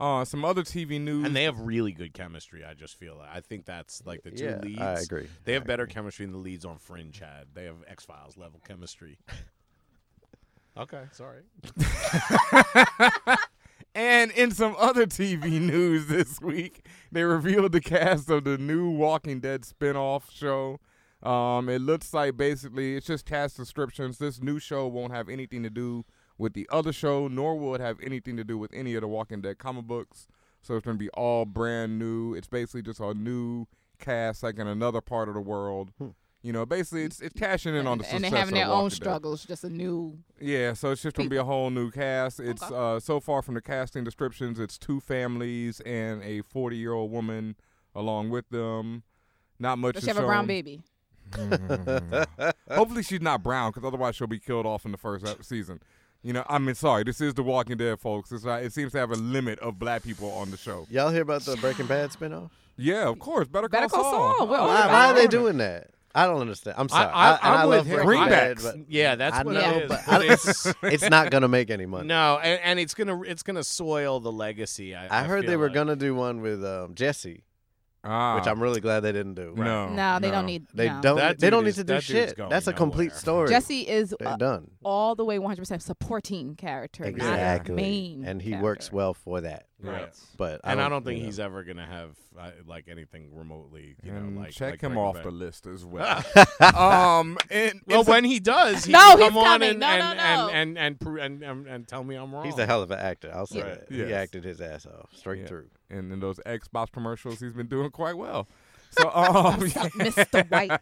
Speaker 2: Uh, some other TV news.
Speaker 3: and they have really good chemistry. I just feel I think that's like the two
Speaker 4: Yeah,
Speaker 3: leads.
Speaker 4: I agree.
Speaker 3: They have
Speaker 4: I
Speaker 3: better
Speaker 4: agree.
Speaker 3: chemistry than the leads on Fringe had. They have X Files level chemistry. okay, sorry.
Speaker 2: And in some other TV (laughs) news this week, they revealed the cast of the new Walking Dead spin-off show. Um, it looks like basically it's just cast descriptions. This new show won't have anything to do with the other show, nor will it have anything to do with any of the Walking Dead comic books. So it's going to be all brand new. It's basically just a new cast, like in another part of the world. You know, basically it's it's cashing in on the
Speaker 1: Hmm. and
Speaker 2: success
Speaker 1: they're having
Speaker 2: of
Speaker 1: their
Speaker 2: The Walking
Speaker 1: own
Speaker 2: Dead.
Speaker 1: struggles, just a new.
Speaker 2: Yeah, so it's just gonna be a whole new cast. It's
Speaker 1: Okay.
Speaker 2: uh, so far from the casting descriptions, it's two families and a forty-year-old woman along with them. Not much.
Speaker 1: Does
Speaker 2: is
Speaker 1: she have a brown
Speaker 2: shown.
Speaker 1: baby?
Speaker 4: Uh,
Speaker 2: Hopefully, she's not brown, because otherwise she'll be killed off in the first ep- season. You know, I mean, sorry, this is The Walking Dead, folks. It's not, it seems to have a limit of black people on the show.
Speaker 4: Y'all hear about the Breaking (sighs) Bad spinoff?
Speaker 2: Yeah, of course. Better call
Speaker 1: Better Call
Speaker 2: Saul.
Speaker 1: Saul. We're all
Speaker 4: Why,
Speaker 1: about
Speaker 4: why are
Speaker 1: it.
Speaker 4: they doing that? I don't understand. I'm sorry. and
Speaker 3: am with
Speaker 4: love
Speaker 3: him.
Speaker 4: Breaking Bad,
Speaker 2: Greenbacks.
Speaker 4: but
Speaker 3: Yeah, that's
Speaker 4: I
Speaker 3: what
Speaker 1: know,
Speaker 3: it is.
Speaker 4: but
Speaker 3: But
Speaker 4: (laughs)
Speaker 3: it's, (laughs)
Speaker 4: it's not gonna make any money.
Speaker 3: no, and, and it's gonna it's gonna soil the legacy. I,
Speaker 4: I heard they
Speaker 3: feel
Speaker 4: were
Speaker 3: like.
Speaker 4: gonna do one with um, Jesse,
Speaker 2: Ah,
Speaker 4: which I'm really glad they didn't do.
Speaker 2: Oh, no,
Speaker 1: no, they don't need.
Speaker 4: They
Speaker 1: no.
Speaker 4: don't.
Speaker 3: That
Speaker 4: they don't
Speaker 3: dude
Speaker 4: need
Speaker 3: is-
Speaker 4: to do
Speaker 3: that dude's
Speaker 4: shit.
Speaker 3: going
Speaker 4: That's a complete
Speaker 3: nowhere.
Speaker 4: story.
Speaker 1: Jesse is
Speaker 4: They're
Speaker 1: uh,
Speaker 4: done.
Speaker 1: all the way 100% supporting character,
Speaker 4: Exactly.
Speaker 1: not main.
Speaker 4: and he
Speaker 1: character. (laughs)
Speaker 4: works well for that.
Speaker 3: Right.
Speaker 4: But
Speaker 3: And I don't
Speaker 4: you
Speaker 3: think
Speaker 4: know.
Speaker 3: he's ever gonna have uh, like anything remotely. You
Speaker 2: And
Speaker 3: know, like
Speaker 2: Mm, check
Speaker 3: like
Speaker 2: him
Speaker 3: Breaking
Speaker 2: off
Speaker 3: Bad.
Speaker 2: the list as
Speaker 4: (laughs)
Speaker 2: well. um, and,
Speaker 3: Well,
Speaker 2: and so-
Speaker 3: when he does, he
Speaker 1: No,
Speaker 3: can
Speaker 1: he's
Speaker 3: come on
Speaker 1: coming.
Speaker 3: and
Speaker 1: No, no,
Speaker 3: and, and,
Speaker 1: no.
Speaker 3: and, and, pro- and, and and tell me I'm wrong.
Speaker 4: He's a hell of an actor. I'll say
Speaker 3: Right.
Speaker 4: that.
Speaker 2: Yes.
Speaker 4: He acted his ass off straight
Speaker 2: Yeah.
Speaker 4: through.
Speaker 2: and in those Xbox commercials, he's been doing quite well. So, (laughs) um,
Speaker 1: Mr.
Speaker 2: (laughs)
Speaker 1: White.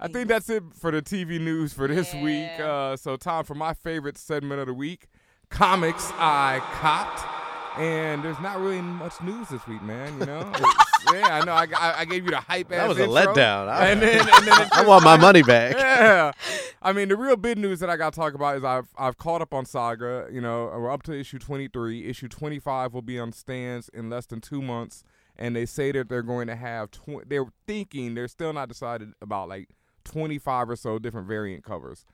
Speaker 2: I think that's it for the TV news for this week. Uh, so, time for my favorite segment of the week, comics I copped. And there's not really much news this week, man. You know, It's- yeah, I know. I, I, I gave you the hype.
Speaker 4: That
Speaker 2: ass
Speaker 4: was a
Speaker 2: intro.
Speaker 4: letdown. I-
Speaker 2: and then, and then it
Speaker 4: (laughs) I want my money back.
Speaker 2: yeah. (laughs) I mean, the real big news that I got to talk about is I've I've caught up on Saga. You know, we're up to issue 23. Issue 25 will be on stands in less than two months, and they say that they're going to have. Tw- they're thinking they're still not decided about like 25 or so different variant covers.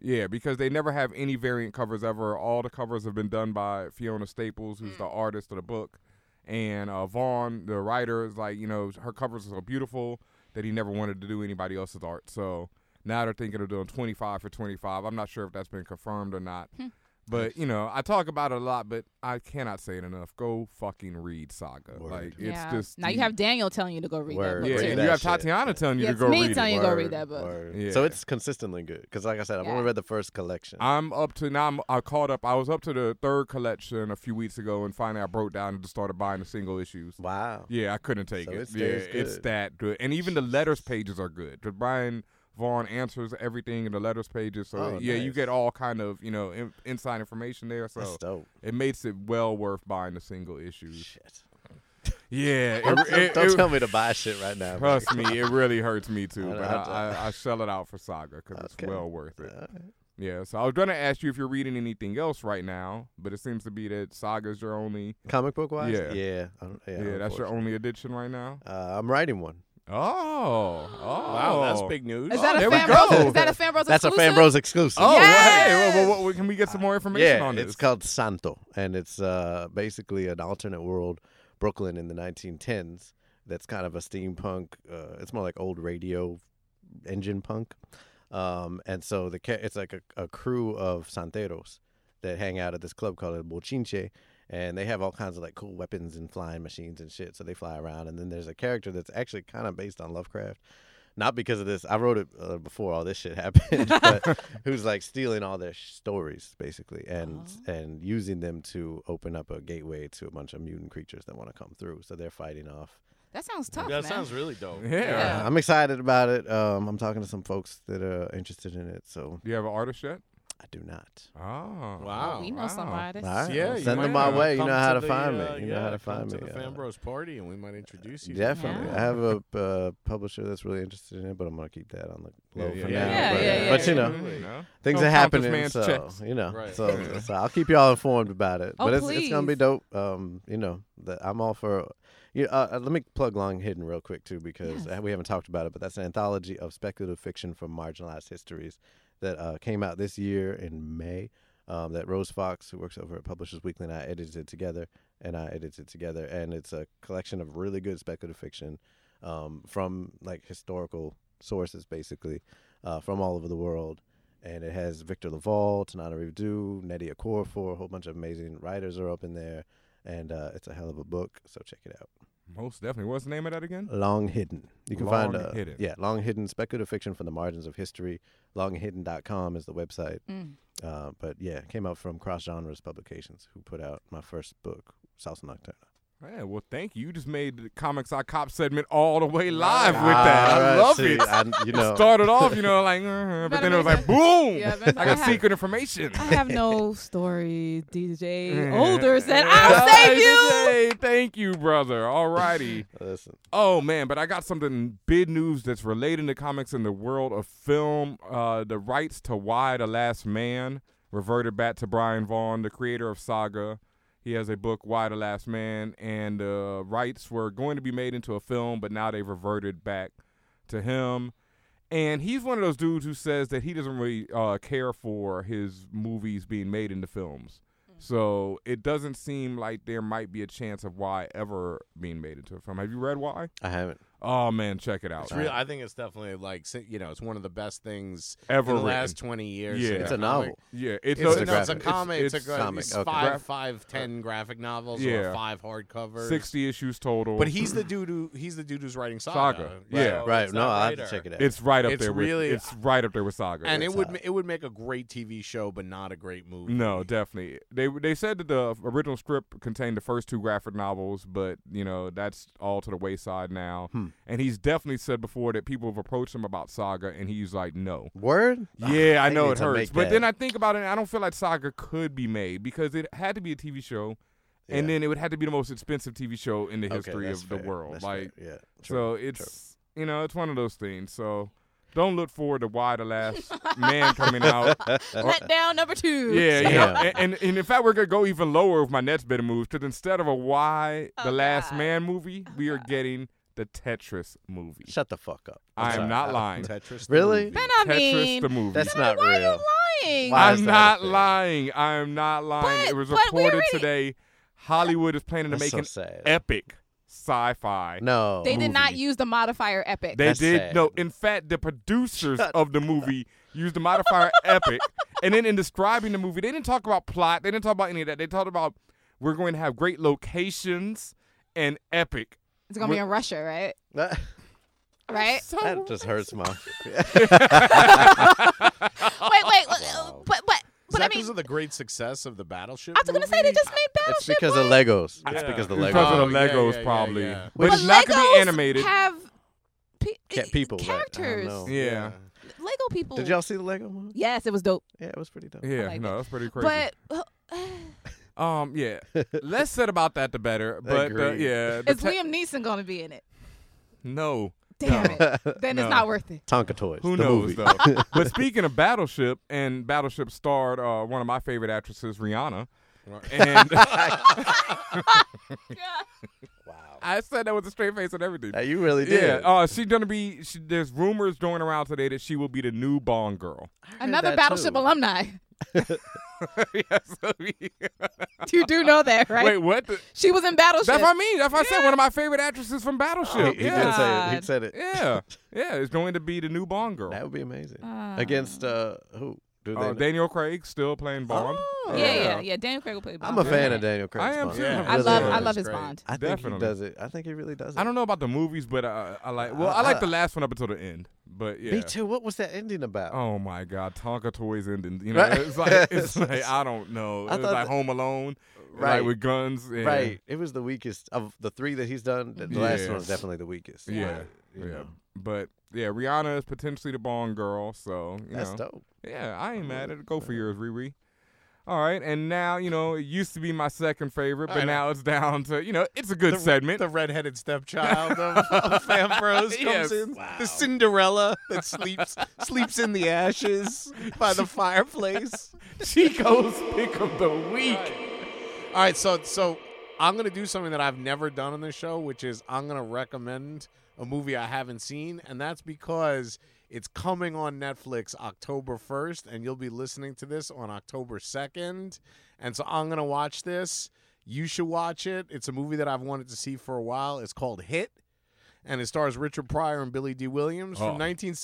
Speaker 2: Yeah, because they never have any variant covers ever. All the covers have been done by Fiona Staples, who's the
Speaker 1: Mm.
Speaker 2: artist of the book, and uh, Vaughn, the writer, is like you know her covers are so beautiful that he never wanted to do anybody else's art. So now they're thinking of doing twenty five for twenty five. I'm not sure if that's been confirmed or not,
Speaker 1: Hmm.
Speaker 2: but you know I talk about it a lot, but I cannot say it enough. Go fucking read Saga.
Speaker 4: Word.
Speaker 2: Like
Speaker 1: yeah.
Speaker 2: it's just
Speaker 1: now you
Speaker 2: the-
Speaker 1: have Daniel telling you to go read
Speaker 4: Word.
Speaker 1: that book.
Speaker 2: yeah,
Speaker 4: Read
Speaker 1: too.
Speaker 2: and
Speaker 4: that
Speaker 2: you have
Speaker 4: shit.
Speaker 2: Tatiana telling you
Speaker 1: Yeah,
Speaker 2: to
Speaker 1: it's
Speaker 2: go
Speaker 1: me
Speaker 2: read it.
Speaker 1: telling you to go read that book.
Speaker 4: Word.
Speaker 2: Yeah.
Speaker 4: So it's consistently good. Because, like I said, I've
Speaker 1: Yeah.
Speaker 4: only read the first collection.
Speaker 2: I'm up to now. I'm, I caught up. I was up to the third collection a few weeks ago, and finally I broke down and just started buying the single issues.
Speaker 4: wow.
Speaker 2: Yeah, I couldn't take
Speaker 4: So
Speaker 2: it.
Speaker 4: it
Speaker 2: yeah,
Speaker 4: stays
Speaker 2: it's
Speaker 4: good.
Speaker 2: that good, and even the letters pages are good. The Brian Vaughn answers everything in the letters pages. So
Speaker 4: Oh,
Speaker 2: yeah, you
Speaker 4: nice.
Speaker 2: get all kind of you know in, inside information there. So
Speaker 4: That's dope.
Speaker 2: it makes it well worth buying the single issues.
Speaker 4: Shit.
Speaker 2: Yeah, it-
Speaker 4: Don't,
Speaker 2: it-
Speaker 4: don't
Speaker 2: it-
Speaker 4: tell me to buy shit right now. man.
Speaker 2: Trust me, it really hurts me too,
Speaker 4: I
Speaker 2: but I,
Speaker 4: know, I-
Speaker 2: I, I sell it out for Saga because it's
Speaker 4: Okay.
Speaker 2: well worth it.
Speaker 4: Alright.
Speaker 2: Yeah, so I was gonna ask you if you're reading anything else right now, but it seems to be that Saga's your only.
Speaker 4: Comic book wise,
Speaker 2: Yeah.
Speaker 4: yeah, I don't-
Speaker 2: Yeah, that's your only addiction right now.
Speaker 4: unfortunately. Uh, I'm writing one.
Speaker 2: Oh, oh,
Speaker 3: Wow, that's big news.
Speaker 1: Is that a
Speaker 2: there we
Speaker 1: fan
Speaker 2: go.
Speaker 1: bros? Is that a fan bros?
Speaker 4: That's a
Speaker 1: exclusive?
Speaker 4: Fan Bros exclusive.
Speaker 2: Oh,
Speaker 1: Yes!
Speaker 2: well, hey, well, well, well, can we get some more information
Speaker 4: yeah,
Speaker 2: on this?
Speaker 4: it's called Santo, and it's uh, basically an alternate world, Brooklyn in the 1910s. That's kind of a steampunk. Uh, it's more like old radio engine punk, um, and so the ca- it's like a, a crew of santeros that hang out at this club called El Bochinche, and they have all kinds of like cool weapons and flying machines and shit. So they fly around, and then there's a character that's actually kind of based on Lovecraft. Not because of this, I wrote it uh, before all this shit (laughs) happened. But who's like stealing all their sh- stories basically, and and using them to open up a gateway to a bunch of mutant creatures that want to come through. So they're fighting off
Speaker 1: That sounds tough.
Speaker 3: that
Speaker 1: man.
Speaker 3: sounds really dope.
Speaker 2: yeah.
Speaker 3: Uh,
Speaker 1: Yeah.
Speaker 4: I'm excited about it. Um, I'm talking to some folks that are interested in it, so
Speaker 2: Do you have an artist yet?
Speaker 4: I do not.
Speaker 2: Oh,
Speaker 3: Wow.
Speaker 1: We know
Speaker 2: wow.
Speaker 1: somebody.
Speaker 4: All right,
Speaker 3: Yeah,
Speaker 4: well,
Speaker 3: you
Speaker 4: send
Speaker 2: might
Speaker 4: them my
Speaker 2: wanna
Speaker 4: way. You
Speaker 3: come
Speaker 4: know how
Speaker 3: to the,
Speaker 4: to find me.
Speaker 3: uh,
Speaker 4: you know how
Speaker 3: yeah, come
Speaker 4: to find
Speaker 3: to
Speaker 4: me.
Speaker 3: the
Speaker 4: uh,
Speaker 3: Fanbros party, and we might introduce you. to
Speaker 4: Definitely,
Speaker 1: Yeah.
Speaker 4: I have a uh, publisher that's really interested in it, but I'm gonna keep that on the low for now.
Speaker 1: Yeah, yeah,
Speaker 4: but,
Speaker 1: yeah,
Speaker 4: but you know,
Speaker 3: yeah.
Speaker 4: things
Speaker 2: Don't
Speaker 4: are
Speaker 2: count this
Speaker 4: happening,
Speaker 2: man's
Speaker 4: so
Speaker 2: checks.
Speaker 4: you know.
Speaker 3: Right.
Speaker 4: So, so I'll keep y'all informed about it.
Speaker 1: Oh,
Speaker 4: but it's, it's gonna be
Speaker 1: please.
Speaker 4: dope. Um, you know, the, I'm all for. You uh, uh, let me plug Long Hidden real quick too, because
Speaker 1: Yes.
Speaker 4: uh we haven't talked about it, but that's an anthology of speculative fiction from marginalized histories that uh, came out this year in May. Um, that Rose Fox, who works over at Publishers Weekly, and I edited it together, and I edited it together, and it's a collection of really good speculative fiction um, from like historical sources, basically, uh, from all over the world and it has Victor Laval, Tanana Revdu, Nnedi Okorafor, a whole bunch of amazing writers are up in there, and uh, it's a hell of a book. So check it out.
Speaker 2: Most definitely. What's the name of that again?
Speaker 4: Long Hidden. You can find
Speaker 2: Long
Speaker 4: uh,
Speaker 2: Hidden.
Speaker 4: yeah, Long Hidden speculative fiction from the margins of history. Longhidden.com is the website.
Speaker 1: Mm.
Speaker 4: Uh, but yeah, it came out from Cross Genres Publications, who put out my first book, Salsa Nocturna.
Speaker 2: Yeah, well, thank you. You just made the Comics I Cop segment all the way live with that. I
Speaker 4: Alright,
Speaker 2: love
Speaker 4: see,
Speaker 2: it.
Speaker 4: I- you know,
Speaker 2: Started off, you
Speaker 1: (laughs)
Speaker 2: know, like, uh, but
Speaker 1: Better
Speaker 2: then it was
Speaker 1: make
Speaker 2: (laughs)
Speaker 1: (laughs)
Speaker 2: like, boom!
Speaker 1: Yeah,
Speaker 2: I
Speaker 1: better- I
Speaker 2: got
Speaker 1: have-
Speaker 2: secret information.
Speaker 1: (laughs) I have
Speaker 2: (laughs)
Speaker 1: no story, DJ
Speaker 2: older
Speaker 1: Older said, I'll save you.
Speaker 2: Thank you, brother. Alrighty.
Speaker 4: listen,
Speaker 2: Oh man, but I got something big news that's relating to comics in the world of film. Uh, the rights to Why the Last Man reverted back to Brian Vaughn, the creator of Saga. He has a book, Why the Last Man, and the rights were going to be made into a film, but now they've reverted back to him. And he's one of those dudes who says that he doesn't really uh, care for his movies being made into films. So it doesn't seem like there might be a chance of Why ever being made into a film. Have you read Why?
Speaker 4: I haven't.
Speaker 2: Oh man, check it out.
Speaker 3: It's real. I think it's definitely like si- you know, it's one of the best things
Speaker 2: Ever
Speaker 3: in the
Speaker 2: written.
Speaker 3: last twenty years.
Speaker 2: Yeah.
Speaker 3: in
Speaker 2: It's
Speaker 4: a
Speaker 3: comic.
Speaker 4: novel.
Speaker 2: Yeah, it's,
Speaker 3: It's,
Speaker 4: a
Speaker 3: a, no, it's a
Speaker 4: graphic.
Speaker 3: comic. Uh, It's, a
Speaker 4: comic,
Speaker 3: It's
Speaker 4: okay.
Speaker 3: five,
Speaker 2: Graph-
Speaker 3: five, ten graphic novels
Speaker 2: Yeah.
Speaker 3: or five hardcovers.
Speaker 2: sixty issues total.
Speaker 3: But he's the dude who he's the dude who's writing Saga.
Speaker 2: Saga,
Speaker 3: right?
Speaker 2: yeah.
Speaker 3: So
Speaker 4: Right,
Speaker 3: it's
Speaker 4: no,
Speaker 3: that
Speaker 4: I'll have to
Speaker 3: writer.
Speaker 4: check it out.
Speaker 2: it's right up
Speaker 3: It's
Speaker 2: there.
Speaker 3: really-
Speaker 2: with, it's right up there with Saga.
Speaker 3: And it would
Speaker 4: hot.
Speaker 3: ma- it would make a great TV show, but not a great movie.
Speaker 2: no, definitely. They they said that the original script contained the first two graphic novels, but you know that's all to the wayside now.
Speaker 3: Hmm.
Speaker 2: And he's definitely said before that people have approached him about Saga, and he's like, no.
Speaker 4: Word?
Speaker 2: (laughs)
Speaker 4: (laughs)
Speaker 2: Yeah, I
Speaker 4: They
Speaker 2: know
Speaker 4: need
Speaker 2: it
Speaker 4: to
Speaker 2: hurts.
Speaker 4: make
Speaker 2: But
Speaker 4: that.
Speaker 2: then I think about it, and I don't feel like Saga could be made because it had to be a TV show, and
Speaker 4: Yeah.
Speaker 2: then it would have to be the most expensive TV show in the
Speaker 4: Okay,
Speaker 2: history
Speaker 4: that's
Speaker 2: of the
Speaker 4: fair,
Speaker 2: world.
Speaker 4: that's fair,
Speaker 2: like,
Speaker 4: yeah.
Speaker 2: so it's you know it's one of those things. So don't look forward to why
Speaker 1: (laughs)
Speaker 2: the last man coming out.
Speaker 1: Let down number two.
Speaker 2: Yeah,
Speaker 4: Damn.
Speaker 2: yeah. And, and and in fact, we're gonna go even lower with my next bit of moves because instead of a why the
Speaker 1: Oh,
Speaker 2: last
Speaker 1: God.
Speaker 2: man movie, we are getting the Tetris movie.
Speaker 4: (laughs) Shut the fuck up. I'm
Speaker 2: I am
Speaker 4: sorry. (laughs)
Speaker 2: not lying.
Speaker 3: Tetris.
Speaker 4: Really?
Speaker 1: Then I
Speaker 2: Tetris
Speaker 1: mean,
Speaker 2: the movie.
Speaker 4: That's not
Speaker 1: why
Speaker 4: real.
Speaker 1: are you lying?
Speaker 4: Why is
Speaker 2: I'm
Speaker 4: that a
Speaker 2: not
Speaker 4: thing?
Speaker 2: lying. I am not lying.
Speaker 1: But-
Speaker 2: it was
Speaker 1: but we
Speaker 2: reported
Speaker 1: already-
Speaker 2: today Hollywood is planning to
Speaker 4: That's
Speaker 2: make
Speaker 4: so
Speaker 2: an
Speaker 4: sad.
Speaker 2: epic sci-fi.
Speaker 4: No.
Speaker 1: they did not
Speaker 2: movie.
Speaker 1: use the modifier epic.
Speaker 2: They
Speaker 4: That's
Speaker 2: did
Speaker 4: sad.
Speaker 2: no. In fact, the producers of the movie used the
Speaker 4: (laughs)
Speaker 2: modifier epic, and then in describing the movie, they didn't talk about plot. They didn't talk about any of that. They talked about we're going to have great locations and epic.
Speaker 1: it's gonna be in Russia, right?
Speaker 4: (laughs) that
Speaker 1: Right?
Speaker 2: So
Speaker 4: Eh, just hurts my.
Speaker 1: (laughs) wait, wait, wait, but but
Speaker 3: Is
Speaker 1: but I
Speaker 3: that
Speaker 1: mean,
Speaker 3: because of the great success of the battleship?
Speaker 1: I was gonna say they just made
Speaker 4: It's
Speaker 1: Battleship.
Speaker 4: because of
Speaker 1: like,
Speaker 4: Legos. It's because of the
Speaker 2: It's
Speaker 4: Legos.
Speaker 2: because
Speaker 3: Oh,
Speaker 2: of the
Speaker 3: yeah,
Speaker 2: Legos,
Speaker 3: yeah, yeah,
Speaker 2: probably.
Speaker 3: yeah.
Speaker 2: But,
Speaker 1: but
Speaker 2: it's not gonna
Speaker 1: Legos
Speaker 2: be animated.
Speaker 1: Have pe- eh,
Speaker 4: Ca- people, right? I don't
Speaker 1: characters.
Speaker 4: know.
Speaker 2: yeah.
Speaker 1: people.
Speaker 4: Did y'all see the Lego movie?
Speaker 1: Yes, it was dope.
Speaker 4: Yeah, it was pretty dope.
Speaker 2: Yeah,
Speaker 1: like
Speaker 2: no, that's pretty crazy.
Speaker 1: But uh,
Speaker 2: um,
Speaker 4: (laughs)
Speaker 2: yeah, less said about that the better. But uh,
Speaker 4: Agreed.
Speaker 2: yeah, the
Speaker 1: is
Speaker 2: te-
Speaker 1: Liam Neeson going to be in it?
Speaker 2: (laughs) no,
Speaker 1: Damn it. Then
Speaker 2: No.
Speaker 1: it's not worth it.
Speaker 4: (laughs) Tonka Toys.
Speaker 2: who
Speaker 4: the
Speaker 2: knows
Speaker 4: movie. (laughs)
Speaker 2: though. but speaking of Battleship, and Battleship starred uh, one of my favorite actresses, Rihanna. And (laughs)
Speaker 4: (laughs) Wow.
Speaker 2: I said that with a straight face and everything.
Speaker 4: Hey, you really did.
Speaker 2: Yeah, uh, she's gonna be. She, there's rumors going around today that she will be the new Bond girl.
Speaker 1: Another
Speaker 4: that
Speaker 1: Battleship
Speaker 4: too.
Speaker 1: alumni. (laughs)
Speaker 2: yeah, so we-
Speaker 1: You do know that, right?
Speaker 2: Wait, what? The,
Speaker 1: she was in Battleship.
Speaker 2: that's what I mean. That's what I said. One of my favorite actresses from
Speaker 4: He,
Speaker 2: Battleship.
Speaker 4: Oh, he
Speaker 2: yeah,
Speaker 4: did say it. He
Speaker 1: God.
Speaker 4: said it.
Speaker 2: yeah, yeah. It's going to be the new Bond girl.
Speaker 4: That would be amazing.
Speaker 1: Ah.
Speaker 4: Against uh, who? Do they
Speaker 2: Uh,
Speaker 4: know?
Speaker 2: Daniel Craig still playing Bond.
Speaker 4: Oh.
Speaker 1: yeah, yeah, yeah. Daniel Craig will play Bond.
Speaker 4: I'm a fan of Daniel Craig.
Speaker 2: I am too.
Speaker 4: Yeah,
Speaker 2: I
Speaker 1: I
Speaker 2: Really
Speaker 1: love,
Speaker 2: is.
Speaker 1: I love
Speaker 2: It's
Speaker 1: his
Speaker 2: great.
Speaker 1: Bond.
Speaker 4: I think
Speaker 2: Definitely.
Speaker 4: he does it. I think he really does it.
Speaker 2: I don't know about the movies, but uh, I like. Well,
Speaker 4: I-
Speaker 2: I like
Speaker 4: I-
Speaker 2: the last one up until the end. But yeah.
Speaker 4: Me too. What was that ending about?
Speaker 2: Oh my God, Tonka toys ending. You know,
Speaker 4: Right.
Speaker 2: it's like it's like I don't know.
Speaker 4: I
Speaker 2: It was
Speaker 4: thought
Speaker 2: like
Speaker 4: that-
Speaker 2: Home Alone,
Speaker 4: Right.
Speaker 2: Like with guns, and,
Speaker 4: Right. It was the weakest of the three that he's done. The the last
Speaker 2: Yeah.
Speaker 4: one was definitely the weakest.
Speaker 2: Yeah,
Speaker 4: But, you
Speaker 2: yeah.
Speaker 4: know,
Speaker 2: But yeah, Rihanna is potentially the Bond girl, so you
Speaker 4: that's
Speaker 2: know.
Speaker 4: dope.
Speaker 2: Yeah, I ain't mad at it. Go for yours, Riri. All right, and now you know it used to be my second favorite, but
Speaker 3: I know.
Speaker 2: now it's down to you know it's a good
Speaker 3: the,
Speaker 2: segment.
Speaker 3: The redheaded stepchild of, of Fambrose comes
Speaker 2: Yes.
Speaker 3: in. The Cinderella that sleeps sleeps in the ashes by the fireplace.
Speaker 2: (laughs) Chico's pick of the week.
Speaker 3: All right, so so I'm gonna do something that I've never done on this show, which is I'm gonna recommend a movie I haven't seen, and that's because it's coming on Netflix October 1st, and you'll be listening to this on October 2nd, and so I'm gonna watch this. You should watch it. It's a movie that I've wanted to see for a while. It's called Hit, and it stars Richard Pryor and Billy D. Williams
Speaker 2: Oh.
Speaker 3: from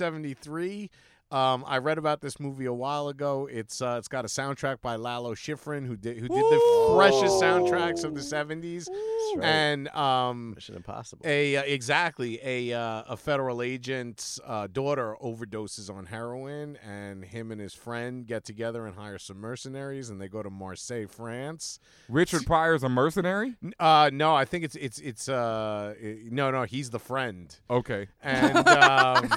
Speaker 3: 1973. Um, I read about this movie a while ago. It's uh, it's got a soundtrack by Lalo Schifrin, who did who did the freshest soundtracks of the '70s,
Speaker 4: That's right.
Speaker 3: and um,
Speaker 4: Mission Impossible.
Speaker 3: a uh, exactly a uh, a federal agent's uh, daughter overdoses on heroin, and him and his friend get together and hire some mercenaries, and they go to Marseille, France.
Speaker 2: Richard Pryor's a mercenary.
Speaker 3: N- Uh, no, I think it's it's it's uh, i- no no he's the friend.
Speaker 2: Okay,
Speaker 4: (laughs)
Speaker 3: and um,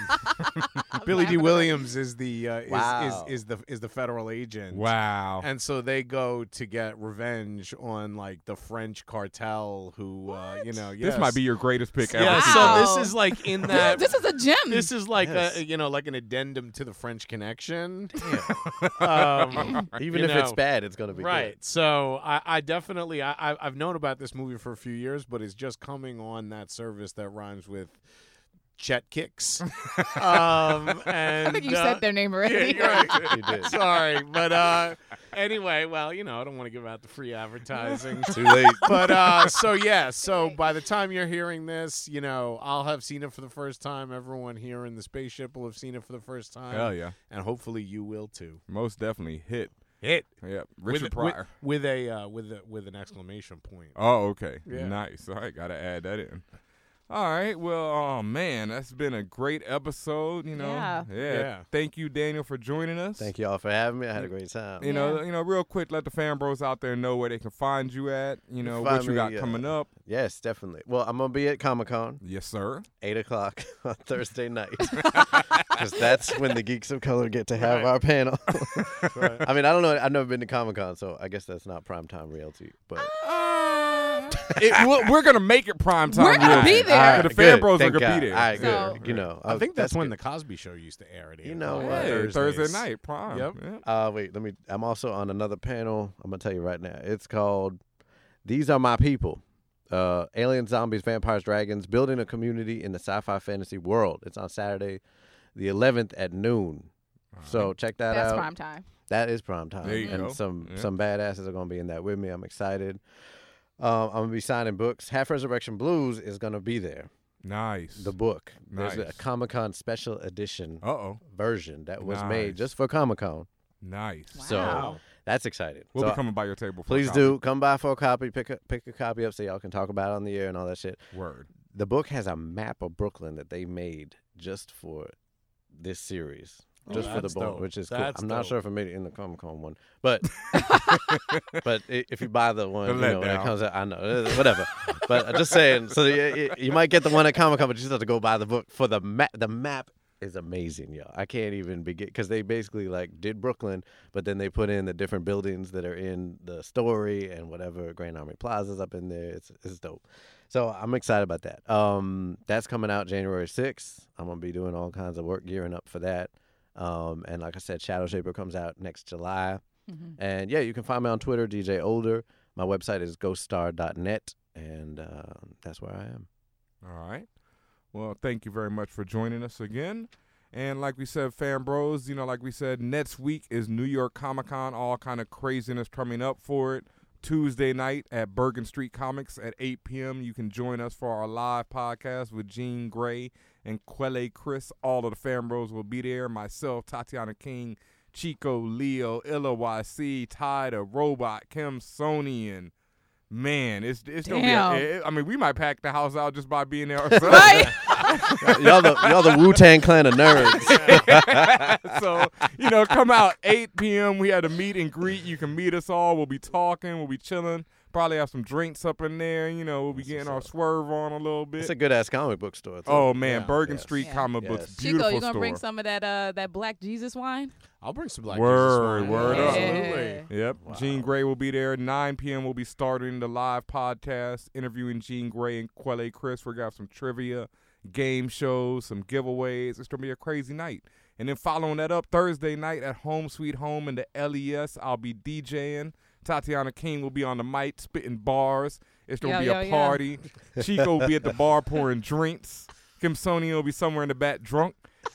Speaker 3: Billy D. Williams is the uh, is,
Speaker 4: Wow.
Speaker 3: is is the is the federal agent.
Speaker 2: wow.
Speaker 3: And so they go to get revenge on like the French cartel who uh, you know
Speaker 2: This might
Speaker 3: yes.
Speaker 2: be your greatest pick ever.
Speaker 3: yeah.
Speaker 1: Wow.
Speaker 3: So this is like in
Speaker 1: (laughs)
Speaker 3: that.
Speaker 1: this is a gem.
Speaker 3: (laughs) This is like
Speaker 4: Yes.
Speaker 3: a you know like an addendum to the French Connection. um, (laughs)
Speaker 4: Even
Speaker 3: you
Speaker 4: if it's
Speaker 3: know.
Speaker 4: bad, it's going to be good.
Speaker 3: Right. So I, I definitely I, I I've known about this movie for a few years, but it's just coming on that service that rhymes with Chet Kicks. um, and
Speaker 1: I think you
Speaker 3: uh,
Speaker 1: said their name already.
Speaker 3: (laughs) yeah, you're right. (laughs)
Speaker 4: You did.
Speaker 3: Sorry, but uh, anyway, well, you know, I don't want to give out the free advertising. (laughs)
Speaker 4: Too late.
Speaker 3: But uh, so yeah, so by the time you're hearing this, you know, I'll have seen it for the first time. Everyone here in the spaceship will have seen it for the first time,
Speaker 2: Hell yeah,
Speaker 3: and hopefully you will too.
Speaker 2: most definitely hit.
Speaker 3: Hit
Speaker 2: Yeah, Richard
Speaker 3: with,
Speaker 2: Pryor.
Speaker 3: with, with a uh, with a, with an exclamation point.
Speaker 2: Oh, okay.
Speaker 3: Yeah.
Speaker 2: Nice. All right, gotta add that in. All right. Well, oh man, that's been a great episode. You know.
Speaker 1: Yeah.
Speaker 3: Yeah.
Speaker 2: Thank you, Daniel, for joining us.
Speaker 4: Thank you all for having me. I had a great time.
Speaker 2: You know, you know, real quick, let the fan bros out there know where they can find you at. You know
Speaker 4: find
Speaker 2: what you got
Speaker 4: me, uh,
Speaker 2: coming up.
Speaker 4: Yes, definitely. Well, I'm going to be at Comic Con,
Speaker 2: Yes, sir.
Speaker 4: 8 o'clock (laughs) on Thursday night. Because that's when the Geeks of Color get to have our panel. I mean, I don't know. I've never been to Comic Con, so I guess that's not primetime realty. But
Speaker 2: Ah, It- we're, we're gonna make it prime time.
Speaker 1: Ah. We're gonna
Speaker 2: Wilson.
Speaker 1: be there.
Speaker 2: The
Speaker 4: good.
Speaker 2: fan bros are
Speaker 4: Thank
Speaker 2: gonna
Speaker 4: God.
Speaker 2: be there.
Speaker 4: All right,
Speaker 1: So-
Speaker 4: good. You know, uh,
Speaker 3: I think that's, when
Speaker 4: good.
Speaker 3: the Cosby Show used to air it.
Speaker 4: You know what?
Speaker 2: Hey,
Speaker 3: Thursdays.
Speaker 2: Thursday night prime.
Speaker 3: Yep.
Speaker 2: Yeah.
Speaker 4: Uh, wait, let me. I'm also on another panel. I'm gonna tell you right now. It's called "These Are My People." Uh, alien zombies, vampires, dragons, building a community in the sci-fi fantasy world. It's on Saturday, the 11th at noon. So check that
Speaker 1: (laughs) That's
Speaker 4: out.
Speaker 1: prime time.
Speaker 4: That is prime time.
Speaker 2: There you
Speaker 4: and
Speaker 2: go.
Speaker 4: some
Speaker 2: Yeah.
Speaker 4: some badasses are gonna be in that with me. I'm excited. Um, I'm gonna be signing books. Half Resurrection Blues is gonna be there.
Speaker 2: Nice.
Speaker 4: The book. There's a
Speaker 2: Nice.
Speaker 4: Comic Con special edition
Speaker 2: uh oh.
Speaker 4: version that was made
Speaker 2: Nice.
Speaker 4: just for Comic Con.
Speaker 2: Nice.
Speaker 4: So
Speaker 1: Wow.
Speaker 4: that's exciting.
Speaker 2: We'll
Speaker 4: So
Speaker 2: be coming by your table. For a
Speaker 4: Please
Speaker 2: copy.
Speaker 4: do come by for a copy. Pick a pick a copy up so y'all can talk about it on the air and all that shit.
Speaker 2: Word.
Speaker 4: The book has a map of Brooklyn that they made just for this series,
Speaker 3: Oh,
Speaker 4: just for the
Speaker 3: that's
Speaker 4: book,
Speaker 3: dope.
Speaker 4: which is cool.
Speaker 3: That's
Speaker 4: I'm not
Speaker 3: dope.
Speaker 4: sure if I made it in the Comic Con one, but but i- if you buy the one,
Speaker 2: The
Speaker 4: you know, when it
Speaker 2: letdown.
Speaker 4: comes out, I know uh, whatever. but I'm just saying, so you, you- you might get the one at Comic Con, but you just have to go buy the book for the map. The map is amazing, yo. I can't even begin because they basically like did Brooklyn, but then they put in the different buildings that are in the story and whatever Grand Army Plaza's up in there. It's it's dope. So I'm excited about that. Um, that's coming out January 6th. I'm gonna be doing all kinds of work gearing up for that. Um, and like I said, Shadow Shaper comes out next July.
Speaker 1: (laughs)
Speaker 4: And yeah, you can find me on Twitter, DJ Older. My website is ghoststar.net, and uh, that's where I am.
Speaker 2: All right. Well, thank you very much for joining us again. And like we said, fan bros, you know, like we said, next week is New York Comic Con, all kind of craziness coming up for it. Tuesday night at Bergen Street Comics at 8 p.m. You can join us for our live podcast with Gene Gray and Quelle Chris. All of the fan bros will be there. Myself, Tatiana King, Chico, Leo, Illa YC, Ty the Robot, Kim Sonian. Man, it's it's gonna be.
Speaker 1: Damn.
Speaker 2: A, I mean, we might pack the house out just by being there ourselves.
Speaker 1: Right?
Speaker 4: y'all the y'all the Wu Tang Clan of nerds.
Speaker 2: (laughs) so you know, come out 8 p.m. We had a meet and greet. You can meet us all. We'll be talking. We'll be chilling. Probably have some drinks up in there. You know, we'll be getting our swerve on a little bit.
Speaker 4: It's a good ass comic book store. too.
Speaker 2: oh man,
Speaker 4: Yeah,
Speaker 2: Bergen
Speaker 4: yes.
Speaker 2: Street
Speaker 1: Yeah.
Speaker 2: Comic
Speaker 4: Yes.
Speaker 1: (laughs)
Speaker 2: Books,
Speaker 1: Chico, you
Speaker 2: beautiful
Speaker 1: gonna
Speaker 2: store.
Speaker 1: bring some of that uh that black Jesus wine?
Speaker 3: I'll bring some black.
Speaker 2: Word,
Speaker 3: Jesus wine.
Speaker 2: word up.
Speaker 3: Absolutely.
Speaker 2: Yep. Gene Gray will be there. 9 p.m. We'll be starting the live podcast, interviewing Gene Gray and Quelle Chris. We're going to have some trivia, game shows, some giveaways. It's going to be a crazy night. And then following that up, Thursday night at Home Sweet Home in the LES, I'll be DJing. Tatiana King will be on the mic spitting bars. It's going
Speaker 1: Yo,
Speaker 2: to be
Speaker 1: yo,
Speaker 2: a
Speaker 1: yo.
Speaker 2: party. Chico will be at the bar pouring drinks. Kimsoni will be somewhere in the back drunk.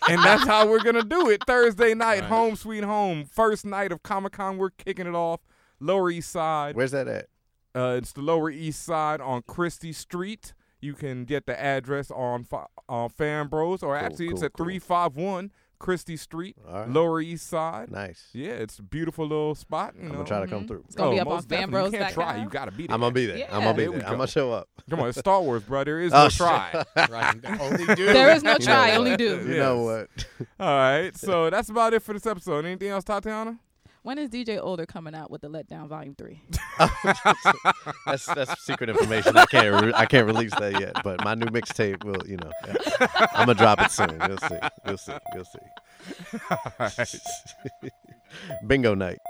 Speaker 2: And that's how we're going to do it.
Speaker 4: (laughs)
Speaker 2: Thursday night, home sweet home. First night of Comic Con. We're kicking it off. Lower East Side.
Speaker 4: Where's that at?
Speaker 2: Uh, it's the Lower East Side on Christie Street. You can get the address on fa- on Fan Bros, or actually it's
Speaker 4: cool,
Speaker 2: at
Speaker 4: cool.
Speaker 2: 351 Christie Street,
Speaker 4: All right.
Speaker 2: Lower East Side.
Speaker 4: Nice.
Speaker 2: Yeah, it's a beautiful little spot. You
Speaker 4: I'm
Speaker 2: know.
Speaker 4: gonna try to come through.
Speaker 1: It's gonna
Speaker 2: Oh,
Speaker 1: be up on
Speaker 2: most definitely.
Speaker 1: fanbros.com.
Speaker 2: You can't try. You gotta be there.
Speaker 4: I'm gonna be there. I'm
Speaker 1: Mm-hmm. Yeah.
Speaker 4: gonna be
Speaker 2: There we
Speaker 4: there. I'm
Speaker 2: go.
Speaker 4: gonna show up.
Speaker 2: Come on, it's Star Wars, bro. There is
Speaker 4: (laughs) Oh,
Speaker 2: no
Speaker 4: shit.
Speaker 2: try.
Speaker 3: Right. The Only
Speaker 4: (laughs)
Speaker 3: dude.
Speaker 1: There is no
Speaker 4: You know
Speaker 1: try,
Speaker 4: what?
Speaker 1: only do.
Speaker 4: You know
Speaker 2: Yes.
Speaker 4: what?
Speaker 2: All right, so that's about it for this episode. Anything else, Tatiana?
Speaker 1: When is DJ Older coming out with the Letdown Volume Three?
Speaker 4: That's that's secret information. I can't re- I can't release that yet. But my new mixtape will. You know, I'm gonna drop it soon. You'll see. You'll see. You'll see. (laughs) Bingo night.